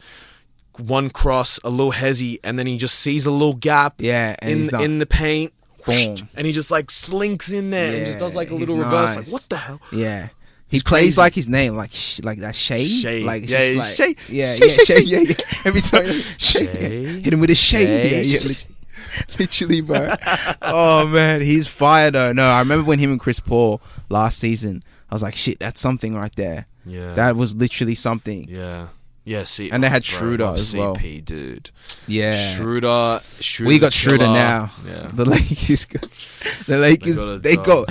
S2: one cross, a little hezzy, and then he just sees a little gap
S1: yeah, and he's
S2: in
S1: done.
S2: in the paint.
S1: Boom.
S2: And he just like slinks in there and just
S1: Yeah,
S2: does like a
S1: he's
S2: little reverse. Like
S1: nice.
S2: what the hell?
S1: Yeah. He
S2: It's
S1: plays
S2: crazy.
S1: like his name, like sh- like that Shay,
S2: Shay.
S1: like it's
S2: Yeah, yeah,
S1: just
S2: Shay.
S1: like, yeah,
S2: Shay,
S1: yeah,
S2: Shay,
S1: Shay,
S2: Shay.
S1: yeah, yeah. Every time, Shay,
S2: Shay.
S1: hit him with a Shay,
S2: Shay,
S1: yeah, yeah,
S2: Shay,
S1: lit- literally, bro. oh man, he's fired though. No, I remember when him and Chris Paul last season, I was like, shit, that's something right there.
S2: Yeah.
S1: That was literally something.
S2: yeah. Yeah, see,
S1: And they
S2: oh,
S1: had
S2: bro,
S1: Schroeder
S2: love
S1: as well.
S2: CP, dude.
S1: Yeah,
S2: Schroeder, Schroeder.
S1: we got Schroeder
S2: killer.
S1: now.
S2: Yeah.
S1: The Lakers, got, the Lakers,
S2: got a
S1: they
S2: dog.
S1: go.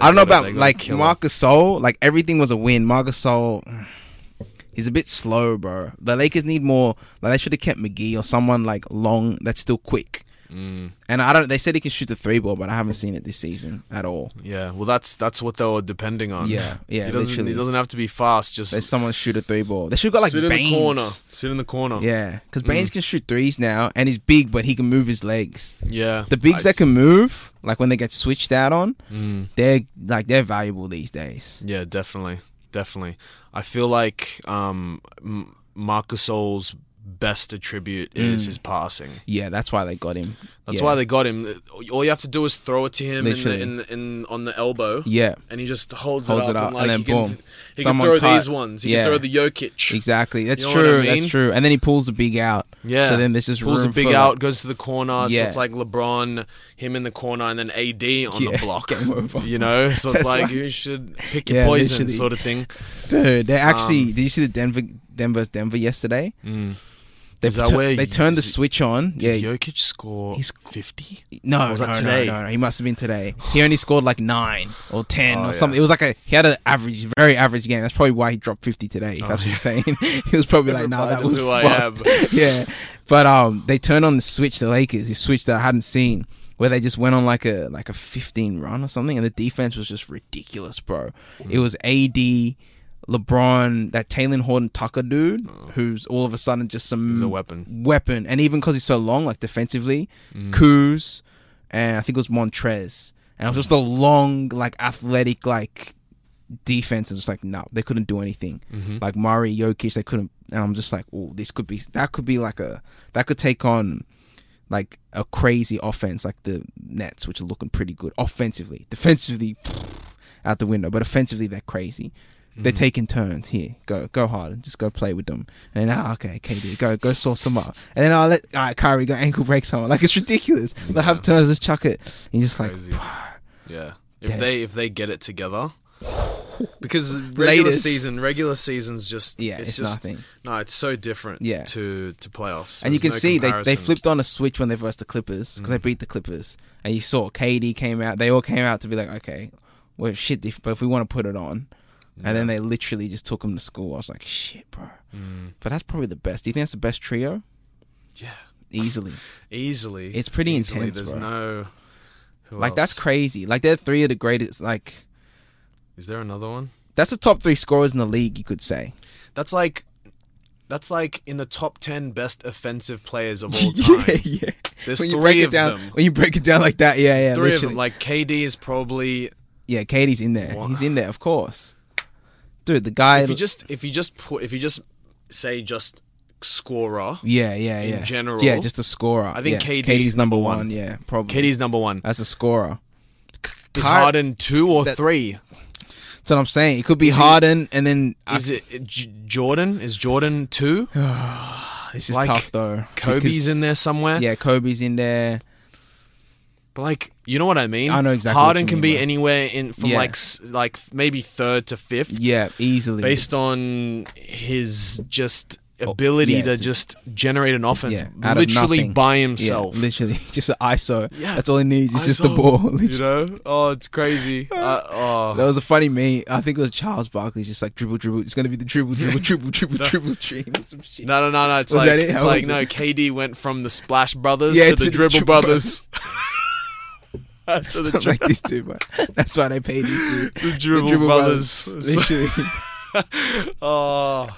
S1: I don't know
S2: got
S1: about
S2: a- they got a
S1: like
S2: killer.
S1: Marcus Gasol. Like everything was a win. Marcus Gasol, he's a bit slow, bro. The Lakers need more. Like they should have kept McGee or someone like long that's still quick.
S2: Mm,
S1: And I don't. They said he can shoot the three ball, but I haven't seen it this season at all.
S2: yeah. Well, that's that's what they were depending on.
S1: Yeah, yeah,
S2: He doesn't,
S1: literally.
S2: he doesn't have to be fast. Just
S1: There's someone shoot a three ball. They should have got like
S2: sit in
S1: Baines.
S2: the corner. Oh. Mm. Sit in the corner.
S1: Yeah, because Baines can shoot threes now, and he's big, but he can move his legs.
S2: yeah.
S1: The bigs that can move, like when they get switched out on,
S2: Mm,
S1: they're like they're valuable these days.
S2: yeah, definitely, definitely. I feel like um, M- Marcus Sol's best attribute is his passing.
S1: Yeah, that's why they got him.
S2: That's
S1: Mm. Yeah.
S2: why they got him. All you have to do is throw it to him in the,
S1: Literally.
S2: in, the, in on the elbow,
S1: Yeah,
S2: and he just holds,
S1: Holds
S2: it up, and, like,
S1: then
S2: he can,
S1: boom.
S2: He
S1: Someone
S2: can throw
S1: cut.
S2: these ones. He
S1: Yeah.
S2: can throw the Jokic.
S1: exactly. That's
S2: You know what
S1: true.
S2: I mean?
S1: That's true. And then he pulls the big out.
S2: Yeah.
S1: So then this is
S2: pulls a
S1: room
S2: big
S1: for,
S2: out, goes to the corner. So
S1: Yeah.
S2: it's like LeBron, him in the corner, and then AD on the
S1: Yeah,
S2: block.
S1: game over.
S2: You know, so it's
S1: That's
S2: like
S1: right.
S2: you should pick your
S1: Yeah,
S2: poison,
S1: literally.
S2: sort of thing. Um,
S1: Dude, they actually. did you see the Denver Denver's Denver yesterday?
S2: Mm.
S1: They,
S2: Is that
S1: tu-
S2: where
S1: they
S2: you-
S1: turned the
S2: is it-
S1: switch on. Yeah,
S2: Did Jokic score
S1: He's-
S2: 50?
S1: No,
S2: Or was
S1: no,
S2: that today?
S1: no, no, no. He must have been today. He only scored like nine or ten
S2: Oh,
S1: or
S2: yeah.
S1: something. It was like a he had an average, very average game. That's probably why he dropped fifty today. If
S2: Oh,
S1: that's what
S2: yeah.
S1: you're saying. he was probably like, "Nah, that
S2: Remind
S1: was
S2: them who I
S1: fucked."
S2: am.
S1: yeah, but um, they turned on the switch. The Lakers, the switch that I hadn't seen, where they just went on like a like a fifteen run or something, and the defense was just ridiculous, bro.
S2: Mm.
S1: It was AD. LeBron, that Taylor Horton Tucker dude, who's all of a sudden just some
S2: Oh. He's a weapon.
S1: weapon, and even because he's so long, like defensively, Kuz, and I think it was Montrez, and it was just a long, like athletic, like defense. And just like no, they couldn't do anything. Mm-hmm. Like Murray, Jokic, they couldn't. And I'm just like, oh, this could be that could be like a that could take on like a crazy offense, like the Nets, which are looking pretty good offensively, defensively out the window, but offensively they're crazy.
S2: Mm-hmm.
S1: They're taking turns here. Go, go hard and just go play with them. And then, ah, okay, KD, go, go source them up. And then I'll let all right, Kyrie go ankle break someone. Like it's ridiculous. They'll have turns, just chuck it. And you're just
S2: Crazy.
S1: like,
S2: Yeah. If
S1: Damn.
S2: they if they get it together, because regular
S1: Latest.
S2: season, regular seasons just
S1: yeah, it's,
S2: just
S1: nothing.
S2: no, it's so different.
S1: Yeah.
S2: To to playoffs,
S1: And you can
S2: There's no
S1: see they, they
S2: comparison. Mm.
S1: flipped on a switch when they versed the Clippers because they beat the Clippers. And you saw KD came out. They all came out to be like, okay, well, shit, if, but if we want to put it on. And then they literally just took them to school. I was like, shit, bro.
S2: Mm.
S1: But that's probably the best. Do you think that's the best trio?
S2: Yeah.
S1: Easily.
S2: easily.
S1: It's pretty
S2: easily.
S1: intense,
S2: There's
S1: bro.
S2: no. Who
S1: like that's
S2: else?
S1: crazy. Like they're three of the greatest. Like
S2: Is there another one?
S1: that's the top three scorers in the league. You could say.
S2: That's like, that's like in the top ten best offensive players of all time.
S1: yeah, yeah.
S2: There's
S1: when you
S2: three
S1: break
S2: of
S1: it down,
S2: them.
S1: when you break it down like that, yeah, yeah,
S2: Three of
S1: literally.
S2: them. Like KD is probably
S1: yeah, Katie's in there.
S2: Wow.
S1: He's in there, of course. Dude, the guy.
S2: if you just if you just put if you just say just scorer,
S1: yeah, yeah,
S2: in
S1: yeah.
S2: general,
S1: yeah, just a scorer.
S2: I think
S1: yeah.
S2: KD
S1: Katie's number
S2: number
S1: one.
S2: one.
S1: Yeah, probably.
S2: KD's number one.
S1: as a scorer. K-
S2: Is
S1: Ky-
S2: Harden two or
S1: that-
S2: three?
S1: That's what I'm saying. It could be
S2: Is he-
S1: Harden, and then
S2: Is it J- Jordan? Is Jordan two?
S1: this is
S2: like,
S1: tough though.
S2: Kobe's
S1: because-
S2: in there somewhere.
S1: Yeah, Kobe's in there.
S2: But like, you know what I mean?
S1: I know exactly what
S2: Harden
S1: you
S2: can
S1: mean,
S2: be
S1: bro.
S2: anywhere in from
S1: Yeah.
S2: like s- like th- maybe third to fifth,
S1: Yeah, easily.
S2: based on his just ability
S1: Oh, yeah,
S2: to
S1: to-
S2: just generate an offense
S1: yeah, out of
S2: literally
S1: nothing.
S2: by
S1: Yeah,
S2: himself.
S1: literally, just an ISO.
S2: Yeah.
S1: That's all it needs. It's just the
S2: ISO,
S1: ball.
S2: you
S1: Literally.
S2: know? Oh, it's crazy. Uh, oh.
S1: That was a funny meme. I think it was Charles Barkley's just like dribble, dribble. It's gonna be the dribble, dribble, dribble, dribble, dribble, dribble, some shit.
S2: No, no, no, no. It's
S1: Was
S2: like
S1: that it?
S2: it's
S1: How
S2: like
S1: was
S2: no.
S1: it?
S2: KD went from the Splash Brothers
S1: Yeah,
S2: to, the Dribble Brothers. to the,
S1: I'm
S2: dri-
S1: like this dude, man. That's why they paid this dude.
S2: the Dribble,
S1: Dribble
S2: Brothers.
S1: Literally.
S2: oh,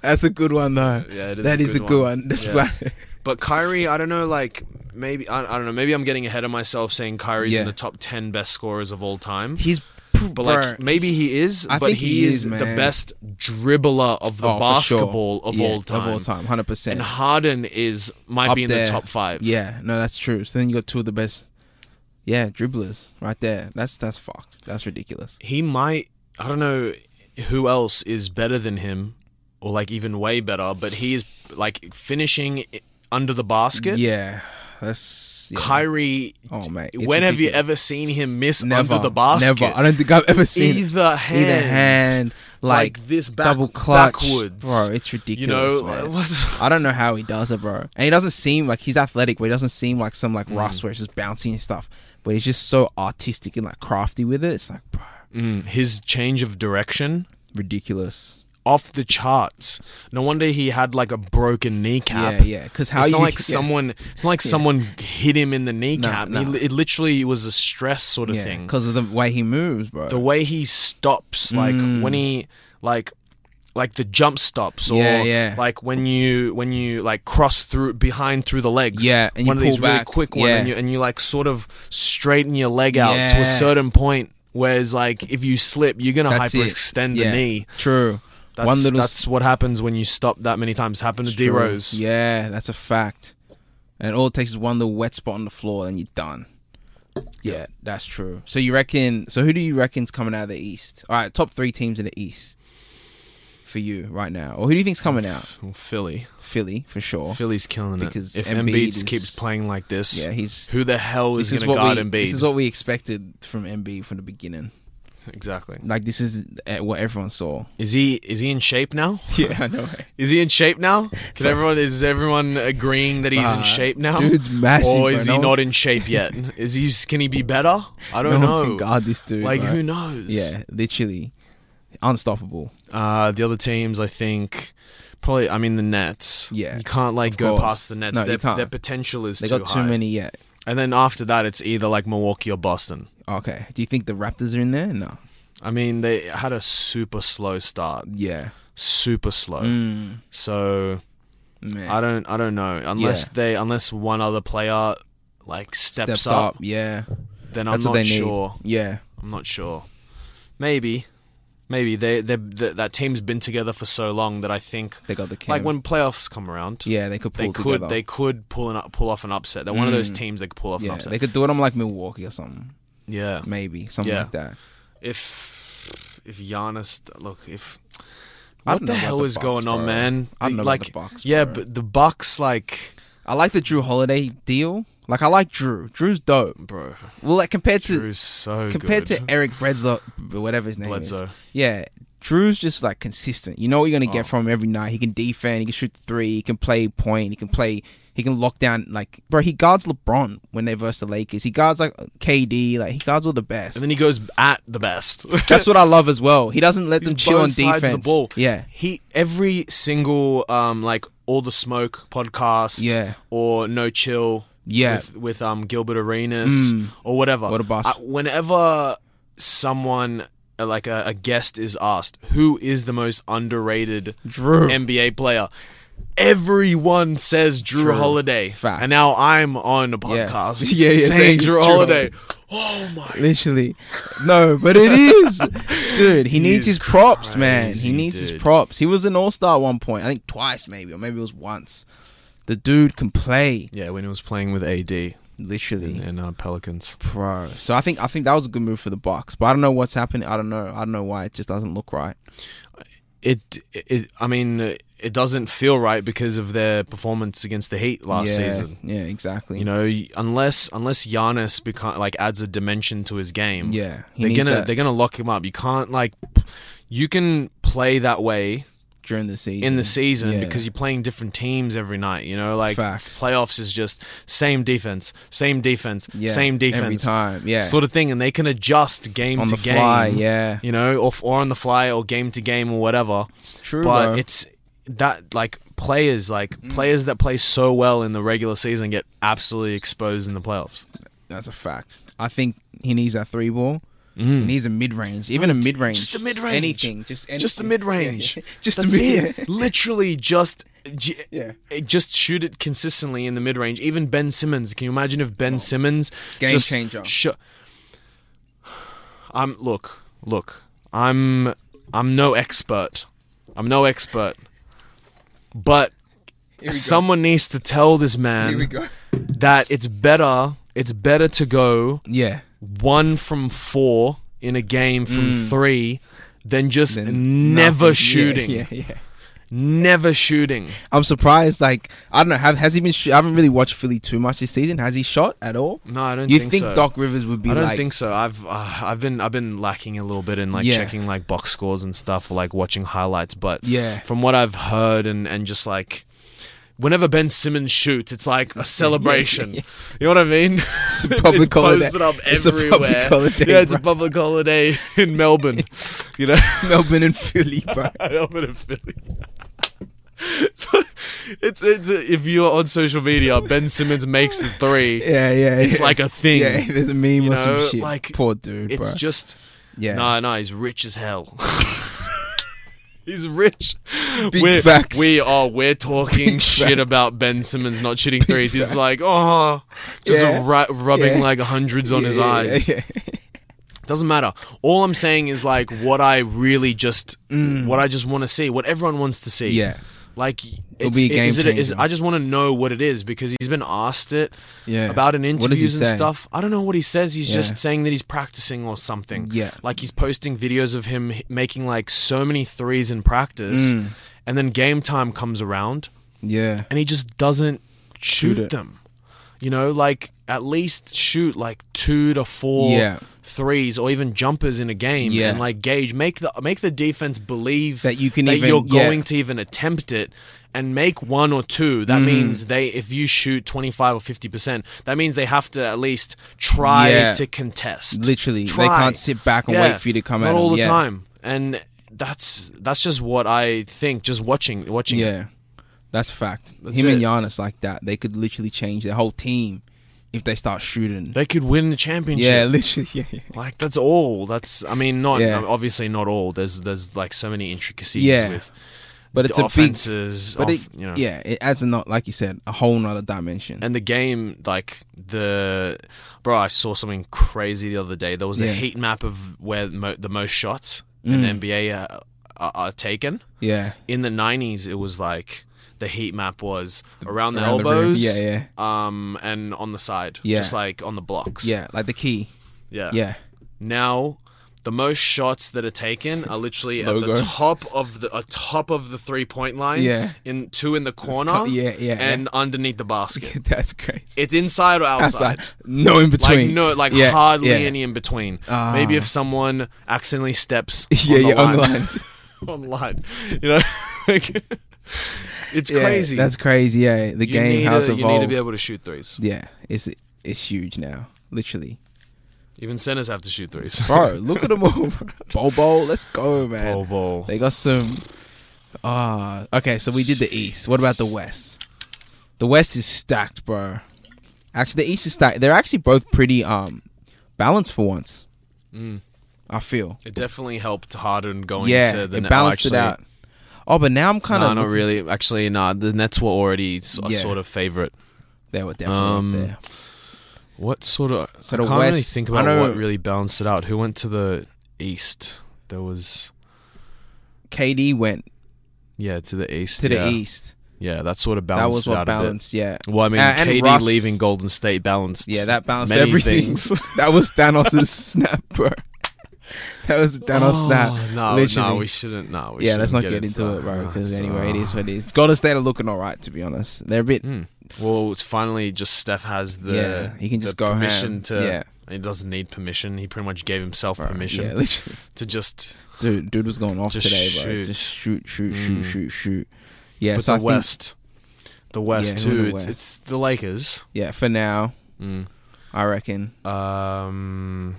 S1: That's a good one though.
S2: yeah, it is
S1: That
S2: a
S1: is
S2: good
S1: a good one. That's
S2: Yeah.
S1: why-
S2: But Kyrie, I don't know. Like maybe I, I don't know. Maybe I'm getting ahead of myself saying Kyrie's
S1: Yeah.
S2: in the top ten best scorers of all time.
S1: He's
S2: But like
S1: bro,
S2: maybe he is.
S1: I
S2: but
S1: think
S2: he,
S1: he
S2: is,
S1: is,
S2: the
S1: man.
S2: best dribbler of the
S1: oh, for sure.
S2: basketball of,
S1: Yeah,
S2: all time.
S1: Of all time, hundred
S2: And
S1: percent.
S2: Harden is might
S1: Up
S2: be in
S1: there.
S2: the top five.
S1: Yeah, no, that's true. So then you got two of the best. Yeah, dribblers right there. That's that's fucked. That's ridiculous.
S2: he might I don't know who else is better than him or like even way better, but he is like finishing i- under the basket.
S1: Yeah, that's yeah.
S2: Kyrie
S1: Oh mate, it's
S2: when have you
S1: ridiculous.
S2: ever seen him miss
S1: never
S2: under the basket?
S1: Never. I don't think I've ever seen it.
S2: Either hand,
S1: either hand like,
S2: like, this back,
S1: double clutch,
S2: backwards,
S1: bro. It's ridiculous.
S2: You know,
S1: man.
S2: what the-
S1: I don't know how he does it, bro. And he doesn't seem like he's athletic, but he doesn't seem like some like Russ where it's just bouncy and stuff. But he's just so artistic and like crafty with it. It's like, bro,
S2: Mm, his change of direction
S1: ridiculous.
S2: off the charts. No wonder he had like a broken kneecap.
S1: Yeah, yeah. Because how
S2: it's
S1: you
S2: not like
S1: yeah.
S2: someone. It's not like someone hit him in the kneecap.
S1: Nah, nah.
S2: He, it literally was a stress sort of
S1: yeah,
S2: thing.
S1: because of the way he moves, bro.
S2: The way he stops, like
S1: Mm.
S2: when he like like the jump stops, or
S1: Yeah, yeah.
S2: like when you when you like cross through behind through the legs.
S1: Yeah, and you
S2: one of these
S1: pull
S2: really
S1: back.
S2: quick one,
S1: Yeah.
S2: and you and you like sort of straighten your leg out to
S1: Yeah.
S2: a certain point. Whereas like if you slip, you're gonna
S1: That's it.
S2: hyperextend the
S1: Yeah.
S2: knee.
S1: True.
S2: That's,
S1: One little
S2: that's what happens when you stop that many times. Happened to D
S1: True.
S2: Rose.
S1: Yeah, that's a fact. And all it takes is one little wet spot on the floor, and you're done. Yeah, that's true. So you reckon? So who do you reckon's coming out of the East? All right, top three teams in the East for you right now, or who do you think's coming out?
S2: Well, Philly.
S1: Philly for sure.
S2: Philly's killing
S1: Because
S2: it. If
S1: Embiid
S2: Embiid,
S1: is-
S2: keeps playing like this,
S1: Yeah, he's.
S2: who the hell
S1: This
S2: is
S1: is
S2: going to
S1: what
S2: guard
S1: we.
S2: Embiid?
S1: This is what we expected from MB from the beginning.
S2: exactly.
S1: Like this is uh, what everyone saw.
S2: Is he is he in shape now?
S1: Yeah, I know.
S2: Is he in shape now? Can everyone is everyone agreeing that he's in
S1: Nah,
S2: shape now?
S1: dude's massive,
S2: Or
S1: bro.
S2: is
S1: No
S2: he
S1: one-
S2: not in shape yet? is he can he be better? I
S1: no one
S2: don't know.
S1: can guard this dude.
S2: like
S1: bro.
S2: who knows?
S1: Yeah, literally unstoppable.
S2: Uh, the other teams, I think, probably. I mean, the Nets.
S1: Yeah,
S2: you can't like
S1: of
S2: go
S1: course.
S2: past the Nets.
S1: No, you
S2: their,
S1: can't.
S2: their potential is
S1: They
S2: too
S1: got too
S2: high.
S1: many yet.
S2: And then after that, it's either like Milwaukee or Boston.
S1: Okay. Do you think the Raptors are in there? No.
S2: I mean, they had a super slow start,
S1: Yeah.
S2: super slow.
S1: Mm,
S2: So
S1: man.
S2: Oh. I don't, I don't know. Unless
S1: Yeah.
S2: they, unless one other player like steps, up,
S1: Yeah.
S2: then I'm
S1: That's what
S2: not
S1: they need.
S2: sure.
S1: Yeah.
S2: I'm not sure. Maybe, maybe they, they, th that team's been together for so long that I think,
S1: They got the Cam.
S2: like when playoffs come around,
S1: yeah, they could pull
S2: they could
S1: together.
S2: they could pull an up, pull off an upset. They're one of those
S1: Mm.
S2: teams that could pull off an
S1: yeah,
S2: upset.
S1: they could do it on like Milwaukee or something.
S2: yeah.
S1: Maybe something
S2: Yeah.
S1: like that.
S2: If if Giannis look if
S1: I
S2: what
S1: don't
S2: the
S1: know about
S2: hell
S1: the
S2: is going
S1: Bucks,
S2: on,
S1: bro.
S2: man?
S1: I don't
S2: The-
S1: know
S2: like
S1: about the Bucks.
S2: yeah,
S1: bro.
S2: but the Bucks like
S1: I like the Drew Holiday deal. Like I like Drew. Drew's dope.
S2: bro,
S1: Well, like compared to
S2: Drew's so
S1: compared
S2: good.
S1: to Eric Bledsoe, whatever his name is.
S2: Bledsoe.
S1: Yeah, Drew's just like consistent. You know what you're gonna get
S2: Oh.
S1: from him every night. He can defend. He can shoot the three. He can play point. He can play. He can lock down. Like bro, he guards LeBron when they verse the Lakers. He guards like KD. Like he guards all the best.
S2: And then he goes at the best.
S1: That's what I love as well. He doesn't let them
S2: He's
S1: chill
S2: both
S1: on
S2: sides
S1: defense.
S2: of the ball.
S1: Yeah,
S2: he every single um like all the smoke podcast
S1: Yeah.
S2: or no chill
S1: Yeah.
S2: with, with um Gilbert Arenas
S1: Mm.
S2: or whatever.
S1: What a boss.
S2: I- whenever someone uh, like a, a guest is asked who is the most underrated
S1: Drew.
S2: NBA player. Everyone says Drew,
S1: Drew.
S2: Holiday,
S1: Fact.
S2: and now I'm on a podcast
S1: Yeah, yeah,
S2: saying,
S1: saying it's
S2: Drew
S1: Drew
S2: Holiday. Oh my!
S1: Literally, no, but it is, dude. He needs
S2: is
S1: his props, man.
S2: crazy,
S1: He needs his
S2: dude.
S1: props. He was an all star at one point. I think twice, maybe, or maybe it was once. The dude can play,
S2: Yeah, when he was playing with AD
S1: literally,
S2: and uh, Pelicans.
S1: bro. So I think I think that was a good move for the Bucks. But I don't know what's happening. I don't know. I don't know why it just doesn't look right.
S2: it it I mean it doesn't feel right because of their performance against the Heat last
S1: yeah,
S2: season.
S1: yeah, exactly.
S2: You know, unless unless Giannis become like adds a dimension to his game,
S1: yeah, he
S2: they're
S1: needs
S2: gonna
S1: that
S2: they're gonna lock him up. You can't like you can play that way
S1: during the season
S2: in the season
S1: Yeah.
S2: because you're playing different teams every night. You know, like
S1: Facts.
S2: playoffs is just same defense, same defense,
S1: yeah,
S2: same
S1: every
S2: defense,
S1: time. Yeah,
S2: sort of thing, and they can adjust game
S1: on
S2: to
S1: the
S2: game.
S1: fly. Yeah,
S2: You know, or, or on the fly, or game to game, or whatever
S1: true, Mm.
S2: but
S1: bro.
S2: it's that like players like players that play so well in the regular season get absolutely exposed in the playoffs.
S1: That's a fact. I think he needs that three ball. He
S2: Mm.
S1: needs a mid range, even a mid range,
S2: just a mid-range.
S1: anything, just anything.
S2: Just the mid range.
S1: Yeah, yeah. just
S2: That's
S1: a mid.
S2: it. Literally just j-
S1: Yeah.
S2: it- just shoot it consistently in the mid range. Even Ben Simmons. Can you imagine if Ben Simmons
S1: Oh. Game
S2: just
S1: changer.
S2: Sh- I'm look, look. I'm I'm no expert. I'm no expert. But
S1: Here we go.
S2: someone needs to tell this man
S1: Here we go.
S2: that it's better it's better to go
S1: Yeah,
S2: one from four in a game from three than just
S1: Mm. Then
S2: never
S1: nothing. Yeah,
S2: shooting.
S1: Yeah, yeah.
S2: Never shooting.
S1: I'm surprised. Like I don't know. Have, has he been? Sh- I haven't really watched Philly too much this season. Has he shot at all?
S2: No, I don't
S1: You
S2: think,
S1: think
S2: so.
S1: Doc Rivers would be
S2: I don't
S1: like?
S2: think so. I've uh, I've been I've been lacking a little bit in like
S1: Yeah.
S2: checking like box scores and stuff, or, like watching highlights. But
S1: Yeah.
S2: from what I've heard and and just like whenever Ben Simmons shoots, it's like a celebration. You know what I mean?
S1: It's a public
S2: it's
S1: holiday.
S2: posted up
S1: It's a
S2: everywhere.
S1: public holiday,
S2: yeah, it's a
S1: bro.
S2: public holiday in Melbourne. you know,
S1: Melbourne and Philly, bro.
S2: Melbourne and Philly. So, it's it's if you're on social media, Ben Simmons makes the three.
S1: Yeah, yeah.
S2: It's
S1: yeah.
S2: like a thing.
S1: Yeah, there's a meme
S2: You
S1: or some
S2: know,
S1: shit.
S2: like,
S1: Poor dude,
S2: It's
S1: bro.
S2: just
S1: yeah.
S2: no, no. He's rich as hell. he's rich.
S1: Big
S2: we're,
S1: facts.
S2: We are. We're talking
S1: Big
S2: shit
S1: facts.
S2: about Ben Simmons not shooting threes. He's like, oh, just
S1: Yeah.
S2: ru- rubbing
S1: Yeah.
S2: like hundreds on
S1: Yeah,
S2: his
S1: yeah,
S2: eyes.
S1: yeah, yeah.
S2: Doesn't matter. All I'm saying is like what I really just, what I just want to see, what everyone wants to see.
S1: Mm. Yeah.
S2: Like it's,
S1: be a
S2: is it?
S1: game
S2: Is
S1: changer.
S2: I just want to know what it is because he's been asked it
S1: Yeah.
S2: about
S1: What
S2: in
S1: does he
S2: interviews and
S1: say?
S2: stuff. I don't know what he says. He's
S1: Yeah.
S2: just saying that he's practicing or something.
S1: Yeah.
S2: Like he's posting videos of him h- making like so many threes in practice,
S1: Mm.
S2: and then game time comes around
S1: Yeah.
S2: and he just doesn't shoot,
S1: it.
S2: them. You know, like at least shoot like two to four
S1: Yeah.
S2: threes threes or even jumpers in a game
S1: Yeah.
S2: and like gauge make the make the defense believe
S1: That you can even-
S2: you're
S1: yeah.
S2: going to even attempt it and make one or two
S1: Mm-hmm.
S2: that means they if you shoot 25 or 50% that means they have to at least try
S1: Yeah.
S2: to contest
S1: Literally, they
S2: Try.
S1: can't sit back and wait for you to come
S2: not
S1: at 'em,
S2: all the
S1: yeah.
S2: time and that's that's just what i think just watching watching it.
S1: Yeah, that's fact.
S2: That's
S1: Him and
S2: it.
S1: Giannis like that. They could literally change their whole team if they start shooting.
S2: they could win the championship
S1: yeah, literally. Yeah, yeah.
S2: Like that's all. That's I mean, not
S1: Yeah.
S2: um, obviously not all. There's there's like so many intricacies
S1: Yeah.
S2: with
S1: But it's a big.
S2: offenses.
S1: But
S2: off-
S1: it,
S2: you know,
S1: yeah, it adds a not like you said a whole nother dimension.
S2: And the game, like the bro, I saw something crazy the other day. There was
S1: Yeah.
S2: a heat map of where mo- the most shots
S1: Mm.
S2: in the NBA are, are, are taken.
S1: yeah,
S2: In the '90s, it was like the heat map was around the
S1: around the rim.
S2: elbows,
S1: Yeah, yeah.
S2: um, and on the side,
S1: Yeah.
S2: just like on the blocks,
S1: yeah, like the key.
S2: yeah,
S1: Yeah,
S2: now the most shots that are taken are literally at the
S1: Logos.
S2: top of the uh, top of the three point line.
S1: Yeah.
S2: In two in the corner.
S1: yeah, yeah,
S2: And underneath the basket.
S1: that's crazy.
S2: It's inside or outside.
S1: Outside, no in
S2: Like
S1: between.
S2: no, like
S1: Yeah,
S2: hardly
S1: yeah.
S2: any in between.
S1: Ah.
S2: Maybe if someone accidentally steps
S1: Yeah,
S2: on the
S1: yeah, on
S2: line,
S1: the line.
S2: on the line, you know, like, it's
S1: Yeah,
S2: crazy.
S1: That's crazy. Yeah, the
S2: you
S1: game
S2: need
S1: how it's
S2: to, you need to
S1: evolved.
S2: be able to shoot threes.
S1: yeah, it's it's huge now. Literally,
S2: Even centers have to shoot threes.
S1: bro. Look at them all. Bobo, let's go, man.
S2: Ball, ball.
S1: They got some. Ah, okay. So we did the East. What about the West? The West is stacked, bro. Actually, the East is stacked. They're actually both pretty um balanced for once.
S2: Mm.
S1: I feel.
S2: It definitely helped Harden going
S1: yeah,
S2: to the
S1: it
S2: net- oh,
S1: balanced it
S2: actually,
S1: out. Oh, but now I'm kind
S2: no,
S1: of.
S2: not really. Actually, nah. The Nets were already s- a
S1: Yeah.
S2: sort of favorite.
S1: They were definitely
S2: Um,
S1: up there.
S2: What sort of?
S1: So
S2: I
S1: the
S2: can't really
S1: West-
S2: think
S1: I
S2: about
S1: know-
S2: what really balanced it out. Who went to the East? There was
S1: KD went
S2: yeah to the East.
S1: to the
S2: yeah.
S1: East.
S2: Yeah, that sort of
S1: That
S2: balanced
S1: was what
S2: out
S1: balanced. Yeah,
S2: a bit. Well, I mean,
S1: A- and
S2: KD
S1: Russ-
S2: leaving Golden State balanced.
S1: yeah, that balanced
S2: many
S1: everything.
S2: things.
S1: that was Thanos' snap, bro. That was Thanos'
S2: oh,
S1: snap.
S2: No,
S1: literally.
S2: no, we shouldn't. No, we
S1: yeah, let's not
S2: shouldn't
S1: get, into it, bro.
S2: that.
S1: Because
S2: That's,
S1: anyway, it is
S2: uh,
S1: what it is. Golden State are looking all right, to be honest. They're a bit.
S2: mm. Well, it's finally just Steph has the
S1: yeah, he can
S2: the
S1: just go
S2: permission
S1: ham.
S2: to.
S1: yeah,
S2: He doesn't need permission. He pretty much gave himself
S1: bro,
S2: permission
S1: Yeah, literally.
S2: to just
S1: Dude, dude was going off
S2: Just
S1: today, bro.
S2: shoot.
S1: Just shoot, shoot, shoot,
S2: Mm.
S1: shoot, shoot. Yeah,
S2: but
S1: so I
S2: the
S1: think-
S2: West, the West
S1: Yeah, who in the
S2: too.
S1: Mm.
S2: it's,
S1: West?
S2: it's the Lakers.
S1: yeah, for now, I reckon.
S2: Um,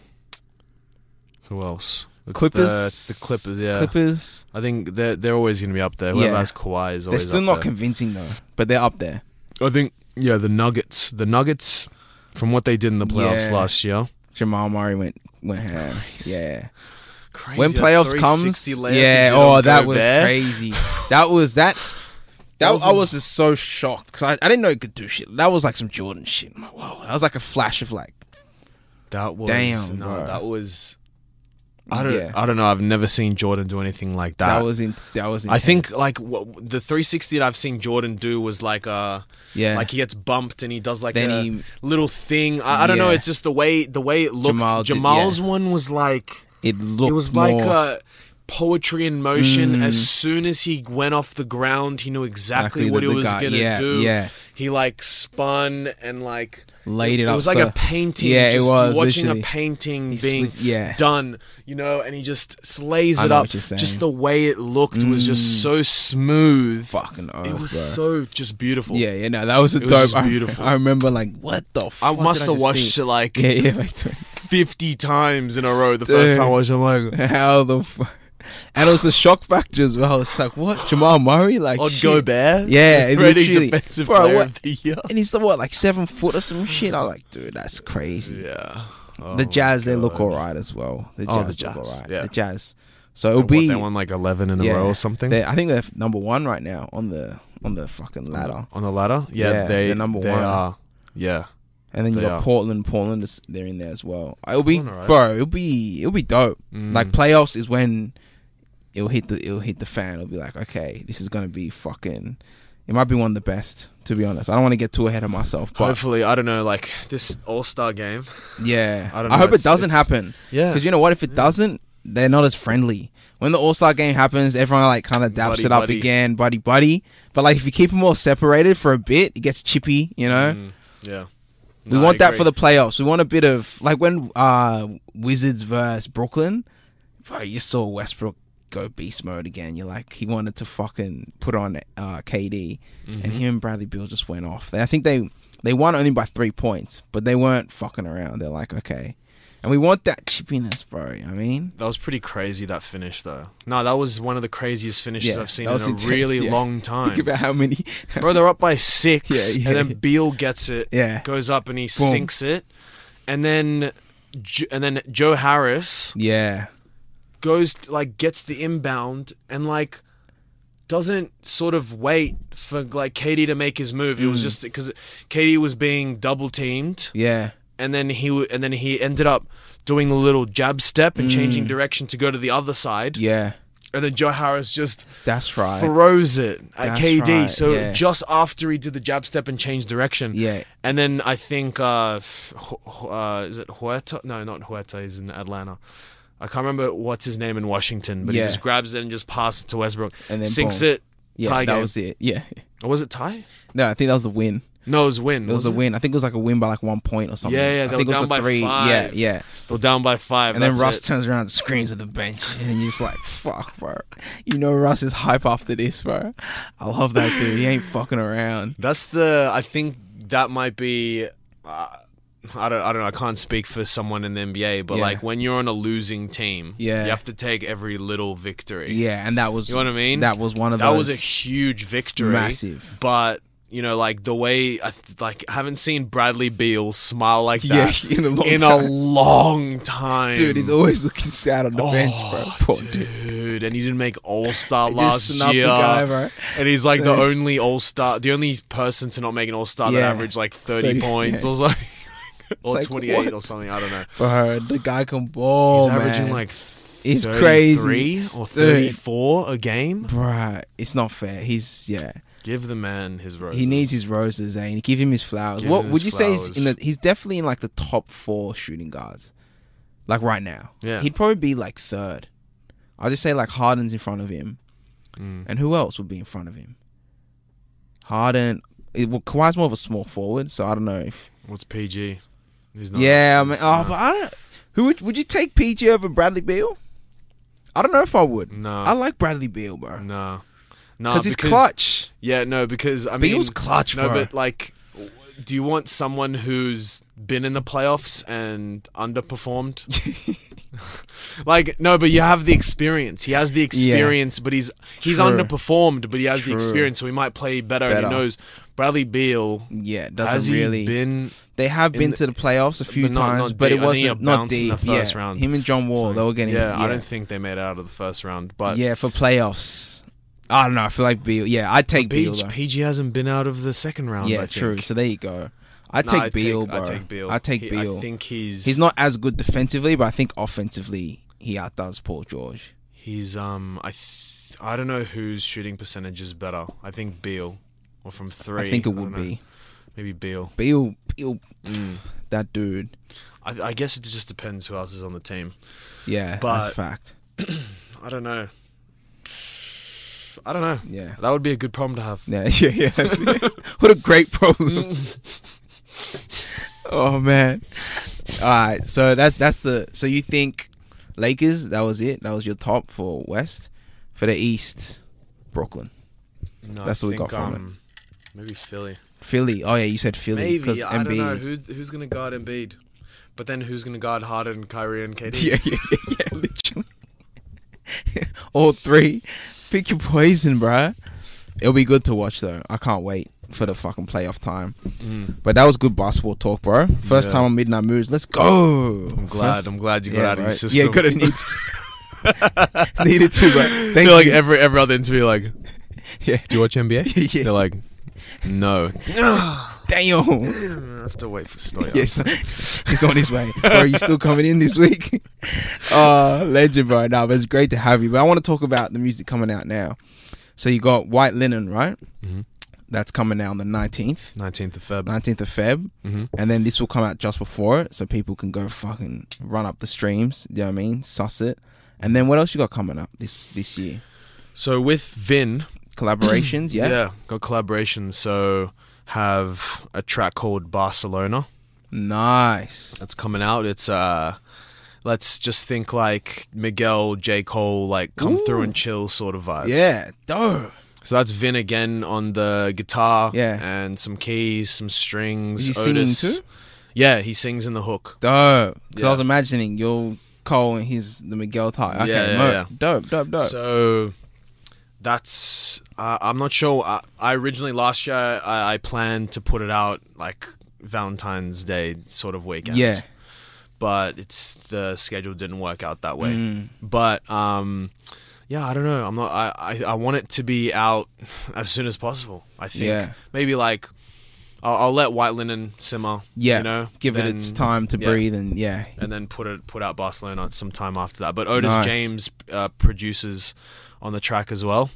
S2: who else? It's
S1: Clippers,
S2: The, the Clippers. Yeah,
S1: Clippers.
S2: I think they're they're always going to be up there. Whoever
S1: Yeah.
S2: has Kawhi is
S1: They're
S2: always.
S1: still
S2: up
S1: not
S2: there.
S1: convincing though, but they're up there.
S2: I think yeah, the Nuggets. The Nuggets, from what they did in the playoffs
S1: Yeah.
S2: last year.
S1: Jamal Murray went went ham. Yeah.
S2: Crazy.
S1: when
S2: that
S1: playoffs
S2: 360
S1: comes,
S2: layup he
S1: yeah,
S2: did on
S1: oh, that was
S2: Gobert.
S1: crazy. That was that. That
S2: That
S1: was,
S2: was
S1: I
S2: a-
S1: was just so shocked because I, I didn't know he could do shit. That was like some Jordan shit. I'm like, whoa, that was like a flash of like,
S2: That was
S1: Damn,
S2: no,
S1: bro.
S2: that was. I don't.
S1: yeah,
S2: I don't know. I've never seen Jordan do anything like
S1: that,
S2: that.
S1: was in, that was.
S2: I
S1: Intense.
S2: think like w- the 360 that I've seen Jordan do was like uh
S1: yeah,
S2: like he gets bumped and he does like uh,
S1: then
S2: a
S1: he
S2: little thing. I, I don't know.
S1: Yeah.
S2: It's just the way the way it looked.
S1: Jamal did-
S2: Jamal's one was like
S1: it looked.
S2: it was like
S1: more
S2: uh poetry in motion.
S1: Mm.
S2: As soon as he went off the ground, he knew exactly, what
S1: the-
S2: he
S1: the
S2: was
S1: guy-
S2: gonna
S1: yeah,
S2: do.
S1: Yeah,
S2: He like spun and like
S1: laid it,
S2: it
S1: up.
S2: was like
S1: so
S2: a painting.
S1: yeah, it
S2: just
S1: was,
S2: watching
S1: literally.
S2: a painting
S1: he
S2: being
S1: split- yeah,
S2: done, you know, and he just slays
S1: I
S2: it
S1: know
S2: up.
S1: what you're saying.
S2: Just the way it looked was
S1: Mm.
S2: just so smooth.
S1: fucking. Earth,
S2: It was
S1: bro.
S2: so just beautiful.
S1: Yeah, yeah, no, that was a
S2: It was
S1: dope.
S2: just
S1: I-
S2: beautiful.
S1: I, remember like what the. Fuck
S2: I
S1: did
S2: must have
S1: just
S2: watched
S1: see?
S2: it like
S1: Yeah, yeah, like,
S2: 50 times in a row. The first time I
S1: Dude.
S2: watched it, I'm like,
S1: How the fuck? And it was the shock factor as well. It's like what Jamal Murray, like
S2: on
S1: shit.
S2: Gobert?
S1: Yeah, it
S2: Rating
S1: literally-
S2: defensive
S1: Bro,
S2: player
S1: what-
S2: of the year.
S1: and he's the what like seven foot or some shit. I was like, dude, that's crazy.
S2: Yeah.
S1: the Jazz, they look all right as well. The Jazz,
S2: Oh, the
S1: look all
S2: Jazz,
S1: right.
S2: yeah.
S1: The Jazz. So it'll be.
S2: they won like 11 in
S1: yeah,
S2: a row or something.
S1: they- I think they're f- number one right now on the on the fucking ladder.
S2: On the ladder? Yeah,
S1: Yeah,
S2: they,
S1: they're number
S2: they
S1: one.
S2: are. Yeah.
S1: And then you
S2: They
S1: got
S2: are.
S1: Portland. Portland, is, they're in there as well. It'll be,
S2: Portland, alright.
S1: bro. It'll be, it'll be dope.
S2: Mm.
S1: Like playoffs is when it'll hit the it'll hit the fan. It'll be like, okay, this is gonna be fucking. It might be one of the best, to be honest. I don't want to get too ahead of myself, but
S2: Hopefully, I don't know, like this All Star game.
S1: yeah, I,
S2: I don't know,
S1: hope it
S2: it's-
S1: doesn't
S2: it's-
S1: happen.
S2: Yeah.
S1: Because you know what? If it doesn't, they're not as friendly. When the All Star game happens, everyone like kind of daps
S2: Buddy,
S1: it up
S2: buddy.
S1: again, buddy, buddy. But like if you keep them all separated for a bit, it gets chippy, you know.
S2: Mm, yeah.
S1: We
S2: No, I
S1: want that
S2: agree.
S1: for the playoffs. We want a bit of like when uh Wizards versus Brooklyn. Bro, you saw Westbrook go beast mode again. You're like he wanted to fucking put on uh KD,
S2: Mm-hmm.
S1: and him and Bradley Beal just went off. They, I think they they won only by three points, but they weren't fucking around. They're like okay, and we want that chippiness, bro. I mean,
S2: That was pretty crazy that finish though. No, that was one of the craziest finishes
S1: Yeah,
S2: I've seen
S1: that
S2: in
S1: was
S2: a
S1: intense,
S2: really
S1: yeah.
S2: long time.
S1: think about how many.
S2: Bro, they're up by six,
S1: Yeah, yeah,
S2: and then
S1: yeah.
S2: Beal gets it,
S1: Yeah.
S2: goes up and he sinks it, and then Jo- and then Joe Harris
S1: yeah,
S2: goes like gets the inbound and like doesn't sort of wait for like KD to make his move. It
S1: Mm.
S2: was just because KD was being double teamed,
S1: yeah.
S2: and then he w- and then he ended up doing a little jab step and changing direction to go to the other side,
S1: Mm. Yeah,
S2: and then Joe Harris just
S1: that's right.
S2: throws it at
S1: That's
S2: KD.
S1: right,
S2: So
S1: yeah.
S2: just after he did the jab step and changed direction.
S1: Yeah.
S2: And then I think uh, f- Hu- uh is it Huerta? No, not Huerta. He's in Atlanta. I can't remember what's his name in Washington, but
S1: Yeah.
S2: he just grabs it and just passes it to Westbrook,
S1: And then
S2: sinks
S1: boom.
S2: it.
S1: yeah,
S2: tie
S1: that
S2: game.
S1: was it. Yeah,
S2: Or was it tie?
S1: no, I think that was the win.
S2: No, it was win.
S1: It was, a win. I think it was like a win by like one point or something.
S2: Yeah, yeah,
S1: I
S2: they
S1: think it was
S2: were down
S1: a
S2: by
S1: three. Yeah,
S2: five.
S1: yeah.
S2: They're down by five.
S1: And then
S2: that's
S1: Russ
S2: it.
S1: turns around and screams at the bench, and you're just like, "Fuck, bro." You know Russ is hype after this, bro. I love that dude. He ain't fucking around.
S2: That's the. I think that might be. Uh, I don't. I don't know. I can't speak for someone in the NBA, but
S1: Yeah.
S2: like when you're on a losing team,
S1: Yeah.
S2: you have to take every little victory.
S1: Yeah, and that was
S2: You know what I mean?
S1: That was one of
S2: that
S1: those.
S2: was a huge victory,
S1: massive.
S2: But you know, like the way I th- like haven't seen Bradley Beal smile like
S1: yeah,
S2: that
S1: in a long
S2: in
S1: time.
S2: a long time,
S1: dude, he's always looking sad on the bench, bro.
S2: Oh,
S1: Poor dude.
S2: dude. and he didn't make All Star
S1: He
S2: last
S1: just snubbed
S2: year.
S1: the guy, bro.
S2: And he's like the
S1: Yeah.
S2: only all star, the only person to not make an all star that
S1: Yeah.
S2: averaged like 30,
S1: 30,
S2: points or something. or
S1: like,
S2: 28 or
S1: what?
S2: something. I don't know.
S1: Bro, the guy can ball,
S2: He's averaging
S1: man.
S2: like
S1: He's
S2: 33 or
S1: Dude.
S2: 34 a game.
S1: Bruh, it's not fair. He's yeah.
S2: Give the man his roses.
S1: He needs his roses, eh? and give him his flowers.
S2: Give
S1: what
S2: him
S1: would you
S2: his
S1: say? He's, in
S2: flowers.
S1: the, he's definitely in like the top four shooting guards, like right now.
S2: Yeah.
S1: he'd probably be like third. I'll just say like Harden's in front of him,
S2: Mm.
S1: and who else would be in front of him? Harden. It, well, Kawhi's more of a small forward, so I don't know if.
S2: What's PG? He's not.
S1: yeah, I mean,
S2: he's
S1: oh,
S2: not.
S1: but I don't. Who would would you take PG over Bradley Beal? I don't know if I would.
S2: No.
S1: I like Bradley Beal, bro,
S2: no. No. Nah,
S1: because he's clutch.
S2: Yeah, no, because I mean,
S1: Beal's clutch,
S2: No,
S1: bro.
S2: but like, w- do you want someone who's been in the playoffs and underperformed? like, no, but you have the experience. He has the experience, but he's he's
S1: True.
S2: underperformed, but he has
S1: True.
S2: the experience, so he might play better. And
S1: Better.
S2: he knows Bradley Beal
S1: Yeah, doesn't
S2: has
S1: really.
S2: he been
S1: They have
S2: in
S1: been
S2: the-
S1: to the playoffs a few
S2: but not-
S1: times,
S2: not
S1: but
S2: deep.
S1: it
S2: I think he
S1: wasn't not
S2: bounced in
S1: deep.
S2: the first
S1: yeah,
S2: round.
S1: him and John Wall, they were getting
S2: yeah,
S1: yeah.
S2: I don't think they made it out of the first round, but
S1: yeah, for playoffs. I don't know. I feel like Beal. Yeah, I take Beal.
S2: PG,
S1: though.
S2: PG hasn't been out of the second round. I
S1: yeah,
S2: think.
S1: true. So there you go. I
S2: No,
S1: take
S2: I
S1: Beal,
S2: take,
S1: bro.
S2: I take Beal.
S1: I take
S2: He-
S1: Beal.
S2: I think he's
S1: He's not as good defensively, but I think offensively he outdoes Paul George.
S2: He's um I th- I don't know whose shooting percentage is better. I think Beal or from 3.
S1: I think it
S2: don't
S1: would
S2: know.
S1: be
S2: Maybe Beal.
S1: Beal. Beal,
S2: Mm.
S1: that dude.
S2: I I guess it just depends who else is on the team.
S1: Yeah, that's
S2: But-
S1: fact.
S2: I don't know. I don't know.
S1: Yeah.
S2: That would be a good problem to have. Mm.
S1: Yeah, yeah, yeah. that's it. what a great
S2: Hmm.
S1: problem. oh man. All right, so that's that's the so you think Lakers? That was it. That was your top for West, for the East, Brooklyn,
S2: No,
S1: That's
S2: I
S1: what we got
S2: think,
S1: from it.
S2: um, Maybe Philly.
S1: Philly. Oh yeah, you said Philly
S2: Maybe
S1: because
S2: I don't know
S1: Embiid.
S2: who who's going to guard Embiid. But then who's going to guard Harden, Kyrie and KD?
S1: Yeah, yeah, yeah, yeah. Literally, all three. Pick your poison, bruh. It'll be good to watch though. I can't wait for the fucking playoff time.
S2: Mm.
S1: But that was good basketball talk, bro. First
S2: Yeah.
S1: time on Midnight Moves. Let's go.
S2: I'm glad.
S1: First-
S2: I'm glad you got out of your
S1: right.
S2: system.
S1: Yeah, got it. Need, needed to, bro. Thank
S2: I feel like
S1: you.
S2: every every other interview, like, do
S1: yeah.
S2: you watch NBA?
S1: Yeah.
S2: They're like, no.
S1: Damn.
S2: I have to wait for Stoya.
S1: Yes, he's on his way. Bro, you still coming in this week? Oh, legend, bro. Nah, but it's great to have you. But I want to talk about the music coming out now. So you got White Linen, right?
S2: Mhm.
S1: That's coming out on the 19th,
S2: 19th of Feb.
S1: 19th of Feb.
S2: Mhm.
S1: And then this will come out just before it, so people can go fucking run up the streams. You know what I mean? Suss it. And then what else you got coming up this this year?
S2: So with Vin,
S1: Collaborations, yeah.
S2: yeah, got collaborations. So have a track called Barcelona,
S1: Nice.
S2: that's coming out. It's uh let's just think like Miguel, J. Cole, like come through and chill sort of vibe.
S1: Yeah, dope.
S2: So that's Vin again on the guitar
S1: Yeah.
S2: and some keys, some strings.
S1: Is he singing
S2: Otis.
S1: too?
S2: Yeah, he sings in the hook.
S1: Dope. Because
S2: Yeah.
S1: I was imagining you're Cole and he's the Miguel type. Okay,
S2: Yeah, yeah,
S1: mo-
S2: yeah.
S1: dope, dope, dope.
S2: So that's uh, I'm not sure. I, I originally last year I, I planned to put it out like Valentine's Day sort of weekend.
S1: yeah.
S2: but it's the schedule didn't work out that way.
S1: Mm.
S2: But um, yeah, I don't know. I'm not. I, I I want it to be out as soon as possible. I think
S1: Yeah.
S2: maybe like I'll, I'll let White Linen simmer.
S1: Yeah.
S2: you know,
S1: Give it
S2: then-
S1: its time to
S2: yeah.
S1: breathe and yeah.
S2: and then put it put out Barcelona sometime after that. But Otis
S1: Nice.
S2: James uh, produces on the track as well,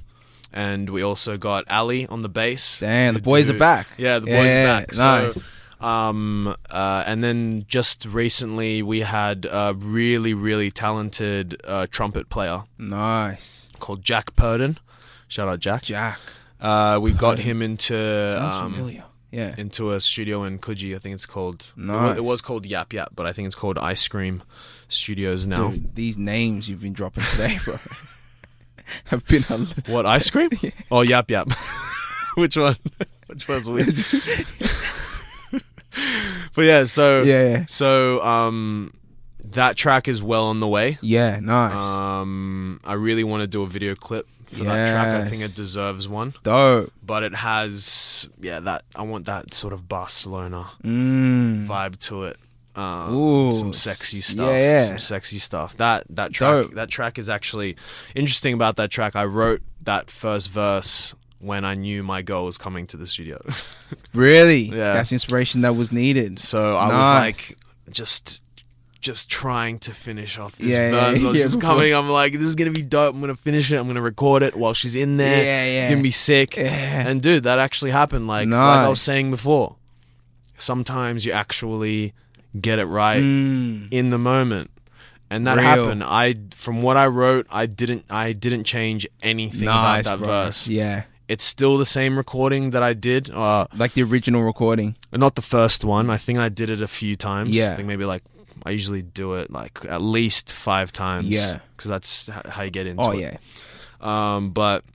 S2: and we also got Ali on the bass.
S1: Damn, the
S2: who
S1: boys
S2: do-
S1: are back.
S2: Yeah, the boys
S1: Yeah,
S2: are back. So,
S1: nice.
S2: um, uh, and then just recently we had a really really talented uh, trumpet player
S1: Nice.
S2: called Jack Purden. Shout out Jack.
S1: Jack.
S2: Uh, we got him into
S1: Sounds
S2: um,
S1: familiar. Yeah.
S2: into a studio in Coogee. I think it's called. it wa-
S1: Nice.
S2: It, was called Yap Yap, but I think it's called Ice Cream Studios now.
S1: Dude, these names you've been dropping today, bro. have been hel-
S2: What ice cream? Oh Yap Yap. Which one? Which one's weird? but yeah, so
S1: Yeah.
S2: so um, that track is well on the way.
S1: Yeah, nice.
S2: Um, I really want to do a video clip for that track. I think
S1: Yes.
S2: it deserves one,
S1: dope.
S2: but it has yeah that I want that sort of Barcelona
S1: Mm.
S2: vibe to it. Um,
S1: Ooh,
S2: some sexy
S1: s-
S2: stuff.
S1: yeah, yeah.
S2: Some sexy stuff. That that track
S1: Dope.
S2: that track is actually interesting about that track. I wrote that first verse when I knew my girl was coming to the studio.
S1: Really?
S2: Yeah.
S1: That's inspiration that was needed.
S2: so I
S1: Nice.
S2: was like just just trying to finish off this
S1: Yeah, yeah,
S2: verse. I was
S1: yeah,
S2: just
S1: before-
S2: coming. I'm like, this is gonna be dope. I'm gonna finish it. I'm gonna record it while she's in there.
S1: Yeah, yeah.
S2: It's gonna be sick.
S1: Yeah.
S2: And dude, that actually happened. Like like I
S1: Nice.
S2: was saying before, sometimes you actually get it right.
S1: Mm.
S2: in the moment and that
S1: Real.
S2: happened i from what i wrote i didn't i didn't change anything
S1: Nice,
S2: about that
S1: bro.
S2: verse
S1: Yeah.
S2: it's still the same recording that i did uh
S1: Like the original recording.
S2: not the first one i think i did it a few times
S1: Yeah.
S2: i think maybe like i usually do it like at least five times
S1: Yeah.
S2: because that's h- how you get into
S1: Oh,
S2: it
S1: yeah.
S2: um but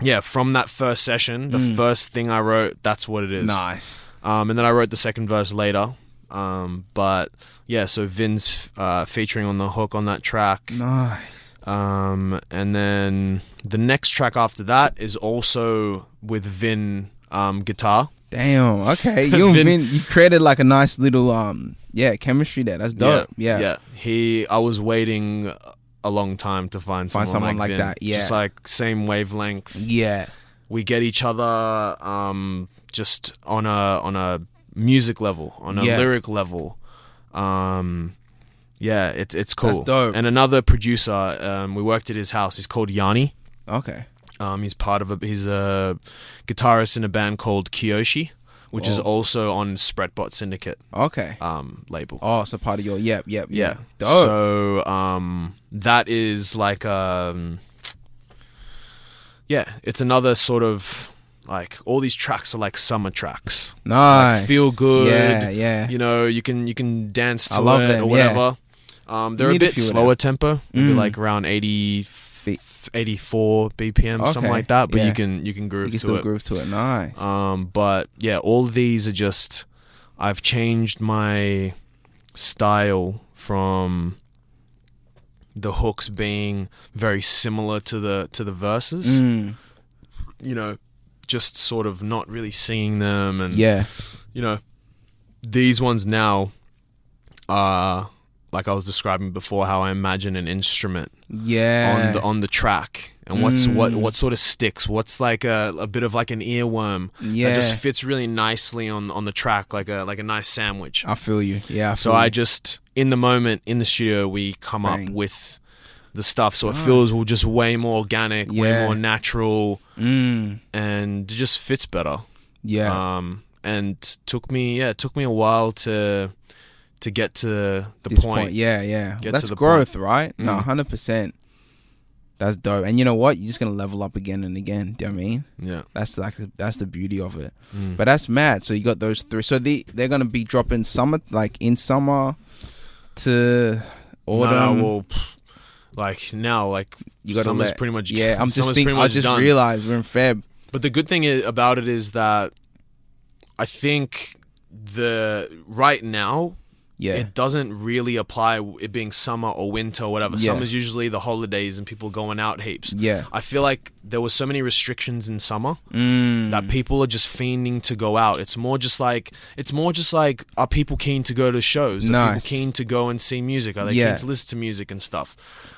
S2: yeah from that first session the
S1: Mm.
S2: first thing i wrote that's what it is
S1: Nice.
S2: um, and then I wrote the second verse later. Um, but yeah, so Vin's uh, featuring on the hook on that track.
S1: Nice.
S2: Um, and then the next track after that is also with Vin um, guitar.
S1: Damn. Okay. You and
S2: Vin-
S1: Vin, you created like a nice little um yeah, chemistry there. That's dope. Yeah.
S2: yeah. He, I was waiting a long time to find someone,
S1: Find someone like
S2: Vin.
S1: that, yeah.
S2: Just like same wavelength.
S1: Yeah.
S2: we get each other um, just on a on a music level, on a
S1: Yeah.
S2: lyric level. Um, yeah, it's it's cool.
S1: That's dope.
S2: And another producer, um, we worked at his house. He's called Yanni.
S1: Okay.
S2: Um, he's part of a he's a guitarist in a band called Kiyoshi, which is
S1: Oh.
S2: also on Spreadbot Syndicate
S1: Okay.
S2: um, label.
S1: Oh, so part of your yep, yep,
S2: Yeah.
S1: yep. Dope.
S2: So um, that is like um, yeah, it's another sort of like all these tracks are like summer tracks.
S1: nice.
S2: feel good,
S1: Yeah, yeah.
S2: You know, you can you can dance to
S1: I love
S2: it
S1: them,
S2: or
S1: yeah.
S2: whatever. Um, they're a
S1: need a
S2: bit
S1: few of
S2: slower tempo, maybe
S1: Mm.
S2: like around 80, 84 BPM, something
S1: Okay,
S2: like that. But
S1: yeah.
S2: you can you can groove
S1: you can
S2: to
S1: still
S2: it.
S1: groove to it. Nice.
S2: Um, but yeah, all these are just I've changed my style from the hooks being very similar to the to the verses.
S1: Mm,
S2: You know, just sort of not really singing them, and
S1: yeah.
S2: you know, these ones now are like I was describing before how I imagine an instrument
S1: Yeah.
S2: on the on the track and what's what
S1: Mm.
S2: what sort of sticks what's like a, a bit of like an earworm
S1: yeah.
S2: that just fits really nicely on on the track like a like a nice sandwich
S1: I feel you. Yeah. I
S2: so
S1: feel
S2: i
S1: you.
S2: just in the moment in the studio we come
S1: Bang.
S2: up with the stuff so
S1: Nice.
S2: it feels well, just way more organic
S1: Yeah.
S2: way more natural
S1: Mm,
S2: and it just fits better
S1: yeah.
S2: um and took me yeah it took me a while to to get to the
S1: This
S2: point,
S1: Yeah, yeah.
S2: Get to
S1: That's
S2: the
S1: growth, right? No,
S2: Mm.
S1: hundred percent. That's dope. And you know what? You're just gonna level up again and again. Do you know what I mean?
S2: Yeah.
S1: That's like the, that's the beauty of it.
S2: Mm.
S1: But that's mad. So you got those three. So they they're gonna be dropping summer like in summer to
S2: No,
S1: autumn.
S2: No, well, pff, like now, like
S1: um, you gotta
S2: summer's
S1: let-
S2: pretty much
S1: yeah. I'm just
S2: summer's
S1: thinking.
S2: pretty
S1: I
S2: much
S1: just
S2: done.
S1: realized we're in Feb.
S2: But the good thing i- about it is that I think the right now
S1: Yeah.
S2: it doesn't really apply w- it being summer or winter or whatever.
S1: Yeah.
S2: Summer's usually the holidays and people going out heaps.
S1: yeah.
S2: I feel like there were so many restrictions in summer
S1: Mm.
S2: that people are just fiending to go out. It's more just like it's more just like are people keen to go to shows? Are
S1: Nice.
S2: people keen to go and see music? Are they
S1: Yeah.
S2: keen to listen to music and stuff?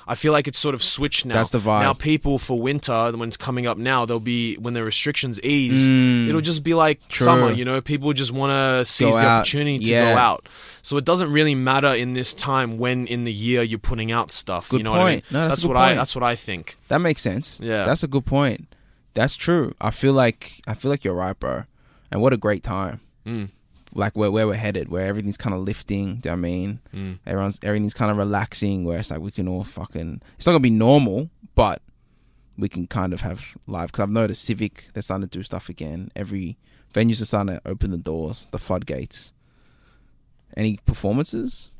S2: I feel like it's sort of switched now.
S1: That's the vibe.
S2: Now people for winter when it's coming up now, they'll be when the restrictions ease,
S1: Mm.
S2: it'll just be like
S1: True.
S2: summer, you know, people just wanna seize
S1: Go
S2: the
S1: out.
S2: opportunity to
S1: Yeah.
S2: go out. So it doesn't really matter in this time when in the year you're putting out stuff.
S1: Good
S2: you know what I mean?
S1: point. No, that's a good
S2: what I
S1: point.
S2: that's what I think.
S1: That makes sense.
S2: Yeah.
S1: That's a good point. That's true. I feel like I feel like you're right, bro. And what a great time.
S2: Mm.
S1: Like where where we're headed, where everything's kind of lifting. Do you know what I mean?
S2: Mm.
S1: Everyone's everything's kind of relaxing. Where it's like we can all fucking. It's not gonna be normal, but we can kind of have live. Because I've noticed Civic they're starting to do stuff again. Every venues are starting to open the doors, the floodgates. Any performances?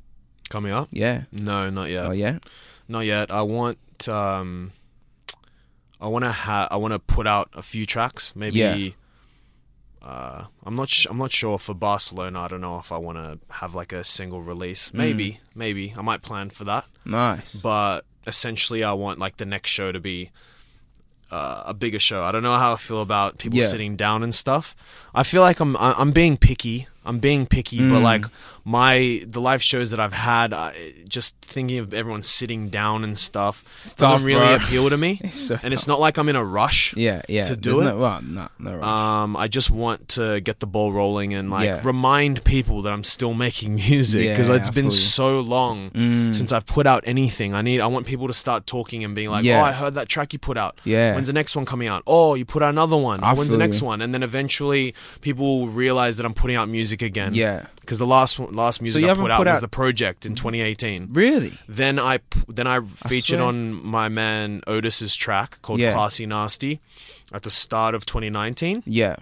S2: Coming up?
S1: Yeah.
S2: No, not yet.
S1: Oh yeah.
S2: Not yet. I want um I want to ha- I want to put out a few tracks. Maybe uh I'm not sh- I'm not sure for Barcelona. I don't know if I want to have like a single release. Maybe, maybe I might plan for that.
S1: Nice.
S2: But essentially I want like the next show to be uh, a bigger show. I don't know how I feel about people
S1: Yeah.
S2: sitting down and stuff. I feel like I'm I- I'm being picky. I'm being picky, but
S1: Mm.
S2: like my the live shows that I've had, I, just thinking of everyone sitting down and stuff doesn't
S1: tough,
S2: really
S1: bro.
S2: appeal to me.
S1: So-
S2: and it's not like I'm in a rush.
S1: yeah yeah
S2: to do
S1: There's
S2: it.
S1: No, well, no, no. rush.
S2: Um, I just want to get the ball rolling and like
S1: Yeah.
S2: remind people that I'm still making music because
S1: Yeah,
S2: it's
S1: I
S2: been
S1: feel you.
S2: so long
S1: Mm.
S2: since I've put out anything. I need I want people to start talking and being like,
S1: Yeah.
S2: "Oh, I heard that track you put out.
S1: Yeah.
S2: When's the next one coming out? Oh, you put out another one.
S1: I
S2: When's
S1: feel
S2: the next
S1: you.
S2: one?" And then eventually people will realize that I'm putting out music again.
S1: Yeah.
S2: Because the last one, last music
S1: you
S2: I
S1: haven't
S2: put, out,
S1: put
S2: was
S1: out- Mm.
S2: the project in 2018.
S1: Really?
S2: Then I p- then I featured
S1: swear.
S2: on my man Otis's track called
S1: Yeah.
S2: Classy Nasty at the start of 2019
S1: Yeah.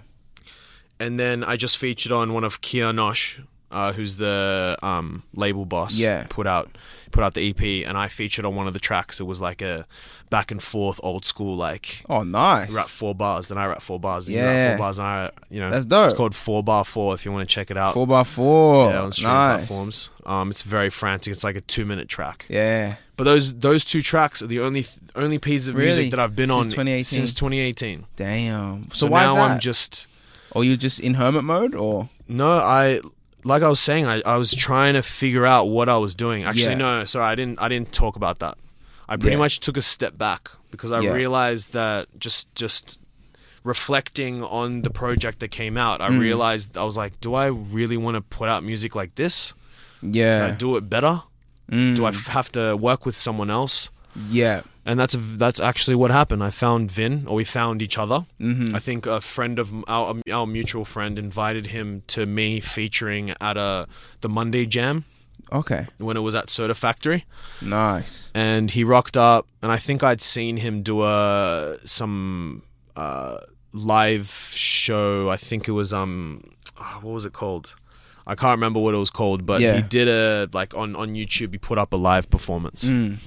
S2: and then I just featured on one of Kianosh, uh, who's the um, label boss.
S1: Yeah.
S2: put out put out the EP, and I featured on one of the tracks. It was like a back and forth, old school, like
S1: Oh, nice.
S2: rap four bars, and I rap four bars, and you
S1: Yeah.
S2: rap four bars, and I, you know,
S1: That's dope.
S2: It's called Four Bar Four. If you want to check it out,
S1: Four by four.
S2: yeah, on streaming
S1: nice.
S2: platforms. Um, it's very frantic. It's like a two minute track.
S1: Yeah.
S2: But those those two tracks are the only only piece of
S1: Really?
S2: music that I've been
S1: Since
S2: on
S1: 2018.
S2: since 2018.
S1: Damn. So,
S2: So,
S1: why
S2: now
S1: is that?
S2: I'm just
S1: or you just in hermit mode, or
S2: No, I like I was saying, I, I was trying to figure out what I was doing. Actually,
S1: Yeah.
S2: no, sorry, I didn't I didn't talk about that. I pretty
S1: Yeah.
S2: much took a step back because I
S1: Yeah.
S2: realized that just just reflecting on the project that came out,
S1: Hmm.
S2: I realized I was like, do I really want to put out music like this? Can I
S1: yeah,
S2: do it better?
S1: Mm.
S2: Do I f- have to work with someone else?
S1: yeah,
S2: And that's that's actually what happened. I found Vin, or we found each other.
S1: mm-hmm.
S2: I think a friend of m- our, um, our mutual friend invited him to me featuring at a the Monday Jam
S1: okay,
S2: when it was at Soda Factory,
S1: nice.
S2: and he rocked up. And I think I'd seen him do a some uh, live show. I think it was um, ah, what was it called? I can't remember what it was called, but
S1: Yeah.
S2: he did a like on on YouTube. He put up a live performance.
S1: Mm.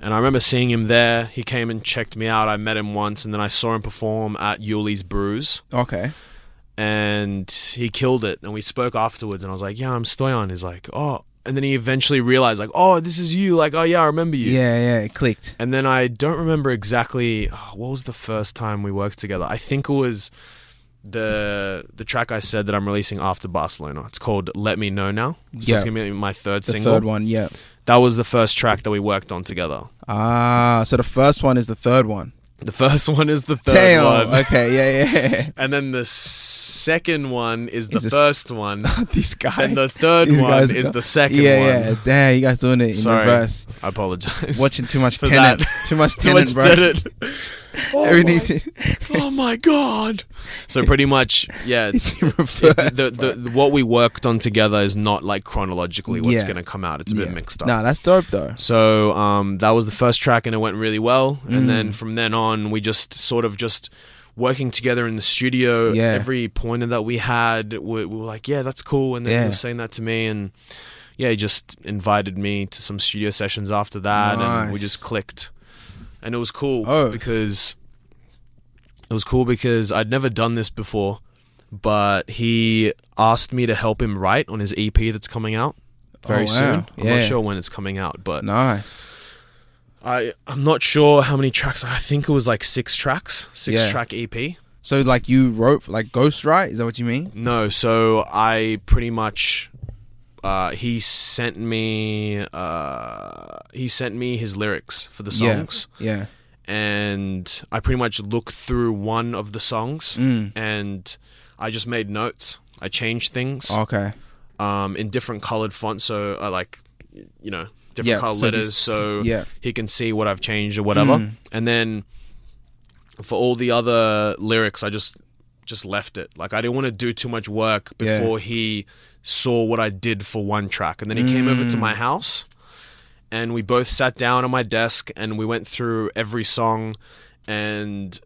S2: And I remember seeing him there. He came and checked me out. I met him once, and then I saw him perform at Yuli's Brews
S1: Okay,
S2: and he killed it. And we spoke afterwards, and I was like, "Yeah, I'm Stoyan." He's like, "Oh," and then he eventually realized, like, "Oh, this is you." Like, "Oh yeah, I remember you."
S1: yeah, yeah, it clicked.
S2: And then I don't remember exactly oh, what was the first time we worked together. I think it was the the track I said that I'm releasing after Barcelona. It's called "Let Me Know Now." So
S1: Yeah.
S2: it's gonna be my third
S1: The
S2: single.
S1: third one, yeah.
S2: That was the first track that we worked on together.
S1: Ah, so the first one is the third one.
S2: The first one is the third
S1: Damn.
S2: one.
S1: Okay, yeah, yeah.
S2: And then the second one is the
S1: Is this-
S2: first one.
S1: this guy.
S2: And the third
S1: These
S2: one
S1: guys
S2: is
S1: go-
S2: the second
S1: yeah,
S2: one.
S1: yeah. Damn, you guys doing it in
S2: Sorry.
S1: reverse.
S2: I apologize.
S1: Watching too much
S2: For
S1: tenant.
S2: that.
S1: Too much
S2: Too
S1: tenant,
S2: much
S1: bro.
S2: Tenet. Oh
S1: Everything-
S2: My, oh my god! So pretty much, yeah. It's,
S1: in
S2: it-
S1: reverse,
S2: the, the, the- what we worked on together is not like chronologically what's
S1: Yeah.
S2: going to come out. It's a bit mixed up.
S1: Nah, that's dope though.
S2: So um, that was the first track, and it went really well.
S1: Mm.
S2: And then from then on, we just sort of just working together in the studio.
S1: Yeah.
S2: Every pointer that we had, we, we were like, "Yeah, that's cool." And then
S1: Yeah.
S2: he was saying that to me, and yeah, he just invited me to some studio sessions after that, and we
S1: Nice.
S2: just clicked, and it was cool
S1: Oh.
S2: because it was cool because I'd never done this before. But he asked me to help him write on his EP that's coming out very
S1: Oh, wow.
S2: soon. I'm
S1: Yeah.
S2: not sure when it's coming out, but
S1: Nice.
S2: I I'm not sure how many tracks. I think it was like six tracks, six
S1: Yeah.
S2: track E EP.
S1: So like you wrote like ghostwrite? Is that what you mean?
S2: No, so I pretty much uh, he sent me uh, he sent me his lyrics for the
S1: Yeah.
S2: songs,
S1: Yeah.
S2: and I pretty much looked through one of the songs,
S1: Mm.
S2: and I just made notes. I changed things
S1: Okay. Oh.
S2: um, in different colored fonts, so I like you know different
S1: Yeah.
S2: colored
S1: so
S2: letters,
S1: this-
S2: so
S1: yeah.
S2: he can see what I've changed or whatever.
S1: Mm.
S2: And then for all the other lyrics, I just just left it. Like I didn't want to do too much work
S1: Yeah.
S2: before he saw what I did for one track. And then he came over to
S1: Mm.
S2: my house and we both sat down at my desk and we went through every song and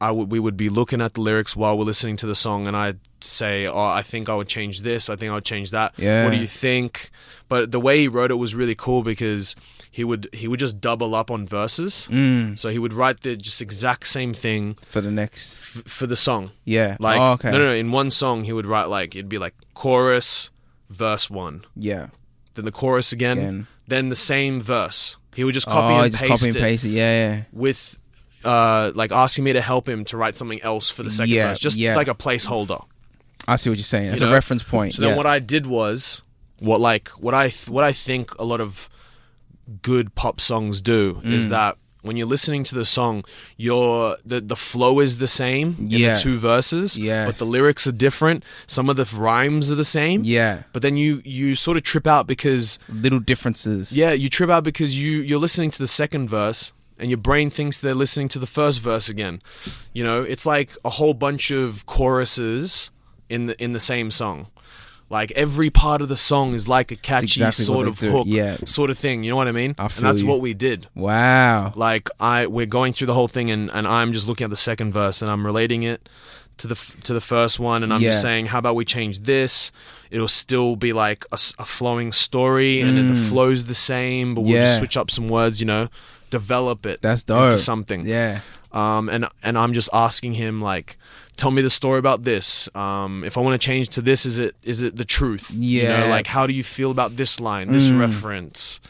S2: I would we would be looking at the lyrics while we're listening to the song and I'd say, "Oh, I think I would change this. I think I would change that. What do
S1: Yeah.
S2: you think?" But the way he wrote it was really cool because he would he would just double up on verses.
S1: Mm.
S2: So he would write the just exact same thing
S1: For the next.
S2: f- for the song.
S1: Yeah.
S2: Like
S1: Oh, okay.
S2: no, no, no, in one song he would write like it'd be like chorus, verse 1,
S1: Yeah.
S2: then the chorus again,
S1: Again.
S2: then the same verse. He would just copy
S1: oh,
S2: and
S1: just
S2: paste
S1: copy and
S2: it
S1: paste it. Yeah. Yeah.
S2: with uh like asking me to help him to write something else for the second
S1: Yeah,
S2: verse, just
S1: yeah.
S2: like a placeholder.
S1: I see what you're saying. That's a
S2: know,
S1: reference point.
S2: So then
S1: yeah.
S2: what I did was what like what I th- what I think a lot of good pop songs do is
S1: Mm.
S2: that when you're listening to the song, your the the flow is the same in
S1: Yeah.
S2: the two verses,
S1: Yes.
S2: but the lyrics are different. Some of the rhymes are the same,
S1: yeah.
S2: but then you you sort of trip out because
S1: Little differences.
S2: yeah, you trip out because you you're listening to the second verse and your brain thinks they're listening to the first verse again. You know, it's like a whole bunch of choruses in the in the same song. Like every part of the song is like a catchy
S1: exactly what
S2: sort
S1: they
S2: of
S1: do,
S2: hook,
S1: yeah.
S2: sort of thing. You know what I mean?
S1: I feel
S2: and that's
S1: you.
S2: what we did.
S1: Wow.
S2: Like I, we're going through the whole thing, and, and I'm just looking at the second verse, and I'm relating it to the f- to the first one, and I'm just
S1: Yeah.
S2: saying, how about we change this? It'll still be like a, s- a flowing story, and it, the flow's the same, but we'll
S1: Mm. Yeah.
S2: just switch up some words, you know, develop it
S1: That's
S2: into
S1: dope.
S2: something.
S1: Yeah.
S2: Um, and and I'm just asking him like, tell me the story about this. Um, if I want to change to this, is it is it the truth? You know,
S1: Yeah. Mm.
S2: like how do you feel about this line, this reference?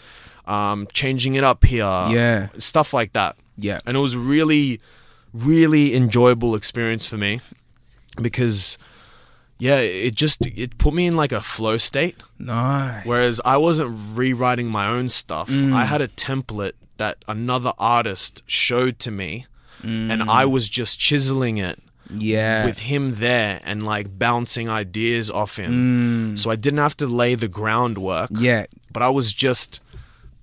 S2: Um, changing it up here.
S1: Yeah.
S2: Stuff like that
S1: Yeah.
S2: and it was really really enjoyable experience for me because yeah it just it put me in like a flow state
S1: Nice.
S2: whereas i wasn't rewriting my own stuff i had a template that another artist showed to me and i was just chiseling it
S1: Yeah.
S2: with him there and like bouncing ideas off
S1: Mm.
S2: him so i didn't have to lay the groundwork
S1: yeah.
S2: but I was just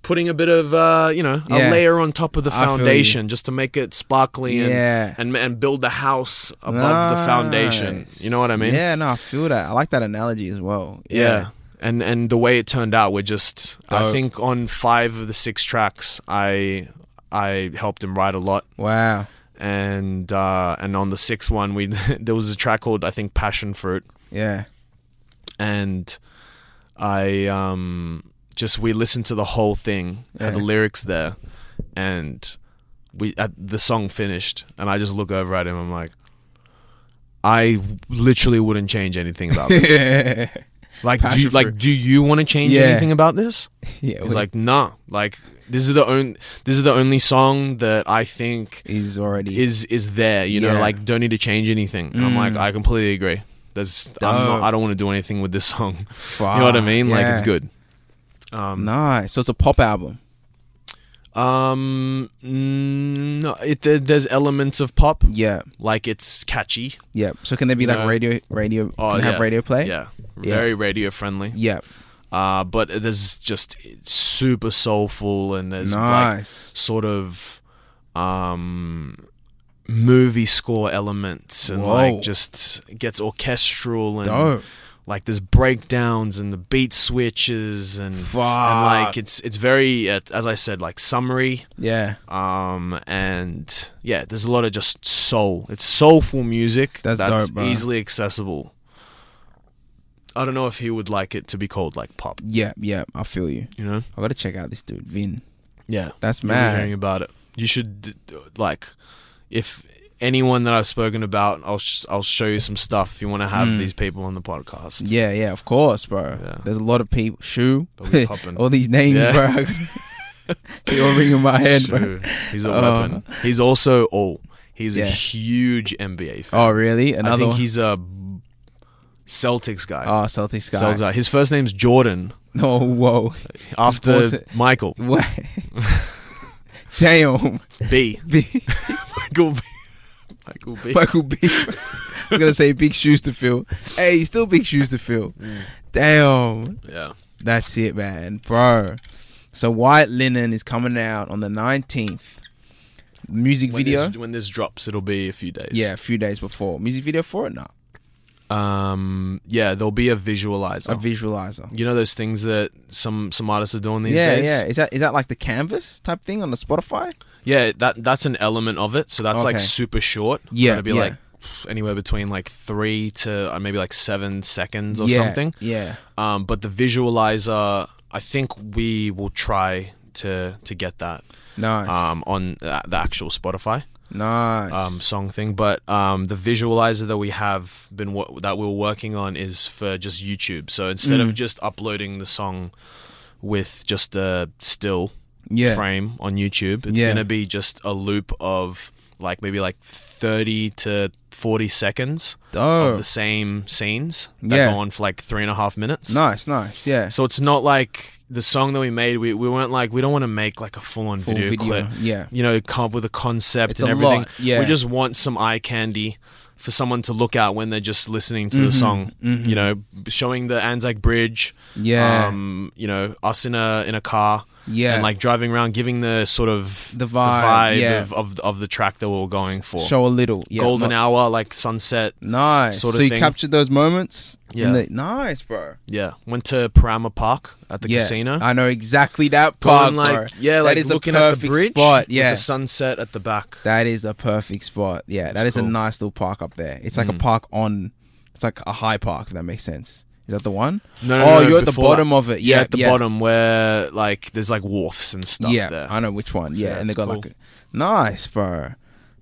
S2: putting a bit of uh, you know a
S1: Yeah.
S2: layer on top of the
S1: I feel you.
S2: foundation just to make it sparkly and
S1: Yeah.
S2: and and build the house above the foundation.
S1: Nice.
S2: You know what I mean?
S1: Yeah, no, I feel that. I like that analogy as well.
S2: Yeah. And and the way it turned out, we're just I
S1: Dope.
S2: think on five of the six tracks, I I helped him write a lot,
S1: Wow.
S2: and uh, and on the sixth one, we there was a track called I think Passion Fruit,
S1: Yeah.
S2: and I um just we listened to the whole thing, had the
S1: Yeah.
S2: lyrics there, and we at the song finished, and I just look over at him. I'm like, I literally wouldn't change anything about this.
S1: yeah.
S2: like, do
S1: Passion
S2: you, like
S1: fruit.
S2: do you want to change
S1: Yeah.
S2: anything about this?
S1: It's
S2: He's like, nah. Like this is the only this is the only song that I think
S1: he's already
S2: is is there. You know,
S1: Yeah. Mm.
S2: like don't need to change anything. And I'm like, I completely agree. That's I'm not,
S1: Dope.
S2: I don't want to do anything with this song. You know what I mean? Like it's good. Ah, Um,
S1: Nice. So it's a pop album.
S2: um, mm, no, it, there, there's elements of pop,
S1: Yeah.
S2: like it's catchy.
S1: Yeah. So can they be
S2: No.
S1: like radio radio
S2: Oh,
S1: can it
S2: yeah.
S1: have radio play?
S2: Yeah,
S1: Yeah.
S2: very radio friendly.
S1: Yeah.
S2: Uh, but there's just it's super soulful and there's like
S1: nice.
S2: sort of um movie score elements and
S1: Whoa.
S2: like just gets orchestral and
S1: Dope.
S2: like there's breakdowns and the beat switches and, and
S1: Fuck.
S2: like it's it's very uh, as I said like summary
S1: yeah,
S2: um and yeah there's a lot of just soul it's soulful music
S1: That's dope, bro.
S2: easily accessible I don't know if he would like it to be called like pop
S1: yeah, yeah. I feel you.
S2: you know
S1: I gotta check out this dude, Vin.
S2: yeah
S1: That's
S2: You'll be
S1: mad.
S2: hearing about it. You should d- d- like if anyone that I've spoken about, I'll sh- I'll show you some stuff. If you want to have
S1: Mm.
S2: these people on the podcast,
S1: Yeah, yeah, of course, bro.
S2: Yeah.
S1: There's a lot of people. Shoe,
S2: But we poppin'.
S1: all these names,
S2: Yeah.
S1: bro. they all ring in my head, bro.
S2: Sure. he's a
S1: Uh,
S2: weapon. He's also all. He's
S1: Yeah.
S2: a huge NBA fan.
S1: Oh, really? Another
S2: I think
S1: one.
S2: he's a Celtics guy.
S1: Oh, Celtics guy.
S2: Sells out. uh, His first name's Jordan
S1: No, whoa. bought
S2: after
S1: it.
S2: Michael
S1: What? Damn.
S2: B.
S1: Big,
S2: Michael B. Michael B.
S1: Michael B. I was gonna say big shoes to fill. Hey, still big shoes to fill.
S2: Mm.
S1: Damn.
S2: Yeah.
S1: That's it, man, bro. So White Linen is coming out on the 19th. Music
S2: When
S1: video.
S2: this, when this drops, it'll be a few days.
S1: Yeah, a few days before. Music video for it now.
S2: Um. Yeah. There'll be a visualizer.
S1: A visualizer.
S2: You know those things that some some artists are doing these
S1: yeah,
S2: days.
S1: yeah. Is that is that like the canvas type thing on the Spotify?
S2: yeah. That that's an element of it. So that's like
S1: Okay.
S2: super short.
S1: Yeah,
S2: to be
S1: yeah.
S2: like anywhere between like three to uh, maybe like seven seconds or
S1: yeah,
S2: something.
S1: Yeah.
S2: Um, but the visualizer, I think we will try to to get that
S1: Nice.
S2: um on the the actual Spotify
S1: nice.
S2: um song thing. But um the visualizer that we have been wo- that we are working on is for just YouTube. So instead
S1: Mm.
S2: of just uploading the song with just a still
S1: yeah.
S2: frame on YouTube. It's
S1: Yeah.
S2: going to be just a loop of like maybe like 30 to 40 seconds of
S1: Oh,
S2: the same scenes that
S1: Yeah.
S2: go on for like three and a half minutes.
S1: nice, nice. Yeah.
S2: So it's not like the song that we made, we, we weren't like, we don't want to make like a full on
S1: Full
S2: video, clip,
S1: Yeah.
S2: you know, come up with a concept
S1: It's
S2: and
S1: a
S2: everything.
S1: lot, yeah.
S2: We just want some eye candy for someone to look at when they're just listening
S1: Mm-hmm,
S2: to the song. You know, showing the Anzac Bridge,
S1: Yeah.
S2: um, you know, us in a in a car
S1: yeah.
S2: and like driving around, giving the sort of
S1: The vibe, yeah.
S2: of, of of the track that we are going for.
S1: show a little. Yeah.
S2: Golden
S1: not-
S2: hour, like sunset.
S1: Nice.
S2: sort of
S1: so you
S2: thing.
S1: captured those moments.
S2: Yeah.
S1: in the- nice, bro.
S2: Yeah, went to Parama Park at the
S1: yeah.
S2: casino.
S1: I know exactly that part.
S2: Gone, like
S1: bro.
S2: yeah,
S1: That
S2: like
S1: is the
S2: looking at the
S1: perfect
S2: bridge.
S1: spot,
S2: with
S1: yeah.
S2: the sunset at the back.
S1: that is the perfect spot. Yeah. That is
S2: It's
S1: a
S2: cool. Mm.
S1: nice little park up there. It's like a park on. It's like a high park. If that makes sense. Is that the one?
S2: No,
S1: oh,
S2: no, no,
S1: you're at the
S2: before
S1: bottom
S2: that.
S1: of it.
S2: Yeah,
S1: Yeah,
S2: at the
S1: yeah.
S2: bottom where like there's like wharfs and stuff
S1: yeah,
S2: there.
S1: I know which one. Yeah,
S2: yeah,
S1: and they
S2: it's
S1: got
S2: cool.
S1: like a, nice, bro.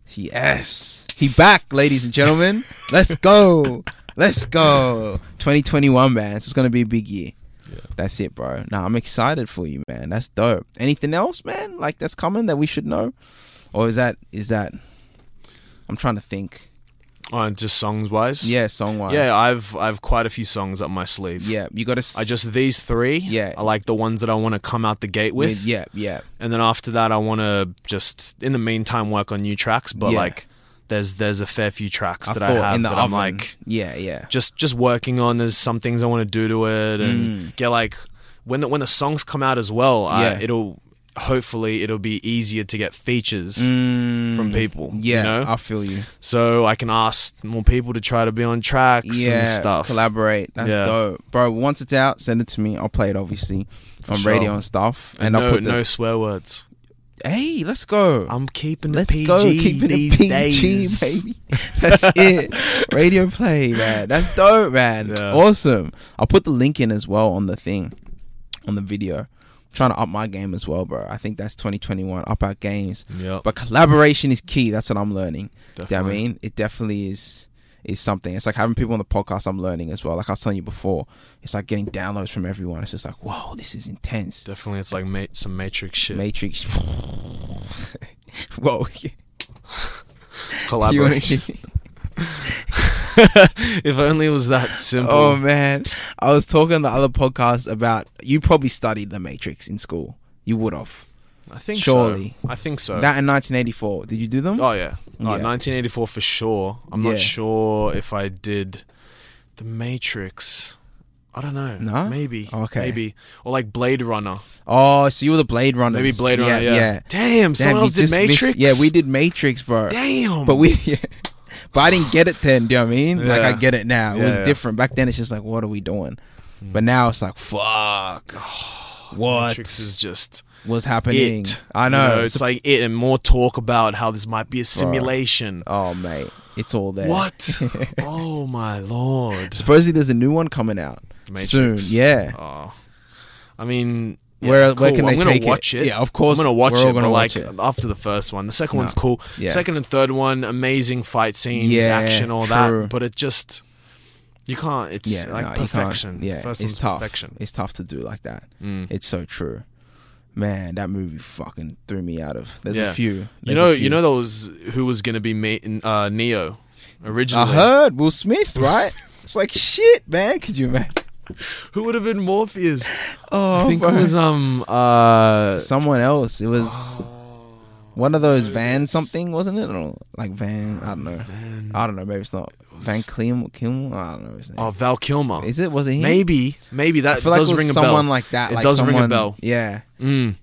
S1: Yes, he back, ladies and gentlemen. Let's go, let's go. 2021, man. It's gonna be a big year.
S2: Yeah.
S1: That's it, bro. Nah, I'm excited for you, man. That's dope. Anything else, man? Like that's coming that we should know, or is that is that? I'm trying to think.
S2: Oh, just songs wise.
S1: Yeah, song wise.
S2: yeah. I've I've quite a few songs up my sleeve.
S1: yeah. You got to.
S2: I just these three.
S1: Yeah.
S2: I like the ones that I want to come out the gate with.
S1: yeah, yeah,
S2: and then after that I want to just in the meantime work on new tracks but
S1: Yeah.
S2: like there's there's a fair few tracks that I
S1: thought
S2: have
S1: in the
S2: that I'm
S1: oven.
S2: like
S1: yeah, yeah,
S2: just just working on there's some things I want to do to it
S1: Mm.
S2: and get like when the, when the songs come out as well
S1: Yeah.
S2: I, it'll hopefully it'll be easier to get features
S1: Mm.
S2: from people
S1: yeah.
S2: you know
S1: I feel you.
S2: so I can ask more people to try to be on tracks
S1: yeah,
S2: and stuff
S1: Collaborate. That's
S2: Yeah.
S1: dope, bro. Once it's out, send it to me. I'll play it obviously on
S2: sure.
S1: radio and stuff.
S2: and,
S1: And, I'll
S2: no,
S1: put the
S2: no swear words
S1: hey, let's go.
S2: I'm keeping the
S1: let's
S2: PG
S1: go. Keeping
S2: these
S1: it PG,
S2: days
S1: baby. That's it. Radio play, man. That's dope, man.
S2: Yeah.
S1: Awesome. I'll put the link in as well on the thing, on the video. I'm trying to up my game as well, bro. I think that's 2021. Up our games.
S2: Yep,
S1: But collaboration is key. That's what I'm learning. Do you know what I
S2: definitely.
S1: mean? It definitely is is something. It's like having people on the podcast I'm learning as well. Like I was telling you before, it's like getting downloads from everyone. It's just like, whoa, this is intense.
S2: Definitely, it's like ma- some Matrix shit.
S1: Matrix Whoa. you wanna-
S2: Collaboration. if only it was that simple.
S1: oh man. I was talking on the other podcast about you probably studied the Matrix in school. You would have.
S2: I think
S1: surely.
S2: so. I think so.
S1: That in nineteen eighty four. Did you do them?
S2: oh yeah. Oh,
S1: Yeah.
S2: 1984 for sure. I'm
S1: Yeah.
S2: not sure if I did The Matrix. I don't know.
S1: No?
S2: Maybe.
S1: Okay.
S2: Maybe. Or like Blade Runner.
S1: Oh, so you were the Blade Runner.
S2: Maybe Blade Runner. Yeah.
S1: yeah.
S2: Damn.
S1: Damn,
S2: someone
S1: we
S2: else did
S1: just missed-
S2: Matrix.
S1: yeah, we did Matrix, bro.
S2: Damn.
S1: But we, yeah. but I didn't get it then. Do you know what I mean? Like I
S2: Yeah.
S1: get it now. It
S2: Yeah,
S1: was
S2: yeah. Mm.
S1: different back then. It's just like, what are we doing? But now it's like, fuck, what
S2: Matrix is just
S1: was happening?
S2: it.
S1: I
S2: You
S1: know.
S2: it's like it, and more talk about how this might be a simulation.
S1: oh mate, it's all there.
S2: What? oh my lord.
S1: Supposedly there's a new one coming out soon.
S2: Matrix.
S1: Yeah.
S2: Oh. I mean, yeah,
S1: Where- where
S2: cool.
S1: can
S2: I'm
S1: they
S2: gonna
S1: take it?
S2: watch it?
S1: Yeah, of course,
S2: I'm gonna watch
S1: we're all
S2: it,
S1: gonna
S2: but
S1: watch
S2: like
S1: it.
S2: after the first one, the second
S1: No.
S2: one's cool.
S1: Yeah.
S2: Second and third one, amazing fight scenes,
S1: Yeah,
S2: action,
S1: true.
S2: all that. But it just you can't. It's
S1: Yeah,
S2: like
S1: no, you can't-
S2: perfection.
S1: Yeah,
S2: First
S1: it's
S2: one's
S1: tough.
S2: perfection.
S1: It's tough to do like that.
S2: Mm.
S1: It's so true. Man, that movie fucking threw me out of. There's
S2: Yeah.
S1: a few.
S2: You
S1: There's a
S2: know,
S1: few.
S2: you know that was who was gonna be me, uh, Neo
S1: I
S2: originally.
S1: heard Will Smith, right? it's like shit, man. Could you imagine?
S2: Who would have been Morpheus?
S1: Oh,
S2: I think it
S1: bro.
S2: was um uh
S1: someone else. It was
S2: Oh,
S1: one of those Van something, wasn't it? Or like Van, I don't know. I don't know. Maybe it's not Van Clem, Kilmer. I don't know his name.
S2: oh Val Kilmer.
S1: Is it? Was it him?
S2: Maybe, maybe that
S1: I feel like
S2: does
S1: it was
S2: ring a bell.
S1: someone like that.
S2: It
S1: like
S2: does ring a
S1: someone-
S2: bell.
S1: Yeah,
S2: Mm.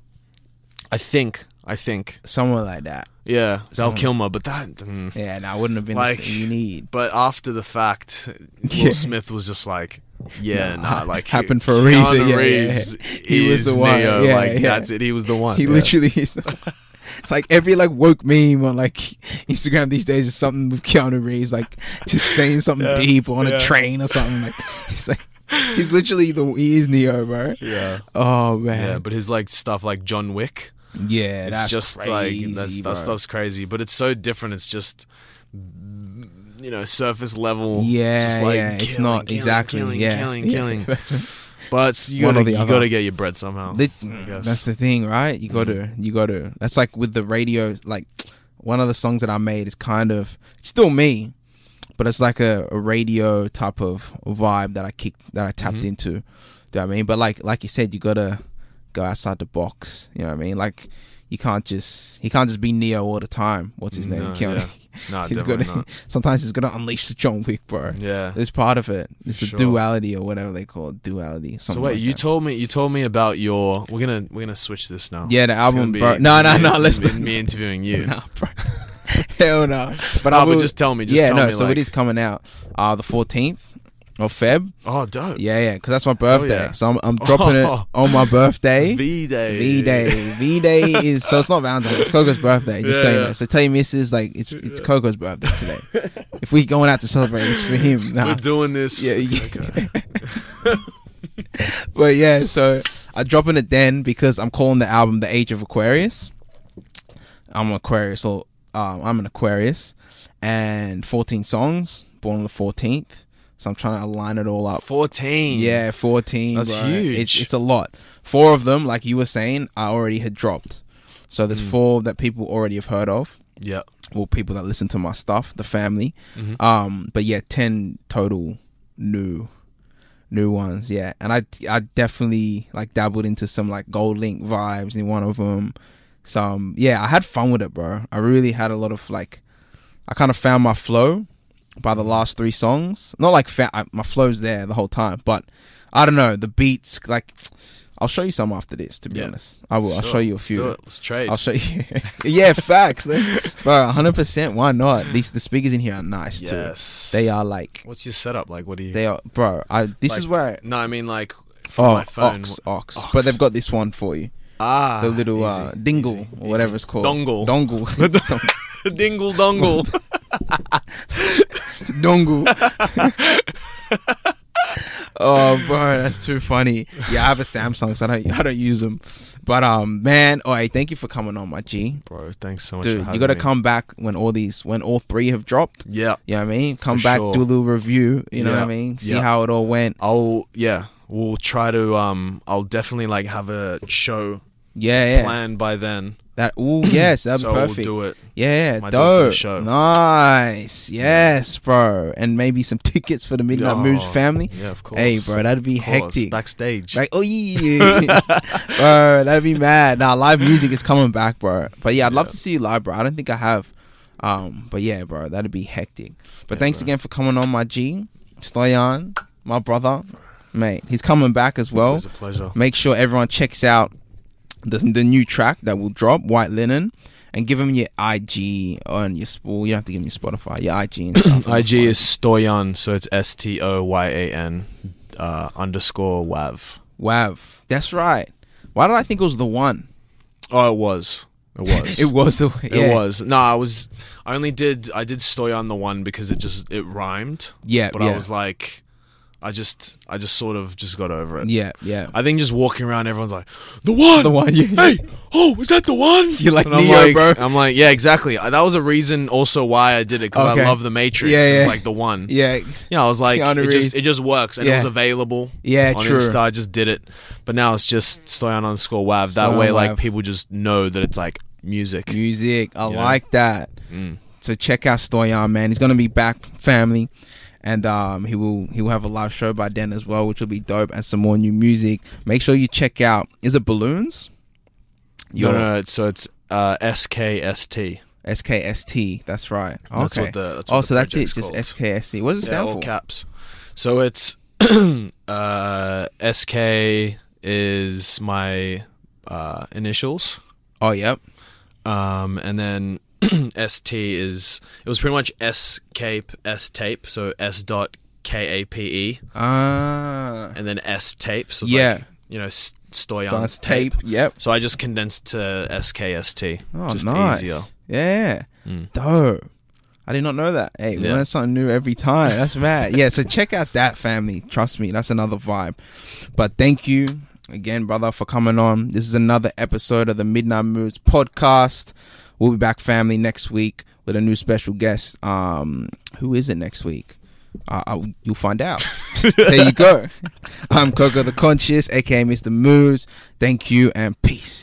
S2: I think. I think.
S1: someone like that.
S2: Yeah, Val
S1: Someone-
S2: Kilmer, but that. Mm.
S1: Yeah, and I wouldn't have been
S2: Like-
S1: like you need.
S2: But after the fact, Will
S1: Yeah.
S2: Smith was just like, "Yeah,
S1: No,
S2: nah,
S1: ha-
S2: like
S1: happened for a reason,
S2: Keanu
S1: yeah, yeah, yeah.
S2: Reeves
S1: He was
S2: is
S1: the one,
S2: Neo,
S1: yeah,
S2: like
S1: yeah.
S2: that's it. He was the one.
S1: He
S2: yeah.
S1: literally is. Like every like woke meme on like Instagram these days is something with Keanu Reeves like just saying something
S2: Yeah,
S1: deep or on a
S2: yeah.
S1: train or something like he's like he's literally the he is Neo bro
S2: Yeah,
S1: oh
S2: yeah.
S1: man
S2: But his like stuff like John Wick,
S1: yeah,
S2: it's
S1: that's
S2: just
S1: crazy,
S2: like that's,
S1: bro.
S2: that stuff's crazy. But it's so different. It's just mm, you know surface level.
S1: Yeah,
S2: just like
S1: yeah, it's
S2: killing,
S1: not
S2: killing,
S1: exactly,
S2: killing,
S1: yeah.
S2: killing,
S1: Yeah.
S2: killing. But you
S1: One
S2: gotta
S1: or the
S2: you
S1: other.
S2: gotta get your bread somehow.
S1: Lit-
S2: I guess. Mm.
S1: that's the thing right you got to you got to that's like with the radio like one of the songs that I made is kind of it's still me but it's like a, a radio type of vibe that I kicked that I tapped
S2: Mhm.
S1: into do you know what I mean but like like you said you got to go outside the box you know what I mean like you can't just he can't just be Neo all the time what's his name
S2: No,
S1: Keanu.
S2: yeah. Mm, Nah,
S1: he's
S2: definitely
S1: gonna
S2: not.
S1: sometimes he's gonna unleash the John Wick bro
S2: Yeah.
S1: It's part of it. It's the
S2: Sure.
S1: duality or whatever they call it. Duality.
S2: So
S1: something
S2: wait,
S1: like
S2: you
S1: that.
S2: told me you told me about your. We're gonna we're gonna switch this now.
S1: Yeah, the
S2: It's
S1: album,
S2: gonna
S1: bro. No, no,
S2: me-
S1: no,
S2: it's
S1: let's-
S2: me- me interviewing you.
S1: Nah, bro. Hell no. But
S2: No,
S1: I
S2: but
S1: will.
S2: just tell me, just
S1: yeah,
S2: tell
S1: no.
S2: me,
S1: so
S2: like-
S1: it is coming out uh the 14th of Feb.
S2: Oh, dope.
S1: Yeah, yeah. Because that's my birthday.
S2: Oh, yeah.
S1: So I'm, I'm dropping
S2: Oh.
S1: it on my birthday.
S2: V day.
S1: V Day. V Day is so it's not Valentine's. It's Coco's birthday. Just
S2: Yeah,
S1: so you
S2: yeah.
S1: know. So tell your missus like it's it's Coco's birthday today. if we going out to celebrate, it's for him. Nah.
S2: We're doing this.
S1: Yeah,
S2: for-
S1: yeah.
S2: okay.
S1: but yeah, so I'm dropping it then because I'm calling the album "The Age of Aquarius." I'm an Aquarius, or um, I'm an Aquarius, and 14 songs. Born on the 14th, so I'm trying to align it all up.
S2: Fourteen.
S1: Yeah, 14.
S2: That's
S1: bro.
S2: huge.
S1: It's it's a lot. Four of them, like you were saying, I already had dropped. So
S2: Mm.
S1: there's four that people already have heard of
S2: Yeah.
S1: well, people that listen to my stuff, the family.
S2: Mhm.
S1: Um, but yeah, ten total new, new ones. Yeah, and I I definitely like dabbled into some like gold link vibes in one of them. Some yeah, I had fun with it, bro. I really had a lot of like, I kind of found my flow by the last three songs. Not like fa- I, my flow's there the whole time, but I don't know the beats. Like, I'll show you some after this. To be
S2: Yeah.
S1: honest, I will. I'll
S2: Sure.
S1: show you a
S2: Let's
S1: few.
S2: do it. Let's trade.
S1: I'll show you. yeah, facts, bro. Hundred percent. Why not? These the speakers in here are nice
S2: yes.
S1: too. They are like
S2: What's your setup like? What do you?
S1: they are, bro. I this
S2: Like,
S1: is where
S2: No, I mean like from
S1: oh
S2: my phone.
S1: ox,
S2: what-
S1: ox
S2: Ox.
S1: but they've got this one for you.
S2: Ah,
S1: The little
S2: easy,
S1: uh, dingle
S2: easy,
S1: or whatever it's called.
S2: Dongle.
S1: Dongle.
S2: easy. dingle dongle.
S1: dongle. oh, bro, that's too funny. Yeah, I have a Samsung, so I don't I don't use them. But um, man, all right, thank you for coming on, my G.
S2: Bro, thanks so much.
S1: Dude,
S2: for
S1: you got to
S2: having me.
S1: come back when all these when all three have dropped.
S2: Yeah,
S1: You know what I mean? Come
S2: For
S1: back,
S2: sure.
S1: do a little review. You know what I
S2: Yeah,
S1: mean? See
S2: yeah.
S1: how it all went.
S2: I'll yeah, we'll try to um, I'll definitely like have a show
S1: Yeah, yeah.
S2: planned by then,
S1: That ooh, yes, that'd
S2: so
S1: be perfect.
S2: we'll do it.
S1: yeah, yeah,
S2: Might do it for the
S1: dope.
S2: show.
S1: Nice. Yes, bro. And maybe some tickets for the Midnight
S2: Oh,
S1: Moves family.
S2: Yeah, of course.
S1: Hey, bro, that'd be
S2: Of course,
S1: hectic.
S2: Backstage.
S1: Like, oh yeah, bro, that'd be mad. Nah, live music is coming back, bro. But yeah, I'd love
S2: Yeah.
S1: to see you live, bro. I don't think I have. Um, but yeah, bro, that'd be hectic. But
S2: Yeah,
S1: thanks
S2: bro.
S1: again for coming on, my G, Stoyan, my brother. mate. He's coming back as well.
S2: It was a pleasure.
S1: Make sure everyone checks out the, the new track that will drop, White Linen, and give him your IG on your spool. You don't have to give him your Spotify, your IG and stuff.
S2: IG is Stoyan, so it's S T O Y A N uh, underscore WAV.
S1: Wav. That's right. Why did I think it was the one?
S2: Oh, it was. It was.
S1: It was the yeah.
S2: It was. No, I was. I only did. I did Stoyan the one because it just it rhymed.
S1: Yeah,
S2: But
S1: Uh, yeah.
S2: I was like, I just, I just sort of just got over it.
S1: yeah, yeah.
S2: I think just walking around, everyone's like, the one,
S1: The one, yeah, yeah.
S2: Hey, oh, is that the one?
S1: You're like
S2: And I'm
S1: Neo,
S2: like,
S1: bro.
S2: I'm like, yeah, exactly. I, that was a reason also why I did it because
S1: Okay.
S2: I love the Matrix.
S1: Yeah,
S2: and
S1: yeah.
S2: It's like the one.
S1: yeah,
S2: Yeah, I was like,
S1: Keanu
S2: it
S1: Reeves.
S2: just, it just works, and
S1: Yeah.
S2: it was available.
S1: Yeah,
S2: on
S1: true.
S2: Insta, I just did it, but now it's just Stoyan underscore Wav. That
S1: Stoyan
S2: way,
S1: Wav.
S2: like people just know that it's like music.
S1: music. I
S2: You know?
S1: like that.
S2: Mm.
S1: So check out Stoyan, man. He's gonna be back, family, and um, he will he will have a live show by then as well, which will be dope, and some more new music. Make sure you check out. Is it balloons?
S2: No,
S1: Your
S2: no, no, it's- so it's uh, SKST.
S1: SKST. That's right. Okay.
S2: That's what the that's what
S1: oh,
S2: the
S1: so that's it.
S2: project's
S1: Just
S2: called.
S1: SKST. What does it
S2: yeah,
S1: stand
S2: all
S1: for?
S2: caps. So it's uh, SK is my uh, initials,
S1: oh, yep.
S2: um, and then ST is it was pretty much S cape S tape. So S dot K A P E,
S1: Ah,
S2: and then S tape. So it's
S1: yeah.
S2: like, you know, S- Stoyan's
S1: That's
S2: tape.
S1: tape. Yep.
S2: So I just condensed to SKST.
S1: Oh,
S2: just
S1: nice.
S2: easier.
S1: Yeah.
S2: Mm.
S1: Dope. I did not know that. Hey, we
S2: Yeah.
S1: learn something new every time. That's mad. yeah, so check out that family. Trust me, that's another vibe. But thank you again, brother, for coming on. This is another episode of the Midnight Moods podcast. We'll be back, family, next week with a new special guest. Um, who is it next week? Uh, I, you'll find out. there you go. I'm Coco the Conscious, aka Mr. Moods. Thank you and peace.